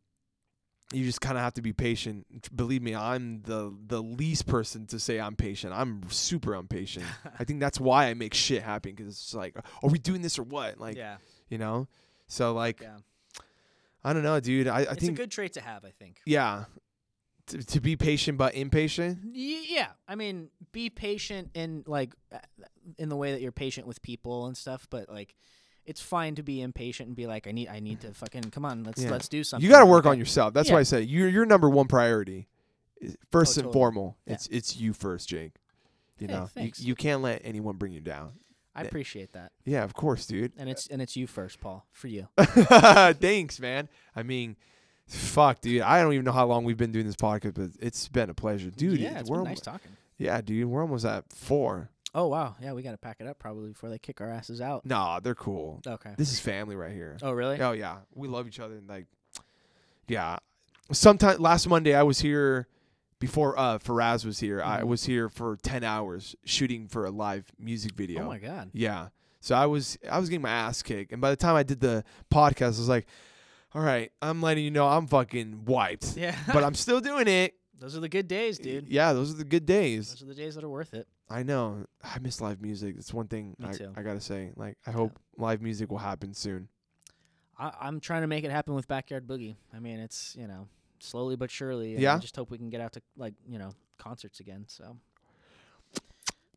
you just kind of have to be patient. T- Believe me, I'm the the least person to say I'm patient. I'm super <laughs> impatient. I think that's why I make shit happen because it's like, are we doing this or what? Like, yeah. you know. So like, Yeah. I don't know, dude. I, I It's a think good trait to have, I think. yeah, to, to be patient but impatient. Y- yeah. I mean, be patient in like uh, in the way that you're patient with people and stuff, but like it's fine to be impatient and be like I need I need to fucking come on, let's Yeah. let's do something. You got to Like work on that- yourself. That's why Yeah. I say you're your number one priority, is- first Oh, and totally. foremost. Yeah. It's it's you first, Jake. You Hey, know, you, thanks. you can't let anyone bring you down. I appreciate that. Yeah, of course, dude. <laughs> And it's and it's you first, Paul, for you. Thanks, man. I mean, fuck, dude. I don't even know how long we've been doing this podcast, but it's been a pleasure, dude. yeah, it's we're been almo- nice talking. yeah, dude. We're almost at four. Oh wow. Yeah, we got to pack it up probably before they kick our asses out. Nah, they're cool. Okay. This is family right here. Oh really? Oh Mm. yeah, we love each other and like, yeah. Sometime last Monday I was here before uh Faraz was here. I Mhm. was here for ten hours shooting for a live music video. Oh my god. Yeah. So I was I was getting my ass kicked, and by the time I did the podcast, I was like, "All right, I'm letting you know I'm fucking wiped, Yeah. <laughs> but I'm still doing it." Those are the good days, dude. Yeah, those are the good days. Those are the days that are worth it. I know. I miss live music. It's one thing Me I, too. I gotta say. Like, I hope live music will happen soon. I, I'm trying to make it happen with backyard boogie. I mean, it's you know slowly but surely. and I Yeah. just hope we can get out to like you know concerts again. So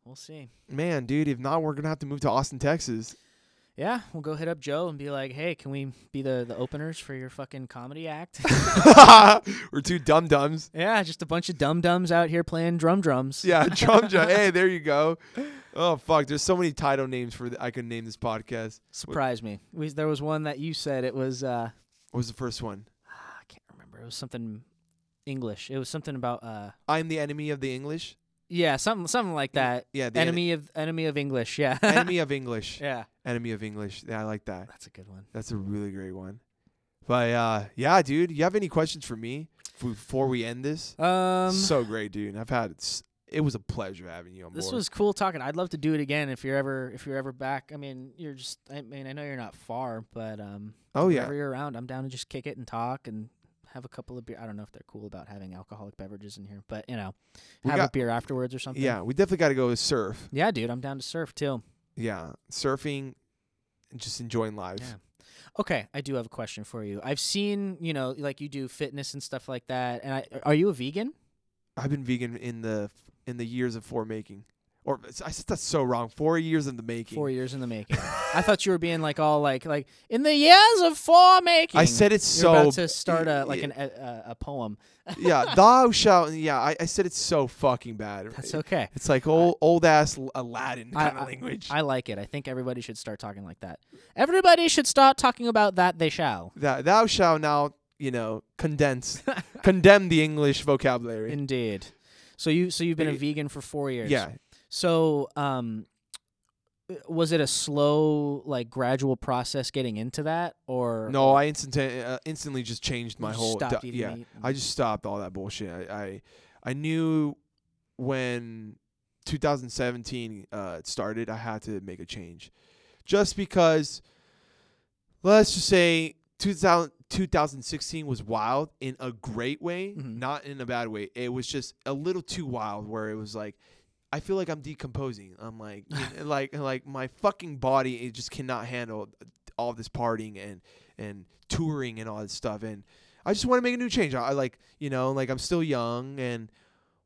we'll see. Man, dude, if not, we're gonna have to move to Austin, Texas. Yeah, we'll go hit up Joe and be like, hey, can we be the the openers for your fucking comedy act? <laughs> <laughs> We're two dum dums. yeah, just a bunch of dum dums out here playing drum drums. Yeah, drum drum. hey, there you go. Oh fuck, there's so many title names for th- I could name this podcast. Surprise me. We, there was one that you said it was. uh ah, What was the first one? I can't remember. It was something English. It was something about uh I'm the enemy of the English. yeah something something like that. Yeah, the en- enemy <laughs> of enemy of English. Yeah. enemy of English. <laughs> yeah. Enemy of English. Yeah, I like that. That's a good one. That's a really great one. But uh, yeah, dude, you have any questions for me f- before we end this? Um, so great, dude. I've had s- it was a pleasure having you on This board. was cool talking. I'd love to do it again if you're ever if you're ever back. I mean, you're just. I mean, I know you're not far, but um. oh yeah, Whenever you're around, I'm down to just kick it and talk and have a couple of beer. I don't know if they're cool about having alcoholic beverages in here, but you know, We have a got- beer afterwards or something. yeah. We definitely got to go with surf. Yeah, dude, I'm down to surf too. Yeah, surfing, and just enjoying life. Yeah. Okay, I do have a question for you. I've seen, you know, like you do fitness and stuff like that. And I are you a vegan? I've been vegan in the in the years of four making, or I said that's so wrong. Four years in the making. Four years in <laughs> the making. I thought you were being like all like like in the years of four making. I said it's You're so. about to start a like yeah, an e, uh, a, a poem. <laughs> yeah, thou shalt. Yeah, I, I said it's so fucking bad. That's okay. It's like old old ass Aladdin I- kind of language. I like it. I think everybody should start talking like that. Everybody should start talking about that they <laughs> shall. that thou shalt now you know condense condemn the English <laughs> vocabulary. Indeed. So you so you've been a Hey, vegan for 4 years. yeah, So um uh, was it a slow like gradual process getting into that or no, I instant uh, instantly just changed my you whole. stopped di- eating yeah, meat and- I just stopped all that bullshit. I I, I knew when 2017 uh, started, I had to make a change, just because. Let's just say 2000, 2016 was wild in a great way, Mhm. not in a bad way. It was just a little too wild, where it was like. I feel like I'm decomposing. I'm like, you know, like, like my fucking body it just cannot handle all this partying and and touring and all this stuff. And I just want to make a new change. I, I like, you know, like I'm still young, and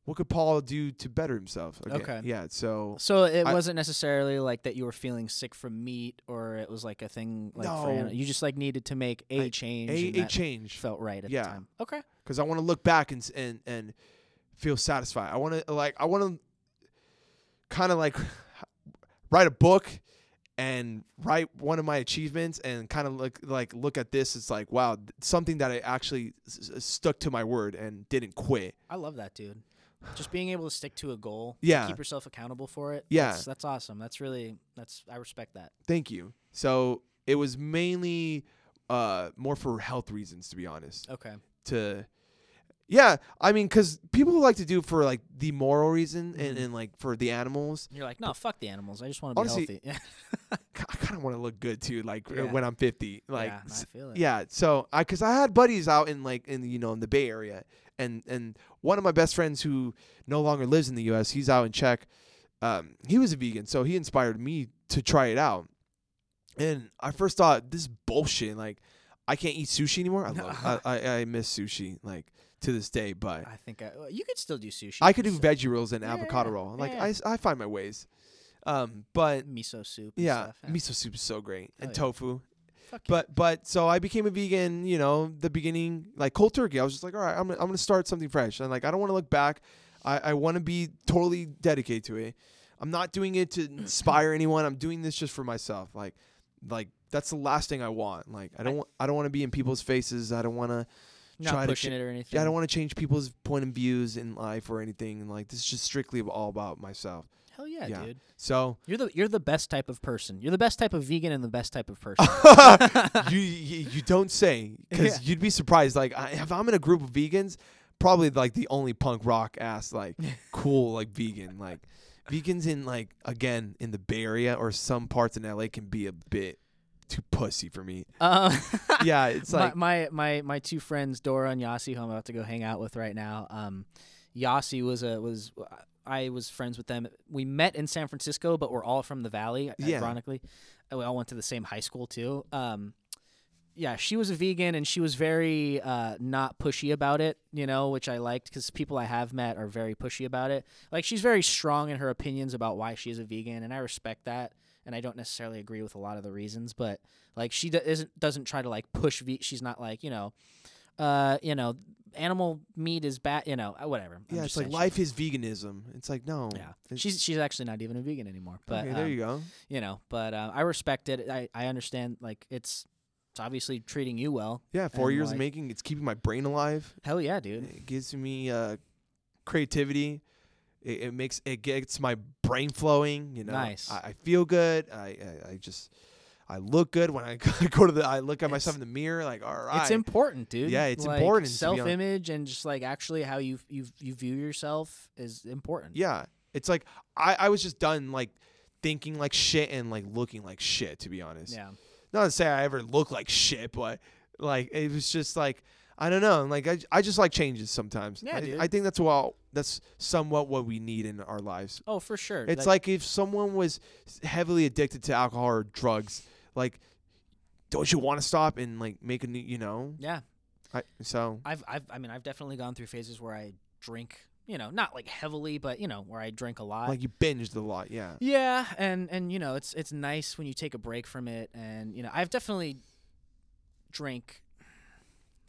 what could Paul do to better himself? again? Okay. yeah. So So it I- wasn't necessarily like that you were feeling sick from meat or it was like a thing like for No. animal. you just like needed to make a I- change and a, a that change felt right at Yeah. the time. Okay. because I want to look back and s- and and feel satisfied. I want to like I want to kind of like <laughs> write a book and write one of my achievements and kind of look like look at this. It's like wow, th- something that I actually s- s- stuck to my word and didn't quit. I love that, dude. Just being able to stick to a goal, Yeah. keep yourself accountable for it. Yeah. that's, that's awesome. That's really that's I respect that. Thank you. So it was mainly uh more for health reasons to be honest. Okay, to yeah i mean because people like to do it for like the moral reason and, Mhm. and like for the animals you're like, no, fuck the animals. I just want to be Honestly, healthy. <laughs> yeah, K- i kind of want to look good too like Yeah. when i'm 50 like I s- feel it. yeah, so i because i had buddies out in like in you know in the bay area and and one of my best friends who no longer lives in the us he's out in czech um, he was a vegan so he inspired me to try it out and i first thought this is bullshit like i can't eat sushi anymore i love I, I, I miss sushi like to this day but I think I, well, you could still do sushi. I could do so- veggie rolls and Yeah, avocado yeah, roll. Like yeah. I, s- I find my ways. Um, but miso soup. and yeah, stuff, miso soup is so great and Hell yeah. tofu. Fuck yeah. But but so I became a vegan. You know, the beginning like cold turkey. I was just like, all right, I'm gonna, I'm gonna start something fresh. And like I don't want to look back. I I want to be totally dedicated to it. I'm not doing it <clears throat> to inspire anyone. I'm doing this just for myself. Like like that's the last thing I want. Like I don't want I don't want to be in people's faces. I don't want to try not to pushing ch- it or anything. yeah, I don't want to change people's point of views in life or anything. And like this is just strictly all about myself. Hell yeah, Yeah. dude. So You're the you're the best type of person. You're the best type of vegan and the best type of person. <laughs> <laughs> you you you don't say because Yeah. you'd be surprised. Like I, if I'm in a group of vegans, probably like the only punk rock ass <laughs> like cool like vegan like vegans in like again in the Bay Area or some parts in LA can be a bit too pussy for me. Um, <laughs> Yeah, it's like my, my my my two friends Dora and Yasi, who I'm about to go hang out with right now. Um, Yasi was a was uh, I was friends with them. We met in San Francisco, but we're all from the Valley. Yeah. Ironically, And we all went to the same high school too. Um, yeah, she was a vegan and she was very uh, not pushy about it, you know, which I liked because people I have met are very pushy about it. Like she's very strong in her opinions about why she is a vegan, and I respect that. And I don't necessarily agree with a lot of the reasons, but like she do- isn't doesn't try to like push. Ve- she's not like you know, uh, you know, animal meat is bad. You know, uh, whatever. I'm yeah, it's just like saying she- life is veganism. It's like no. Yeah, It's- she's she's actually not even a vegan anymore. But okay, there um, you go. you know, but uh, I respect it. I I understand. Like it's it's obviously treating you well. Yeah, four and, years like- of making it's keeping my brain alive. Hell yeah, dude. It gives me uh, creativity. It, it makes it gets my brain flowing. You know, Nice. I, I feel good. I, I I just I look good when I <laughs> go to the. I look at myself in the mirror, like all right. It's important, dude. Yeah, it's Like, important to be on- Self-image and just like actually how you you you view yourself is important. yeah, it's like I I was just done like thinking like shit and like looking like shit. To be honest, Yeah. not to say I ever look like shit, but like it was just like I don't know. Like I, I just like changes sometimes. Yeah, I, dude. I think that's well that's somewhat what we need in our lives. Oh, for sure. It's like if someone was heavily addicted to alcohol or drugs, like don't you want to stop and like make a new, you know? yeah. I, so I've I've I mean I've definitely gone through phases where I drink, you know, not like heavily, but you know, where I drink a lot. like you binged a lot, yeah. Yeah, and and you know, it's it's nice when you take a break from it and you know, I've definitely drink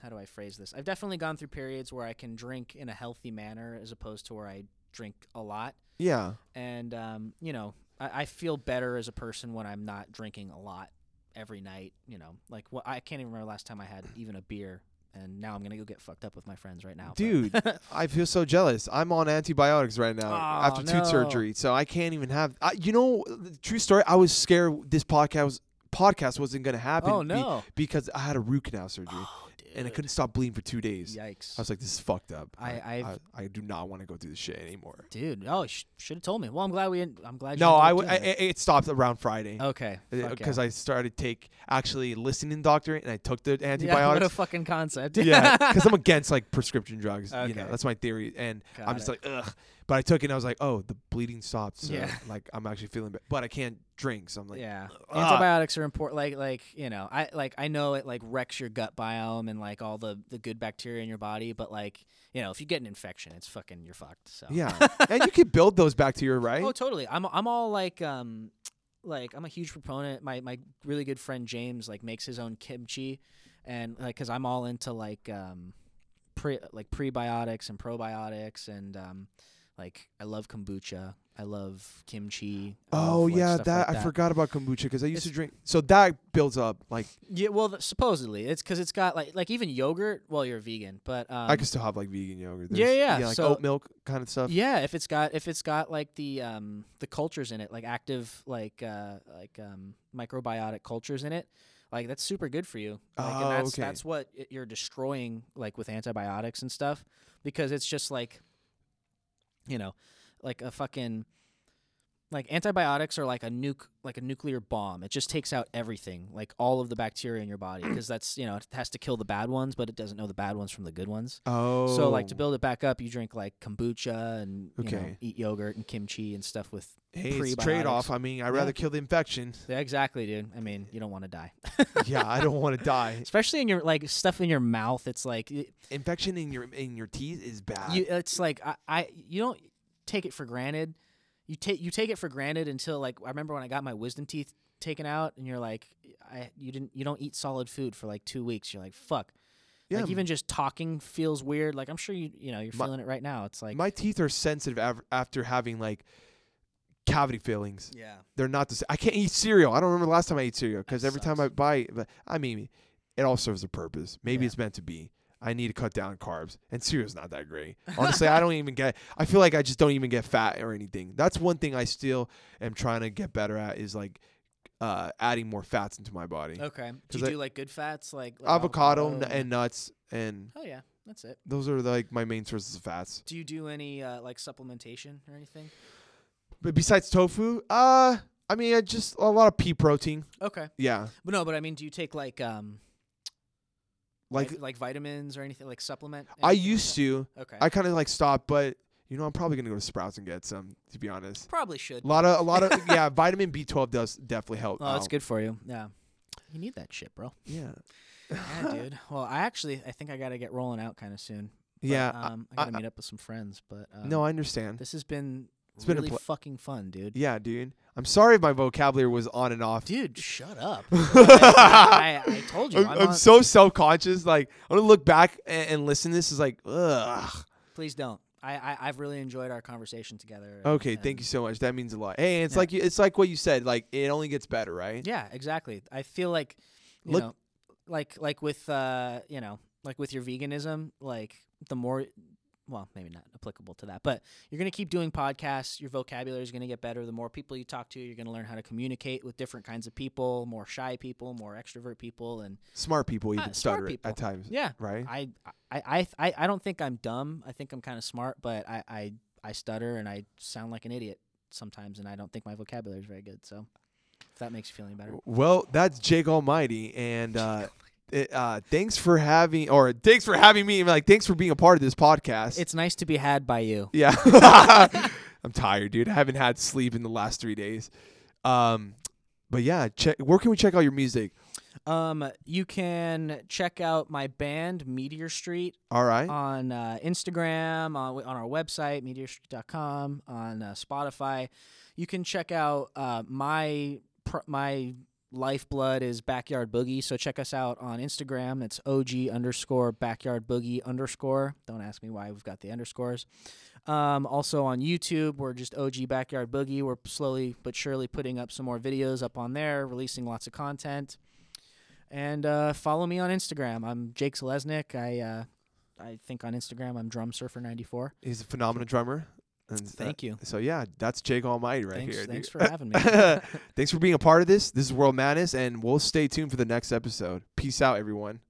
how do I phrase this? I've definitely gone through periods where I can drink in a healthy manner as opposed to where I drink a lot Yeah. and um, you know, I, I feel better as a person when I'm not drinking a lot every night, you know. Like what I can't even remember the last time I had even a beer and now I'm going to go get fucked up with my friends right now. but- <laughs> Dude, I feel so jealous. I'm on antibiotics right now Aw, after no. tooth surgery, so I can't even have. I, you know, the true story. I was scared this podcast podcast wasn't gonna happen. Oh be- no. because I had a root canal surgery Oh, and I dude. couldn't stop bleeding for two days. Yikes. I was like, this <gasps> is fucked up. I- I, I've- I do not want to go through this shit anymore. Dude, oh, you sh- should have told me. Well, I'm glad we. Didn't, I'm glad. You No, ended I, up w- I uh, doing that. it it stopped around Friday okay. Oh, fuck because yeah. I started take actually listening doctor and I took the <laughs> Yeah, what a antibiotics. fucking concept. <laughs> Yeah, because I'm against like prescription drugs. You Okay. know, that's my theory, and Got I'm just it. like ugh. But I took it and I was like, oh, the bleeding stopped. So, Yeah. Like I'm actually feeling, bad. but I can't drink, so I'm like, yeah. Ah. Antibiotics are important. Like, like you know, I like I know it like wrecks your gut biome and like all the the good bacteria in your body, but like you know, if you get an infection, it's fucking you're fucked. So <laughs> yeah. and you can build those bacteria, right? Oh, totally. I'm I'm all like um like I'm a huge proponent. My my really good friend James like makes his own kimchi, and like because I'm all into like um pre like prebiotics and probiotics and um like I love kombucha. I love kimchi. Oh I love, like, yeah, stuff that, like I forgot about kombucha because I used to It's- drink. So that builds up. Like Yeah, well, th- supposedly it's because it's got like like even yogurt. Well, you're a vegan, but um, I could still have like vegan yogurt. yeah, There's- yeah, like so- oat milk kind of stuff. Yeah, if it's got if it's got like the um the cultures in it, like active like uh like um microbiotic cultures in it, like that's super good for you. Like, Oh, and that's okay. that's what it, you're destroying like with antibiotics and stuff because it's just like you know, like a fucking like antibiotics are like a nuke like a nuclear bomb. It just takes out everything, like all of the bacteria in your body because that's, you know, it has to kill the bad ones, but it doesn't know the bad ones from the good ones. Oh. So like to build it back up, you drink like kombucha and you know, Okay. eat yogurt and kimchi and stuff with. hey, it's trade off. prebiotics. I mean, I'd rather Yeah. kill the infection. <laughs> Yeah, exactly, dude. I mean, you don't want to die, yeah, I don't want to <laughs> die. especially in your like stuff in your mouth. It's like y- Infection in your in your teeth is bad. you. It's like I, I. You don't take it for granted. You take you take it for granted until like I remember when I got my wisdom teeth taken out, and you're like, I you didn't you don't eat solid food for like two weeks. You're like, fuck. yeah, Like even just talking feels weird. Like I'm sure you you know you're My- feeling it right now. It's like my teeth are sensitive av- after having like cavity fillings. yeah. They're not the same. I can't eat cereal. I don't remember the last time I ate cereal because That every time I sucks. bite, but I mean, it all serves a purpose. Maybe Yeah. it's meant to be. I need to cut down carbs, and cereal's not that great. <laughs> Honestly, I don't even get. I feel like I just don't even get fat or anything. That's one thing I still am trying to get better at is like uh, adding more fats into my body. Okay. Do 'Cause you I- do like good fats, like, like avocado n- and- and nuts, and Oh yeah, that's it. those are like my main sources of fats. Do you do any uh, like supplementation or anything? But besides tofu, uh, I mean, I just a lot of pea protein. Okay, Yeah, but no, but I mean, do you take like um like like like, vitamins or anything like supplement? I used to. Okay, I kind of like stopped, but you know, I'm probably gonna go to Sprouts and get some. To be honest, probably should. a lot of a lot <laughs> of yeah, vitamin B12 does definitely help. Oh, that's out. good for you. Yeah, you need that <laughs> shit, bro. Yeah, Yeah, dude. Well, I actually I think I gotta get rolling out kind of soon. but, yeah. I- um, I gotta meet up with some friends, but um, no, I understand. this has been It's been a really pl- fucking fun, dude. Yeah, dude. I'm sorry if my vocabulary was on and off. Dude, <laughs> <laughs> shut up. I, I told you. I'm, I'm I'm on- so self conscious. Like I'm gonna look back and, and listen. to This is like, ugh. Please don't. I, I I've really enjoyed our conversation together. Okay, thank you so much. That means a lot. Hey, it's Yeah. like you, it's like what you said. Like it only gets better, right? Yeah, exactly. I feel like you Look- know, like like with uh, you know, like with your veganism, like the more well, maybe not applicable to that, but you're going to keep doing podcasts. Your vocabulary is going to get better. The more people you talk to, you're going to learn how to communicate with different kinds of people, more shy people, more extrovert people, and Smart people even smart stutter it people. at times, yeah, right? I I I I, I don't think I'm dumb. I think I'm kind of smart, but I, I I stutter and I sound like an idiot sometimes, and I don't think my vocabulary is very good. So, if that makes you feel any better, Well, that's Jake Almighty, and uh, it, uh, thanks for having, or thanks for having me. Like, thanks for being a part of this podcast. it's nice to be had by you. <laughs> yeah, <laughs> I'm tired, dude. I haven't had sleep in the last three days. Um, but yeah, check. Where can we check out your music? Um, you can check out my band Meteor Street All right, on uh, Instagram, uh, on, on our website, meteorstreet.com, on uh, Spotify. You can check out uh, my pr- my lifeblood is Backyard Boogie. So check us out on Instagram. It's OG underscore Backyard Boogie underscore. Don't ask me why we've got the underscores. Um, also on YouTube, we're just OG Backyard Boogie. We're slowly but surely putting up some more videos up on there, releasing lots of content. And uh, follow me on Instagram. I'm Jake Selesnik. I uh, I think on Instagram I'm Drum Surfer 94. he's a phenomenal drummer. And uh, Thank you. So yeah, that's Jake Almighty right thanks, here. dude. thanks for having me. <laughs> thanks for being a part of this. This is World Madness, and we'll stay tuned for the next episode. Peace out, everyone.